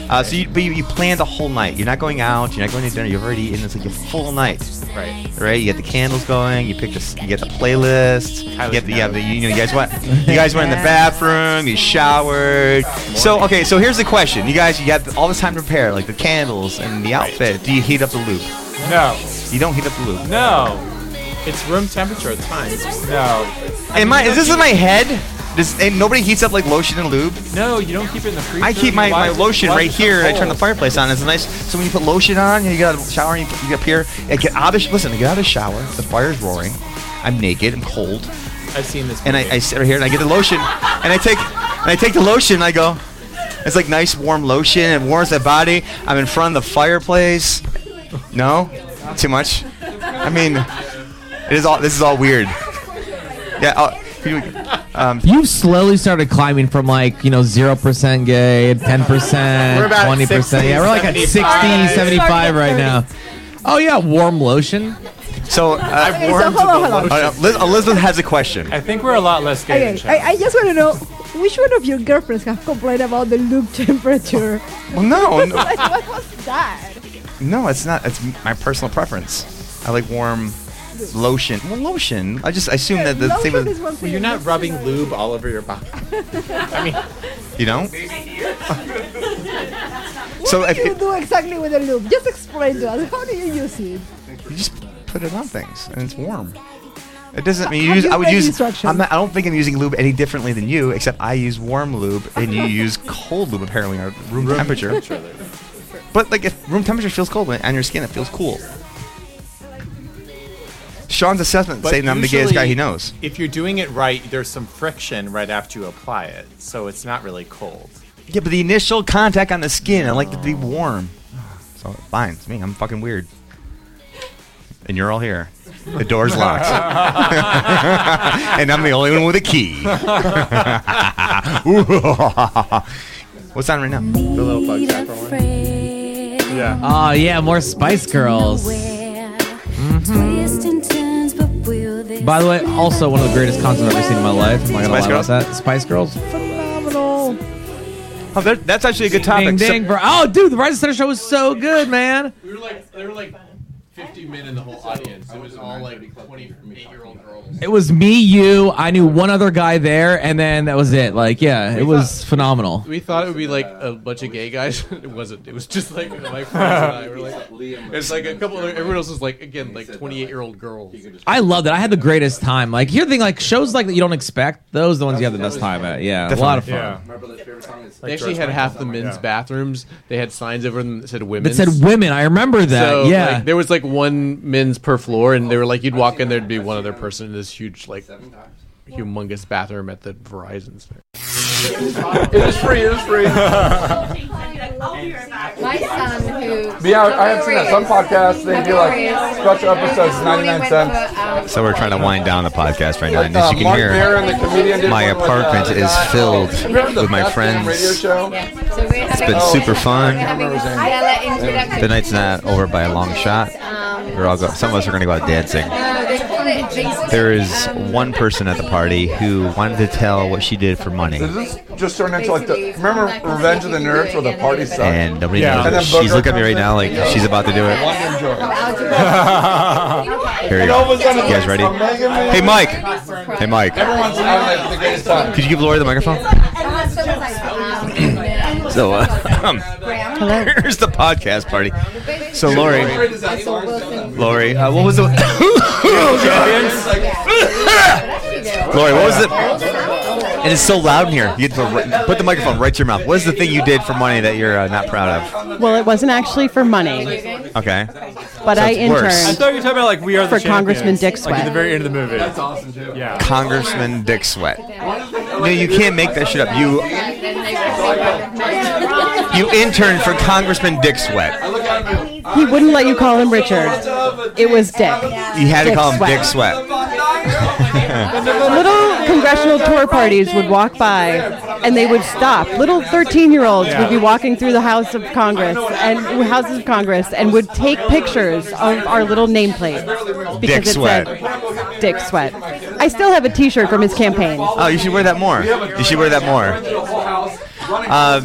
Speaker 4: Uh, so, you, but you, you planned the whole night. You're not going out. You're not going to dinner. You've already eaten. It's like a full night.
Speaker 5: Right.
Speaker 4: Right. You get the candles going. You pick the. s- You get the playlist. You get the. You, have the, you know. You guys went. You guys went in the bathroom. You showered. So okay. So here's the question. You guys, you got all this time to prepare, like the candles and the outfit. Do you heat up the loop?
Speaker 5: No.
Speaker 4: You don't heat up the loop.
Speaker 5: No. It's room temperature. It's fine. No.
Speaker 4: Am I? Is this in my head? Does and nobody heats up like lotion and lube?
Speaker 11: No, you don't keep it in the freezer.
Speaker 4: I keep my,
Speaker 11: Why
Speaker 4: my
Speaker 11: is it-
Speaker 4: lotion
Speaker 11: why is
Speaker 4: right
Speaker 11: it
Speaker 4: here, and I turn the
Speaker 11: cold?
Speaker 4: fireplace on. It's nice. So when you put lotion on, you got to shower, and you, you up here, and get out of the, listen, I get out of the shower. The fire's roaring. I'm naked. I'm cold,
Speaker 5: I've seen this.
Speaker 4: and I, I sit right here, and I get the lotion, and I take and I take the lotion. and I go. It's like nice warm lotion. It warms the body. I'm in front of the fireplace. No, too much. I mean, it is all. This is all weird. Yeah. oh, I'll, um,
Speaker 9: You've slowly started climbing from like, you know, 0% gay, 10%,
Speaker 4: We're about
Speaker 9: 20%.
Speaker 4: 60,
Speaker 9: Uh, yeah, we're like at 60,
Speaker 4: 75.
Speaker 9: 75 right now. Oh, yeah, warm lotion.
Speaker 4: So, uh,
Speaker 13: Okay, so warmed hold on, the hold on. lotion.
Speaker 4: All right, Eliz- Elizabeth has a question.
Speaker 11: I think we're a lot less gay than
Speaker 13: Okay, I, I just want to know which one of your girlfriends have complained about the loop temperature?
Speaker 4: Well, no, no.
Speaker 13: Like, what was that?
Speaker 4: No, it's not. It's my personal preference. I like warm. Lotion. Well, lotion. I just assume that the thing was.
Speaker 7: Well, you're not rubbing lube all over your body. I mean,
Speaker 4: You know?
Speaker 13: What
Speaker 4: So
Speaker 13: do
Speaker 4: if
Speaker 13: you
Speaker 4: it-
Speaker 13: do exactly with the loop? Just explain to us. How do you use it?
Speaker 4: You just put it on things, and it's warm. It doesn't mean you
Speaker 13: Have
Speaker 4: use.
Speaker 13: you
Speaker 4: I would
Speaker 13: read the
Speaker 4: use.
Speaker 13: instructions?
Speaker 4: I'm not, I don't think I'm using lube any differently than you, except I use warm lube and you use cold lube apparently, or room, temperature. But like, if room temperature feels cold on your skin, it feels cool. Sean's assessment
Speaker 7: But
Speaker 4: saying I'm the gayest guy
Speaker 7: usually,
Speaker 4: he knows.
Speaker 7: If you're doing it right, there's some friction right after you apply it, so it's not really cold.
Speaker 4: Yeah, but the initial contact on the skin, I like it to be warm. So fine, it's me. I'm fucking weird. And you're all here. The door's locked. and I'm the only one with a key. What's on right now? The
Speaker 7: little bug
Speaker 4: Yeah.
Speaker 25: Oh yeah, more Spice Girls.
Speaker 4: Mm-hmm.
Speaker 26: Twist and turns, but will this
Speaker 25: By the way, also one of the greatest concerts I've ever seen in my life. I'm not gonna
Speaker 4: Spice
Speaker 25: lie
Speaker 4: Girls?
Speaker 25: about that. Spice Girls.
Speaker 13: Phenomenal.
Speaker 4: Oh, that- that's actually a good topic.
Speaker 25: Ding
Speaker 4: So-
Speaker 25: ding, bro. Oh, dude, the Rise of Center show was so good, man.
Speaker 7: We were like, there were like 50 men in the whole audience. It was all like 28 year old girls.
Speaker 25: It was me, you. I knew one other guy there, and then that was it. Like, yeah, it was phenomenal.
Speaker 7: We thought it would be like a bunch of gay guys. it wasn't. It was just like my friends and I were like, it's like a couple. Of, everyone else was like, again, like 28 year old girls.
Speaker 25: I loved it. I had the greatest time. Like, here the thing, like shows like that you don't expect. Those are the ones you have the best time at. Yeah, a lot of fun.
Speaker 7: They actually had half the men's bathrooms. They had signs over them that said women.
Speaker 25: That said, women. I remember that.
Speaker 7: So,
Speaker 25: yeah.
Speaker 7: like, there was like one men's per floor, and they were like, you'd walk in, there'd be one other person in this huge, like, humongous bathroom at the Verizon store. it was free. It was free.
Speaker 27: My son, who
Speaker 6: Yeah, I have seen that. Some podcasts they do like special episodes, ninety nine cents.
Speaker 27: um,
Speaker 4: So we're trying to wind down the podcast right now, and as
Speaker 6: Uh,
Speaker 4: you can
Speaker 6: Mark
Speaker 4: hear,
Speaker 6: Maron, the comedian, did
Speaker 4: my
Speaker 6: one with, uh,
Speaker 4: apartment
Speaker 6: the
Speaker 4: is
Speaker 6: guy-
Speaker 4: filled
Speaker 6: Remember the
Speaker 4: with my
Speaker 6: Best Damn Radio
Speaker 4: friends.
Speaker 6: show. Oh.
Speaker 4: It's been super fun. The night's not over by a long shot. We're all go- some of us are going to go out dancing. There is one person at the party who wanted to tell what she did for money,
Speaker 6: Did this just turn into like the remember Revenge of the Nerds where the party sucked?
Speaker 4: and nobody
Speaker 6: Yeah. And then
Speaker 4: knows. She's
Speaker 6: Booker
Speaker 4: looking at me right
Speaker 6: comes
Speaker 4: now
Speaker 6: in
Speaker 4: like
Speaker 6: and goes,
Speaker 4: she's about to do it.
Speaker 6: One enjoy.
Speaker 4: Here we
Speaker 6: And all
Speaker 4: go.
Speaker 6: of
Speaker 4: You
Speaker 6: a sudden,
Speaker 4: guys ready?
Speaker 6: a Mega Man-
Speaker 4: Hey, Mike. Hey, Mike.
Speaker 6: Everyone's having like the greatest time.
Speaker 4: Could you give Lori the microphone? So, uh, here's the podcast party. So, Lori, Lori, uh, what was the? Lori, what was the? It is so loud in here. You have to ri- put the microphone right to your mouth. What is the thing you did for money that you're uh, not proud
Speaker 28: Well, it wasn't actually for money,
Speaker 4: of? Okay.
Speaker 28: but
Speaker 4: So
Speaker 28: I
Speaker 4: it's worse.
Speaker 28: interned.
Speaker 4: I
Speaker 28: thought you were talking about like we are for Congressman Dick
Speaker 11: Like at the
Speaker 28: Sweat.
Speaker 11: very end of the movie. That's
Speaker 6: awesome too.
Speaker 11: Yeah.
Speaker 4: Congressman Dick Sweat. No, you can't make that shit up. You you interned for Congressman Dick Sweat.
Speaker 28: he wouldn't let you call him Richard. It was Dick.
Speaker 4: You had to
Speaker 28: Dick
Speaker 4: call him
Speaker 28: Sweat.
Speaker 4: Dick Sweat.
Speaker 28: Little congressional tour parties would walk by and they would stop. Little 13 year olds would be walking through the House of Congress and Houses of Congress and would take pictures of our little nameplate
Speaker 4: Dick
Speaker 28: because it said Dick Sweat. I still have a t shirt from his campaign.
Speaker 4: Oh, you should wear that more. You should wear that more. Uh,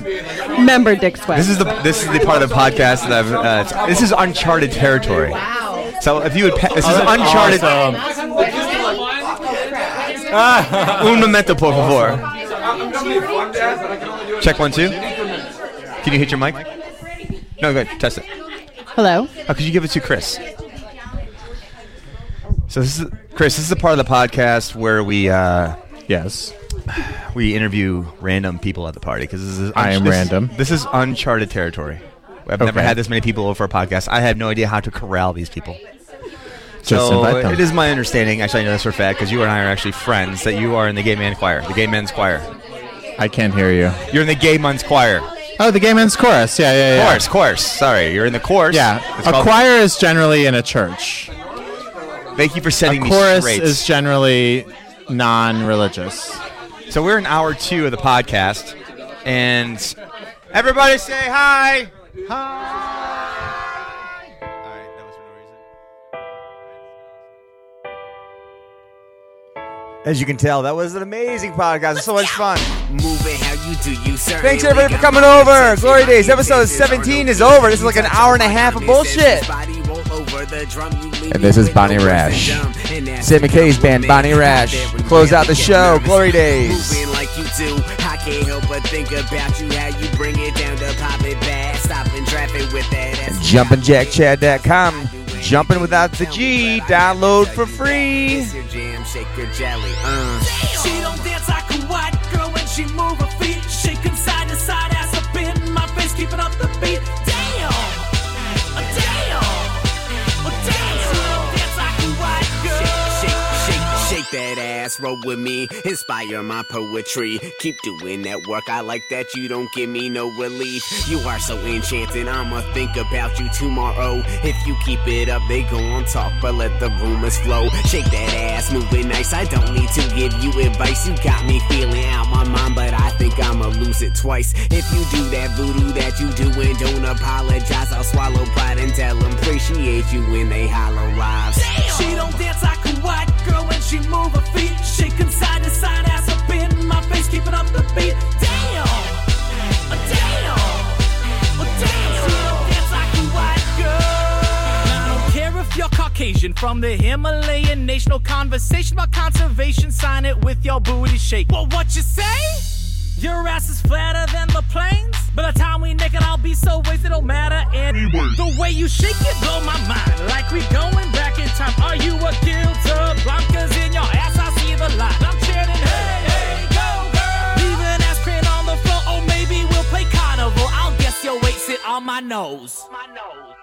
Speaker 28: Remember Dick Sweat.
Speaker 4: this is the this is the part of the podcast that I've. Uh, it's- this is uncharted territory. So if you would, pa- this is
Speaker 11: Oh, that's
Speaker 4: uncharted. Un momento, por favor. Check one two. Can you hit your mic? No, good. Test it.
Speaker 28: Hello.
Speaker 4: Oh, could you give it to Chris? So this is Chris. This is the part of the podcast where we uh, yes we interview random people at the party because this is
Speaker 7: I am
Speaker 4: this-
Speaker 7: random.
Speaker 4: This is uncharted territory. I've never
Speaker 7: Okay.
Speaker 4: had this many people over for a podcast. I have no idea how to corral these people.
Speaker 7: Just
Speaker 4: so
Speaker 7: invite them.
Speaker 4: it is my understanding. Actually, I know this for a fact because you and I are actually friends. That you are in the gay man choir, the gay men's choir.
Speaker 7: I can't hear you.
Speaker 4: You're in the gay men's choir.
Speaker 7: Oh, the gay men's chorus. Yeah, yeah, yeah.
Speaker 4: Chorus, chorus. Sorry, you're in the chorus.
Speaker 7: Yeah,
Speaker 4: It's
Speaker 7: a
Speaker 4: called-
Speaker 7: choir is generally in a church.
Speaker 4: Thank you for setting
Speaker 7: a
Speaker 4: me
Speaker 7: chorus
Speaker 4: straight.
Speaker 7: is generally non-religious.
Speaker 4: So we're in hour two of the podcast, and everybody say hi. Hi.
Speaker 1: As you can tell, that was an amazing podcast. It's so much fun.
Speaker 29: Moving how you do you, sir.
Speaker 1: Thanks everybody for coming over. Glory Days episode 17 is over. This is like an hour and a half of bullshit.
Speaker 29: Body won't over the drum. You leave
Speaker 4: And
Speaker 29: me
Speaker 4: this is
Speaker 29: with
Speaker 4: Bonnie
Speaker 29: no words
Speaker 4: Rash.
Speaker 29: to dumb. And that's
Speaker 4: Sid McKay's band, Bonnie Rash. Close out the show, Glory Days.
Speaker 29: Moving like you do, I can't help but think about you. How you bring it down to pop it back, stopping traffic with that ass.
Speaker 4: Jumpin'JackChad.com. Jumping without the G. Download for free.
Speaker 29: It's your jam, shake your jelly. Uh.
Speaker 16: She don't dance like a white girl when she move her feet, shaking side to side, ass up in my face, keeping up the beat. Damn, a damn, a damn. She don't dance like a white girl.
Speaker 29: Shake, shake, shake that ass, roll with me, inspire my poetry. Keep doing that work, I like that you don't give me no relief. You are so enchanting, I'ma think about you tomorrow. If you keep it up, they gon' talk, but let the rumors flow. Shake that ass, move it nice, I don't need to give you advice. You got me feeling out my mind, but I think I'ma lose it twice. If you do that voodoo that you do and don't apologize, I'll swallow pride and tell 'em appreciate you when they hollow lives.
Speaker 16: She don't dance like a white girl when she move her feet, shaking side to side, ass up in my face, keeping up the beat. Damn, a damn, a damn. She don't dance like a white girl.
Speaker 25: I don't care if you're Caucasian from the Himalayan nation. No conversation about conservation. Sign it with your booty shake. Well, what you say? Your ass is flatter than the plains. By the time we naked, I'll be so wasted. Don't matter anyway. The way you shake it blow my mind. Like we going back in time. Are you a guilty blockers in your ass? I see the light. I'm chanting, hey, hey, go, girl. Leave an ass print on the floor. Oh, maybe we'll play carnival. I'll guess your weight sit on my nose. My nose.